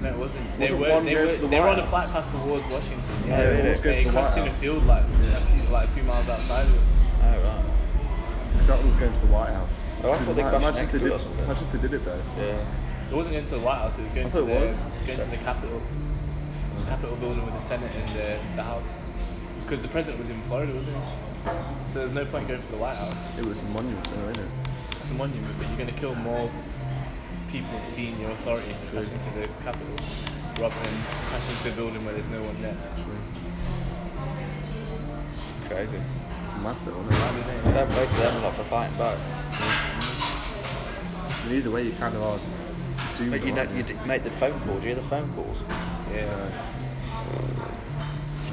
[SPEAKER 4] No, it wasn't. They
[SPEAKER 2] Wasn't
[SPEAKER 4] were
[SPEAKER 2] one
[SPEAKER 4] they
[SPEAKER 2] going
[SPEAKER 4] were
[SPEAKER 2] for the
[SPEAKER 4] they were on
[SPEAKER 2] White
[SPEAKER 4] a flight
[SPEAKER 2] House?
[SPEAKER 4] path towards Washington.
[SPEAKER 1] Yeah,
[SPEAKER 4] Yeah,
[SPEAKER 1] it
[SPEAKER 4] they-
[SPEAKER 1] was
[SPEAKER 2] going
[SPEAKER 4] they
[SPEAKER 2] for the
[SPEAKER 4] crashed
[SPEAKER 2] White
[SPEAKER 4] in a
[SPEAKER 2] House.
[SPEAKER 4] field like a
[SPEAKER 2] Yeah.
[SPEAKER 4] few like a few miles outside of it.
[SPEAKER 1] Oh right.
[SPEAKER 2] Because that one was going to the White House.
[SPEAKER 1] Oh, I thought they
[SPEAKER 2] Ima-
[SPEAKER 1] crashed
[SPEAKER 2] imagine if
[SPEAKER 1] next
[SPEAKER 2] they
[SPEAKER 1] to it
[SPEAKER 2] did,
[SPEAKER 1] or something.
[SPEAKER 2] Imagine if they did it though.
[SPEAKER 1] Yeah.
[SPEAKER 4] It wasn't going to the White House. It was going
[SPEAKER 2] I
[SPEAKER 4] to
[SPEAKER 2] thought
[SPEAKER 4] the
[SPEAKER 2] it was.
[SPEAKER 4] going to the Capitol, the Capitol building with the Senate and the, the House, because the president was in Florida, wasn't he? So there's no point going for the White House.
[SPEAKER 2] It was a monument, though, wasn't it?
[SPEAKER 4] It's a monument, but you're going to kill more people of senior authority for crashing into the Capitol rather than crashing into a building where there's no one there.
[SPEAKER 2] Actually,
[SPEAKER 1] Crazy.
[SPEAKER 2] it's mad though, wasn't it?
[SPEAKER 1] Fair play to them a lot for fighting back.
[SPEAKER 2] I mean, either way, you kind of are doomed.
[SPEAKER 1] But you know,
[SPEAKER 2] aren't
[SPEAKER 1] you d- make the phone calls. You hear the phone calls.
[SPEAKER 4] Yeah.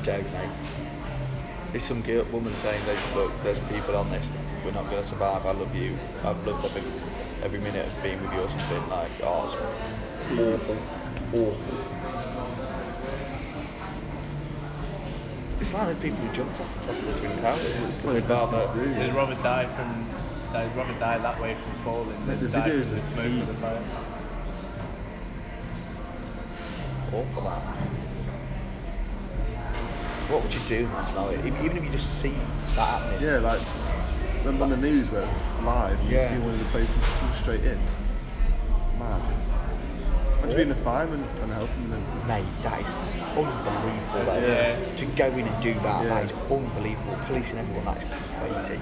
[SPEAKER 1] Joke, mate. There's some girl, woman saying, "There's look, there's people on this. We're not gonna survive. I love you. I've loved every every minute of being with you or something." Like, oh, it's awful, awful. It's like the people who jumped off the top of the twin towers. It's
[SPEAKER 2] Well,
[SPEAKER 1] they'd
[SPEAKER 2] the best
[SPEAKER 1] rather-
[SPEAKER 2] thing to do.
[SPEAKER 4] They'd rather die from they'd rather die that way from falling
[SPEAKER 2] Like
[SPEAKER 4] than
[SPEAKER 2] the
[SPEAKER 4] die
[SPEAKER 2] videos
[SPEAKER 4] from the
[SPEAKER 2] of
[SPEAKER 4] smoke
[SPEAKER 2] heat.
[SPEAKER 4] or the fire.
[SPEAKER 1] awful that. What would you do in that scenario? Even even if you just see that happening.
[SPEAKER 2] Yeah, like Remember on the news where it's live and
[SPEAKER 4] Yeah.
[SPEAKER 2] you see one of the places come straight in? Man. Imagine being a fireman and helping them.
[SPEAKER 1] Mate, that is unbelievable. Though.
[SPEAKER 2] Yeah.
[SPEAKER 1] To go in and do that,
[SPEAKER 2] Yeah.
[SPEAKER 1] that is unbelievable. Policing everyone, that is crazy.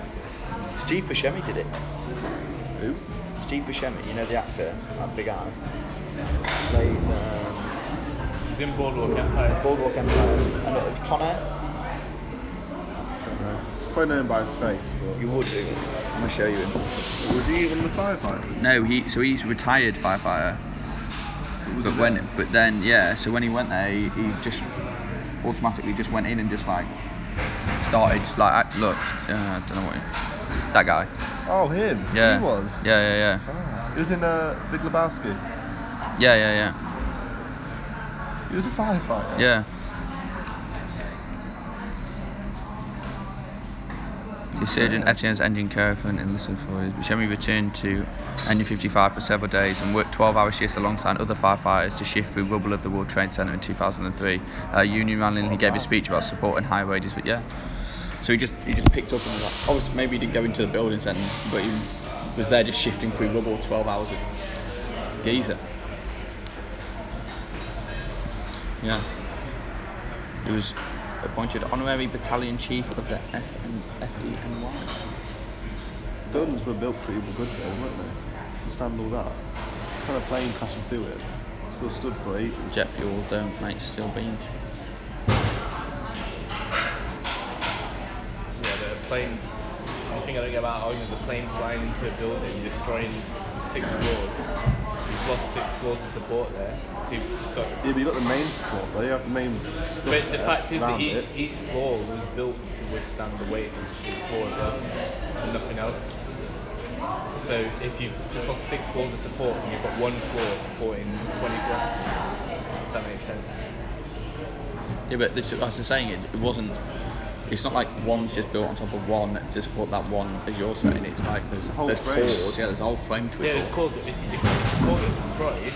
[SPEAKER 1] Steve Buscemi did it.
[SPEAKER 2] Who?
[SPEAKER 1] Steve Buscemi, you know the actor, that big guy. Plays um,
[SPEAKER 4] He's in Boardwalk Empire.
[SPEAKER 1] Boardwalk Empire. And uh, it was Connor.
[SPEAKER 2] Don't know. Probably know him by his face, but
[SPEAKER 1] You would do. it.
[SPEAKER 5] I'm gonna show you him.
[SPEAKER 2] was he one of the firefighters?
[SPEAKER 5] No, he so he's retired firefighter.
[SPEAKER 2] Was
[SPEAKER 5] But
[SPEAKER 2] he
[SPEAKER 5] when
[SPEAKER 2] there?
[SPEAKER 5] but then yeah, so when he went there, he, he just automatically just went in and just like started like act, look, uh, I don't know what he- that guy.
[SPEAKER 2] Oh, him.
[SPEAKER 5] Yeah.
[SPEAKER 2] He was.
[SPEAKER 5] Yeah, yeah, yeah.
[SPEAKER 2] Ah, he was in uh, Big Lebowski.
[SPEAKER 5] Yeah, yeah,
[SPEAKER 2] He was a firefighter.
[SPEAKER 5] yeah. Yeah. He served in Etienne's engine care for an enlisted four years. Buscemi returned to Engine 55 for several days and worked 12-hour shifts alongside other firefighters to shift through rubble of the World Trade Center in 2003. At a Uh, union rally, he gave a speech about supporting high wages, but yeah. So he just he just picked up and was like, obviously maybe he didn't go into the building center, but he was there just shifting through rubble 12 hours of geezer. Yeah. He was appointed honorary battalion chief of the F and FDNY.
[SPEAKER 2] Buildings were built pretty good though, weren't they? To stand all that. Just had a plane crashing through it. Still stood for ages.
[SPEAKER 5] Jet fuel don't make steel beams.
[SPEAKER 4] Yeah, the plane. The thing I don't get about Albion is the plane flying into a building, destroying six floors. You've lost six floors of support there. So you've just got.
[SPEAKER 2] Yeah, but you got the main support though. You have the main stuff.
[SPEAKER 4] But the
[SPEAKER 2] there
[SPEAKER 4] fact is that
[SPEAKER 2] around
[SPEAKER 4] each,
[SPEAKER 2] it.
[SPEAKER 4] each floor was built to withstand the weight of the floor above and nothing else. So if you've just lost six floors of support and you've got one floor supporting 20 plus, if that makes sense.
[SPEAKER 5] Yeah, but this, as I'm saying, it, it wasn't. It's not like one's just built on top of one to support that one, as you're saying. It's like there's
[SPEAKER 2] whole
[SPEAKER 5] there's
[SPEAKER 2] frame.
[SPEAKER 5] cores, yeah, there's a whole frame to it.
[SPEAKER 4] Yeah, it's
[SPEAKER 5] all.
[SPEAKER 4] caused that if, you, if the floor gets destroyed,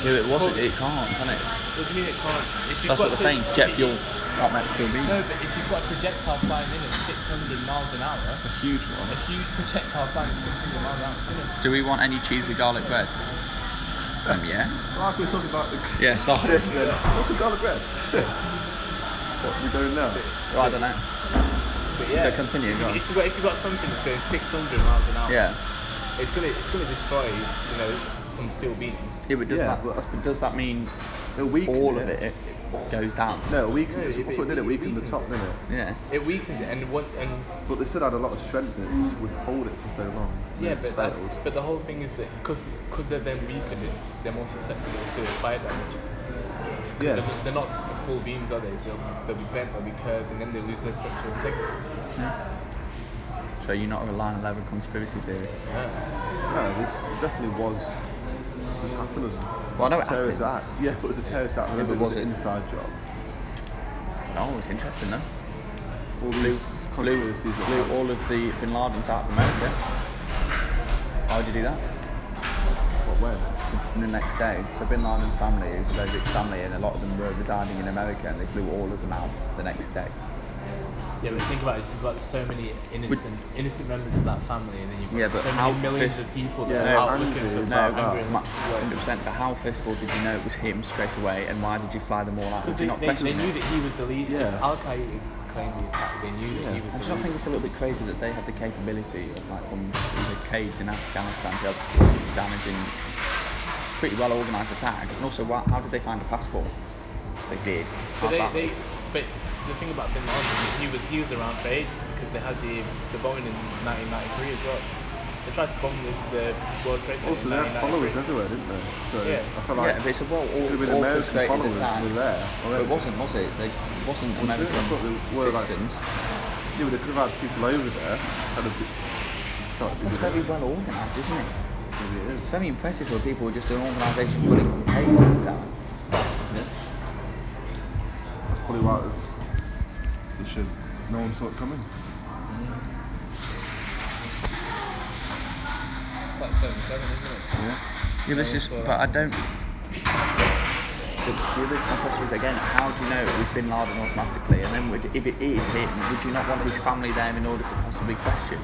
[SPEAKER 5] Yeah, but it wasn't.
[SPEAKER 4] core.
[SPEAKER 5] It can't, can it?
[SPEAKER 4] what do you mean it can't? If you've
[SPEAKER 5] That's
[SPEAKER 4] got
[SPEAKER 5] what they're
[SPEAKER 4] so-
[SPEAKER 5] saying. Jet fuel can't make steel beams.
[SPEAKER 4] No, but if you've got a projectile flying in at 600 miles an hour,
[SPEAKER 5] a huge
[SPEAKER 4] a
[SPEAKER 5] one.
[SPEAKER 4] huge projectile flying at 600 miles an hour, it's gonna
[SPEAKER 5] Do we want any cheese or garlic bread? Um, yeah.
[SPEAKER 2] Like we were talking about the
[SPEAKER 5] Yeah, sorry.
[SPEAKER 2] yesterday. What's a garlic bread? what we doing now?
[SPEAKER 5] Well, I don't know.
[SPEAKER 4] But yeah,
[SPEAKER 5] So continue,
[SPEAKER 4] If,
[SPEAKER 5] go on.
[SPEAKER 4] if you've got if you've got something that's going 600 miles an hour,
[SPEAKER 5] Yeah.
[SPEAKER 4] it's gonna it's gonna destroy you know some steel beams.
[SPEAKER 5] Yeah, but does
[SPEAKER 2] Yeah,
[SPEAKER 5] that
[SPEAKER 2] but that's-
[SPEAKER 5] but does that mean
[SPEAKER 2] It'll weaken
[SPEAKER 5] all of it, it, goes down?
[SPEAKER 2] No, it weakened.
[SPEAKER 4] No,
[SPEAKER 2] it,
[SPEAKER 4] it-
[SPEAKER 2] that's what
[SPEAKER 4] it
[SPEAKER 2] did it. Weakened the
[SPEAKER 4] weakens
[SPEAKER 2] top,
[SPEAKER 4] it.
[SPEAKER 2] didn't it?
[SPEAKER 5] Yeah.
[SPEAKER 4] It weakens it and what and
[SPEAKER 2] But they said I had a lot of strength in it to s- withhold it for so long. and
[SPEAKER 4] yeah,
[SPEAKER 2] it
[SPEAKER 4] but that's
[SPEAKER 2] failed.
[SPEAKER 4] but the whole thing is that because because they're then weakened, it's, they're more susceptible to fire damage. 'Cause
[SPEAKER 2] yeah.
[SPEAKER 4] They're, they're not full beams, are they? They'll, they'll be bent, they'll be curved, and then they lose their structural integrity.
[SPEAKER 5] So you're not relying on level conspiracy theorists.
[SPEAKER 4] Yeah.
[SPEAKER 2] No, this definitely was. This happened as a
[SPEAKER 5] Well, I know it
[SPEAKER 2] terrorist
[SPEAKER 5] happens.
[SPEAKER 2] act. Yeah, but it was a terrorist act.
[SPEAKER 5] Yeah,
[SPEAKER 2] remember,
[SPEAKER 5] but
[SPEAKER 2] it was
[SPEAKER 5] was
[SPEAKER 2] an
[SPEAKER 5] it?
[SPEAKER 2] inside job.
[SPEAKER 5] Oh, it's interesting though.
[SPEAKER 2] All these
[SPEAKER 5] flew,
[SPEAKER 2] conspiracies. that
[SPEAKER 5] flew
[SPEAKER 2] happened.
[SPEAKER 5] all of the Bin Ladens out of America. Why'd you do that?
[SPEAKER 2] What when?
[SPEAKER 5] And the next day, so Bin Laden's family is a very rich family, and a lot of them were residing in America, and they flew all of them out the next day.
[SPEAKER 3] Yeah, but think about it. If you've got so many innocent, innocent members of that family, and then you've got
[SPEAKER 5] Yeah, but
[SPEAKER 3] so
[SPEAKER 5] how
[SPEAKER 3] many millions
[SPEAKER 5] fis-
[SPEAKER 3] of people that
[SPEAKER 2] Yeah,
[SPEAKER 3] are out
[SPEAKER 2] angry,
[SPEAKER 3] looking for
[SPEAKER 2] no,
[SPEAKER 3] bad
[SPEAKER 2] no,
[SPEAKER 3] angry and
[SPEAKER 5] Ma-
[SPEAKER 3] looking for work.
[SPEAKER 5] 100%. uh, But how first of all did you know it was him straight away, and why did you fly them all out?
[SPEAKER 3] Because
[SPEAKER 5] Did
[SPEAKER 3] they,
[SPEAKER 5] you not
[SPEAKER 3] they, they
[SPEAKER 5] question
[SPEAKER 3] knew
[SPEAKER 5] it?
[SPEAKER 3] that he was the leader. If
[SPEAKER 2] Yeah.
[SPEAKER 3] Al Qaeda claimed the attack, they knew that
[SPEAKER 2] Yeah.
[SPEAKER 3] he was
[SPEAKER 5] I just
[SPEAKER 3] the
[SPEAKER 5] don't think
[SPEAKER 3] leader.
[SPEAKER 5] it's a little bit crazy that they have the capability of like from the caves in Afghanistan to be able to cause such damage and it's a pretty well organised attack. And also, why, how did they find a passport? If they did.
[SPEAKER 4] But
[SPEAKER 5] How's
[SPEAKER 4] they,
[SPEAKER 5] that?
[SPEAKER 4] they but the thing about Bin Laden is he was he was around for ages because they had the the bombing in 1993 as well. They tried to bomb the, the World Trade Center.
[SPEAKER 2] Also,
[SPEAKER 4] in
[SPEAKER 2] they had followers
[SPEAKER 4] 1993.
[SPEAKER 2] everywhere, didn't they? So
[SPEAKER 4] Yeah.
[SPEAKER 2] I felt like
[SPEAKER 5] yeah, but it's a well or-
[SPEAKER 2] could have been American
[SPEAKER 5] orchestrated
[SPEAKER 2] followers
[SPEAKER 5] attack.
[SPEAKER 2] were there.
[SPEAKER 5] But it
[SPEAKER 2] already.
[SPEAKER 5] wasn't, was it? They it wasn't
[SPEAKER 2] Was it? I
[SPEAKER 5] American
[SPEAKER 2] thought they were, like-
[SPEAKER 5] citizens.
[SPEAKER 2] Yeah, but they could have had people over there. Had a bit. Sorry,
[SPEAKER 5] That's very well organised, isn't it?
[SPEAKER 2] Maybe it is.
[SPEAKER 5] It's very impressive for people who are just an organisation running from caves in town.
[SPEAKER 2] Yeah. That's probably why it was. They should. No one saw it coming.
[SPEAKER 4] It's like 77, isn't it?
[SPEAKER 2] Yeah.
[SPEAKER 5] Yeah, this is. But I don't. the, the other question is again, how do you know we've been loud and automatically? And then would, if it is him, would you not want his family there in order to possibly question?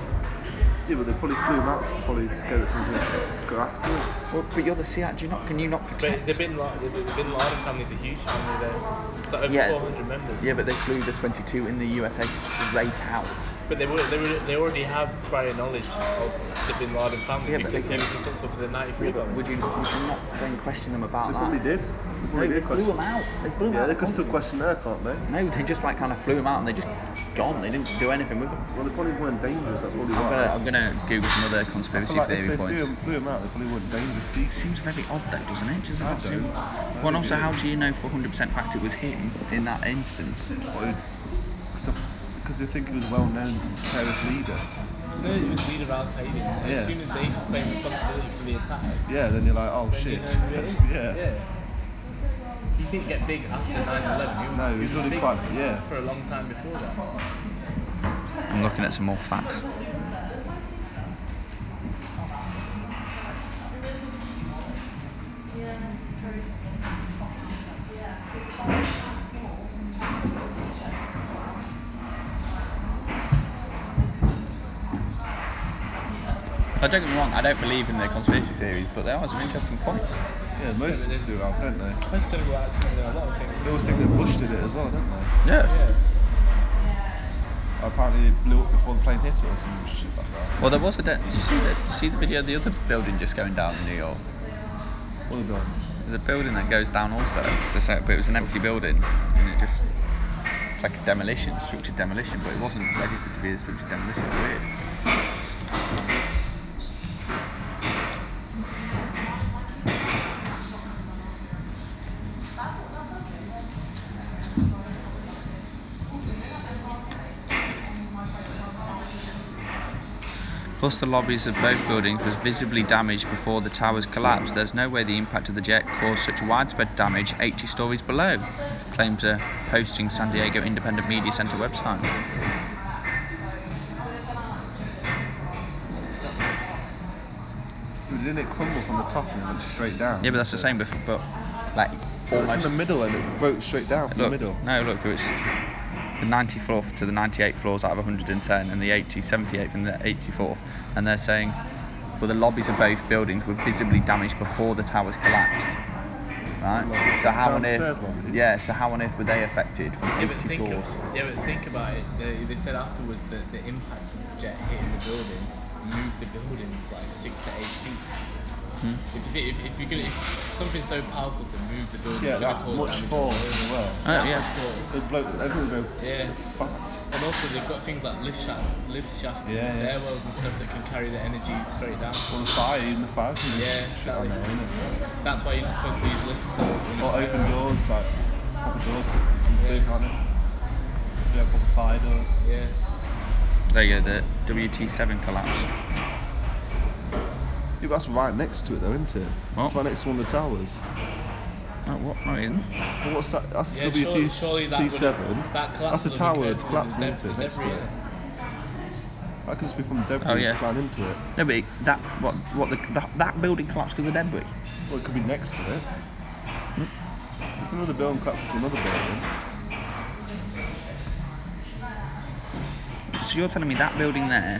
[SPEAKER 2] Yeah, but they probably flew him out because they're probably scared that someone's going to go after him.
[SPEAKER 5] Well, but you're the CIA. Do you not? Can you not
[SPEAKER 4] But
[SPEAKER 5] protect?
[SPEAKER 4] the Bin Laden, the Bin Laden family's a huge family there. It's like over
[SPEAKER 5] yeah.
[SPEAKER 4] 400 members.
[SPEAKER 5] Yeah, but they flew the 22 in the USA straight out.
[SPEAKER 4] But they were, they were, they already have prior knowledge of the Bin Laden family
[SPEAKER 5] Yeah, but
[SPEAKER 4] because
[SPEAKER 5] they-
[SPEAKER 4] they were responsible for the
[SPEAKER 5] Yeah,
[SPEAKER 4] 93
[SPEAKER 5] but
[SPEAKER 4] bombing.
[SPEAKER 5] would you would you not then question them about
[SPEAKER 2] They
[SPEAKER 5] that?
[SPEAKER 2] probably did. They
[SPEAKER 5] No,
[SPEAKER 2] probably
[SPEAKER 5] they
[SPEAKER 2] did
[SPEAKER 5] blew
[SPEAKER 2] question.
[SPEAKER 5] them out. They blew them
[SPEAKER 2] Yeah,
[SPEAKER 5] out.
[SPEAKER 2] they
[SPEAKER 5] of
[SPEAKER 2] could still
[SPEAKER 5] country.
[SPEAKER 2] question her, can't they?
[SPEAKER 5] No, they just like kind of flew them out and they just gone. They didn't do anything with them.
[SPEAKER 2] Well, they probably weren't dangerous, that's probably
[SPEAKER 5] I'm
[SPEAKER 2] why.
[SPEAKER 5] gonna I'm gonna Google some other
[SPEAKER 2] I feel
[SPEAKER 5] conspiracy
[SPEAKER 2] like if
[SPEAKER 5] theory
[SPEAKER 2] they
[SPEAKER 5] points.
[SPEAKER 2] flew him, flew him out, they probably weren't dangerous
[SPEAKER 5] It
[SPEAKER 2] people.
[SPEAKER 5] seems very odd though, doesn't it? Does
[SPEAKER 2] I
[SPEAKER 5] it not seem?
[SPEAKER 2] don't. I
[SPEAKER 5] Well, and
[SPEAKER 2] don't
[SPEAKER 5] also,
[SPEAKER 2] do.
[SPEAKER 5] how do you know for 100% fact it was him in that instance?
[SPEAKER 2] Because they think he was a well-known terrorist leader.
[SPEAKER 4] No, it was leader Al Qaeda.
[SPEAKER 2] Yeah.
[SPEAKER 4] As soon as they claim responsibility for the attack,
[SPEAKER 2] Yeah, then you're like, oh
[SPEAKER 4] then
[SPEAKER 2] shit.
[SPEAKER 4] you know who it
[SPEAKER 2] That's-
[SPEAKER 4] is.
[SPEAKER 2] yeah.
[SPEAKER 4] He didn't get big after 9/11. He was,
[SPEAKER 2] No, he
[SPEAKER 4] he
[SPEAKER 2] was
[SPEAKER 4] was
[SPEAKER 2] already
[SPEAKER 4] big
[SPEAKER 2] quite- yeah.
[SPEAKER 4] for a long time before that.
[SPEAKER 5] I'm looking at some more facts. I don't get me wrong, I don't believe in the conspiracy theories, but there are some interesting points.
[SPEAKER 2] Yeah, most
[SPEAKER 4] Yeah, but
[SPEAKER 2] do, Ralph, don't they?
[SPEAKER 4] Most people were acting in a lot of things.
[SPEAKER 2] They always think that Bush did it as well, don't they?
[SPEAKER 5] Yeah.
[SPEAKER 2] Apparently, it blew up before the plane hit it or some shit like that.
[SPEAKER 5] Well, there was a. De- did you see the? Did you see the video of the other building just going down in New York?
[SPEAKER 2] All the guns.
[SPEAKER 5] There's a building that goes down also. So, it's like- but it was an empty building, and it just it's like a demolition, structured demolition, but it wasn't registered to be a structured demolition. It's weird. Plus, the lobbies of both buildings was visibly damaged before the towers collapsed. There's no way the impact of the jet caused such widespread damage 80 stories below, claims a posting San Diego Independent Media Center website.
[SPEAKER 2] But Didn't it crumble from the top and it went straight down?
[SPEAKER 5] Yeah, but that's the same, but, but like
[SPEAKER 2] But It's in
[SPEAKER 5] almost.
[SPEAKER 2] the middle and it broke straight down from
[SPEAKER 5] look,
[SPEAKER 2] the middle.
[SPEAKER 5] No, look, it's the 94th to the 98th floors out of 110, and the 80, 78th and the 84th, and they're saying, well, the lobbies of both buildings were visibly damaged before the towers collapsed. Right.
[SPEAKER 2] Like
[SPEAKER 5] So how on
[SPEAKER 2] downstairs
[SPEAKER 5] earth?
[SPEAKER 2] lobbies?
[SPEAKER 5] Yeah. So how on earth were they affected from
[SPEAKER 4] Yeah, but
[SPEAKER 5] 80
[SPEAKER 4] think,
[SPEAKER 5] floors?
[SPEAKER 4] of, yeah, but think about it. They, they said afterwards that the impact of the jet hitting the building moved the buildings like six to eight feet.
[SPEAKER 5] Hmm?
[SPEAKER 4] If you think, if, if you're gonna, if something so powerful to move the building,
[SPEAKER 2] Yeah,
[SPEAKER 4] is gonna
[SPEAKER 2] that
[SPEAKER 4] cause
[SPEAKER 2] much
[SPEAKER 4] damage
[SPEAKER 2] force
[SPEAKER 4] on
[SPEAKER 2] as
[SPEAKER 4] the
[SPEAKER 2] well.
[SPEAKER 5] Oh,
[SPEAKER 4] That
[SPEAKER 5] yeah.
[SPEAKER 4] much force.
[SPEAKER 2] It broke, everything broke.
[SPEAKER 4] Yeah.
[SPEAKER 2] Fuck.
[SPEAKER 4] And also they've got things like lift shafts, lift shafts
[SPEAKER 2] Yeah,
[SPEAKER 4] and
[SPEAKER 2] yeah.
[SPEAKER 4] stairwells and stuff that can carry the energy straight down.
[SPEAKER 2] Well, the fire, even the fire can be
[SPEAKER 4] Yeah,
[SPEAKER 2] shit on there,
[SPEAKER 4] exactly.
[SPEAKER 2] innit?
[SPEAKER 4] That's why you're not supposed to use lifts. So
[SPEAKER 2] Or open doors, like proper doors come through,
[SPEAKER 4] Yeah.
[SPEAKER 2] can't it? If you have proper fire doors.
[SPEAKER 4] Yeah.
[SPEAKER 5] There you go. The WT7 collapse.
[SPEAKER 2] Yeah, but that's right next to it, though, isn't it?
[SPEAKER 5] What?
[SPEAKER 2] It's right next to one of the towers.
[SPEAKER 5] Oh, what? No, it isn't.
[SPEAKER 2] Well, what's that? That's
[SPEAKER 4] Yeah,
[SPEAKER 2] WT
[SPEAKER 4] surely- surely that would-
[SPEAKER 2] C7.
[SPEAKER 4] that collapse
[SPEAKER 2] that's the
[SPEAKER 4] would
[SPEAKER 2] tower
[SPEAKER 4] occur
[SPEAKER 2] that
[SPEAKER 4] to
[SPEAKER 2] collapsed
[SPEAKER 4] the
[SPEAKER 2] into
[SPEAKER 4] deb-
[SPEAKER 2] it, next to
[SPEAKER 4] debris,
[SPEAKER 2] it. That could just be from debris
[SPEAKER 5] Oh, yeah.
[SPEAKER 2] flying into it.
[SPEAKER 5] No, but it, that what what the, that, that building collapsed to the debris.
[SPEAKER 2] Well, it could be next to it. If another building collapsed into another building,
[SPEAKER 5] So you're telling me that building there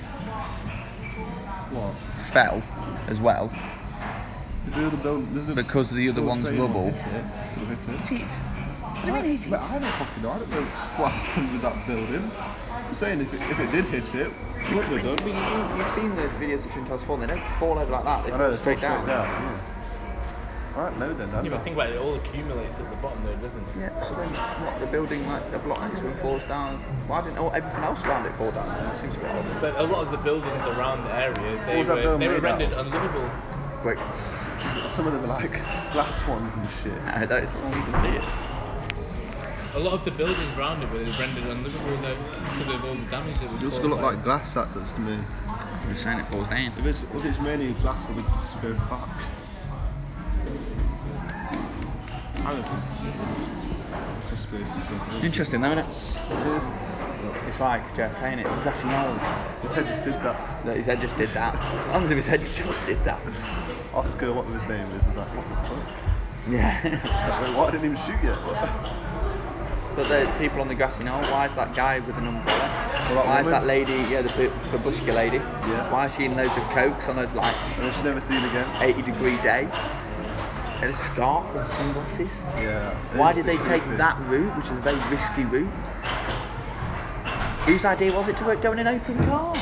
[SPEAKER 2] what?
[SPEAKER 5] fell as well?
[SPEAKER 2] Did the other building? Did the
[SPEAKER 5] Because the other
[SPEAKER 2] World
[SPEAKER 5] one's
[SPEAKER 2] Trade One
[SPEAKER 5] rubble.
[SPEAKER 2] Hit it? Could have hit it.
[SPEAKER 5] Hit it. What do you mean hit
[SPEAKER 2] But
[SPEAKER 5] it?
[SPEAKER 2] I don't fucking know. I don't know what happened with that building. I'm saying if it, if it did hit it, it would have
[SPEAKER 5] But
[SPEAKER 2] done.
[SPEAKER 5] you, you've seen the videos of Twin Towers fall. They don't fall over like that. They
[SPEAKER 2] I
[SPEAKER 5] fall
[SPEAKER 2] know,
[SPEAKER 5] straight down.
[SPEAKER 2] Yeah. Alright, no then. I don't
[SPEAKER 4] Yeah,
[SPEAKER 2] know.
[SPEAKER 4] but think about it. It all accumulates at the bottom, though, doesn't it?
[SPEAKER 5] Yeah. So then, what? The building, like the block next to it, falls down. Why didn't all everything else around it fall down? That seems a bit odd.
[SPEAKER 4] But a lot of the buildings around the area,
[SPEAKER 2] What
[SPEAKER 4] they
[SPEAKER 2] was that
[SPEAKER 4] were,
[SPEAKER 2] building
[SPEAKER 4] they were
[SPEAKER 2] made out
[SPEAKER 4] rendered
[SPEAKER 2] of?
[SPEAKER 4] unlivable.
[SPEAKER 5] Wait.
[SPEAKER 2] Some of them are like glass ones and shit.
[SPEAKER 5] No, that is the one you can see it.
[SPEAKER 4] A lot of the buildings around it were rendered unlivable, though, because of all the damage that was
[SPEAKER 2] It's
[SPEAKER 4] caused
[SPEAKER 2] gonna look
[SPEAKER 4] by
[SPEAKER 2] like glass that that's gonna
[SPEAKER 5] I'm just saying it falls down.
[SPEAKER 2] if it's if it's mainly glass or the glass will go fuck. I don't think it's conspiracy stuff.
[SPEAKER 5] Interesting, though, isn't it?
[SPEAKER 2] Look,
[SPEAKER 5] It's like JFK, innit? The grassy knoll.
[SPEAKER 2] His head just did that.
[SPEAKER 5] That his head just did that. As long as his head just did that.
[SPEAKER 2] Oscar, whatever his name is, was like, what the fuck?
[SPEAKER 5] Yeah.
[SPEAKER 2] Like, what? I didn't even shoot yet. What?
[SPEAKER 5] but the people on the grassy knoll, why is that guy with an umbrella?
[SPEAKER 2] Or that
[SPEAKER 5] why
[SPEAKER 2] woman?
[SPEAKER 5] is that lady, yeah, the bu- babushka lady?
[SPEAKER 2] Yeah.
[SPEAKER 5] Why is she in loads of cokes on a like
[SPEAKER 2] And it's never seen again.
[SPEAKER 5] 80 degree day? And a scarf and sunglasses?
[SPEAKER 2] Yeah.
[SPEAKER 5] Why
[SPEAKER 2] It's a
[SPEAKER 5] did they
[SPEAKER 2] bit
[SPEAKER 5] take
[SPEAKER 2] creepy.
[SPEAKER 5] that route, which is a very risky route? Whose idea was it to go in an open car?
[SPEAKER 4] No,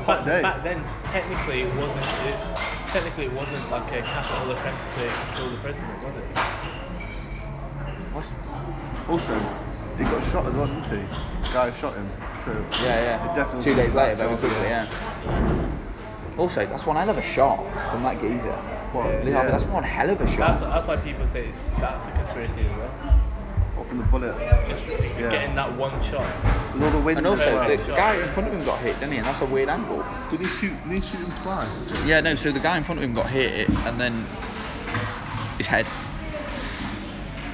[SPEAKER 2] Hot
[SPEAKER 4] back,
[SPEAKER 2] day.
[SPEAKER 4] back then, technically it wasn't. It, technically, it wasn't like a capital offence to kill the president, was it?
[SPEAKER 5] What's,
[SPEAKER 2] Also, he got shot as well, didn't he? Guy who shot him. So
[SPEAKER 5] yeah,
[SPEAKER 2] It
[SPEAKER 5] yeah.
[SPEAKER 2] definitely
[SPEAKER 5] Two days
[SPEAKER 2] was
[SPEAKER 5] later,
[SPEAKER 2] that
[SPEAKER 5] very
[SPEAKER 2] job,
[SPEAKER 5] quickly,
[SPEAKER 2] yeah.
[SPEAKER 5] yeah. Also, that's one hell of a shot from that geezer.
[SPEAKER 2] What?
[SPEAKER 5] Lee Harvey,
[SPEAKER 2] Yeah.
[SPEAKER 5] That's one hell of a shot.
[SPEAKER 4] That's, that's why people say that's a conspiracy as well.
[SPEAKER 2] Or from the bullet.
[SPEAKER 4] Just
[SPEAKER 2] Yeah.
[SPEAKER 4] getting that one shot.
[SPEAKER 2] And all the wind.
[SPEAKER 5] And
[SPEAKER 2] as
[SPEAKER 5] also,
[SPEAKER 2] well.
[SPEAKER 5] the
[SPEAKER 4] shot.
[SPEAKER 5] guy in front of him got hit, didn't he? And that's a weird angle.
[SPEAKER 2] Did he shoot? Did he shoot him twice?
[SPEAKER 5] Yeah, no, so the guy in front of him got hit and then his head.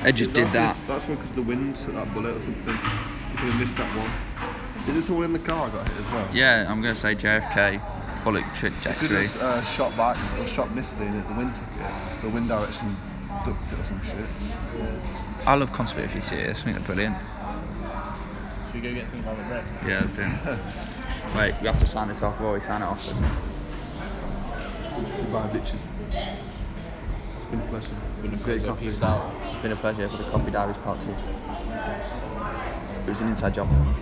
[SPEAKER 5] Ed just did that.
[SPEAKER 2] That's probably because the wind at that bullet or something. He could have missed that one. Is it someone in the car got hit as well?
[SPEAKER 5] Yeah, I'm going to say JFK bullet
[SPEAKER 2] Could
[SPEAKER 5] trajectory.
[SPEAKER 2] have uh, shot back or shot missed and the wind took it. The wind direction ducked it or some shit.
[SPEAKER 5] I love conspiracy theories, I think they're brilliant.
[SPEAKER 4] Should we go get some garlic bread?
[SPEAKER 5] Yeah, let's do it. Wait, we have to sign this off, we always sign it off. doesn't we?
[SPEAKER 2] Goodbye, bitches. It's been a pleasure.
[SPEAKER 6] Been a
[SPEAKER 2] Great
[SPEAKER 6] pleasure.
[SPEAKER 2] coffee.
[SPEAKER 6] Peace out.
[SPEAKER 5] It's been a pleasure for the Coffee Diaries Part 2. It was an inside job.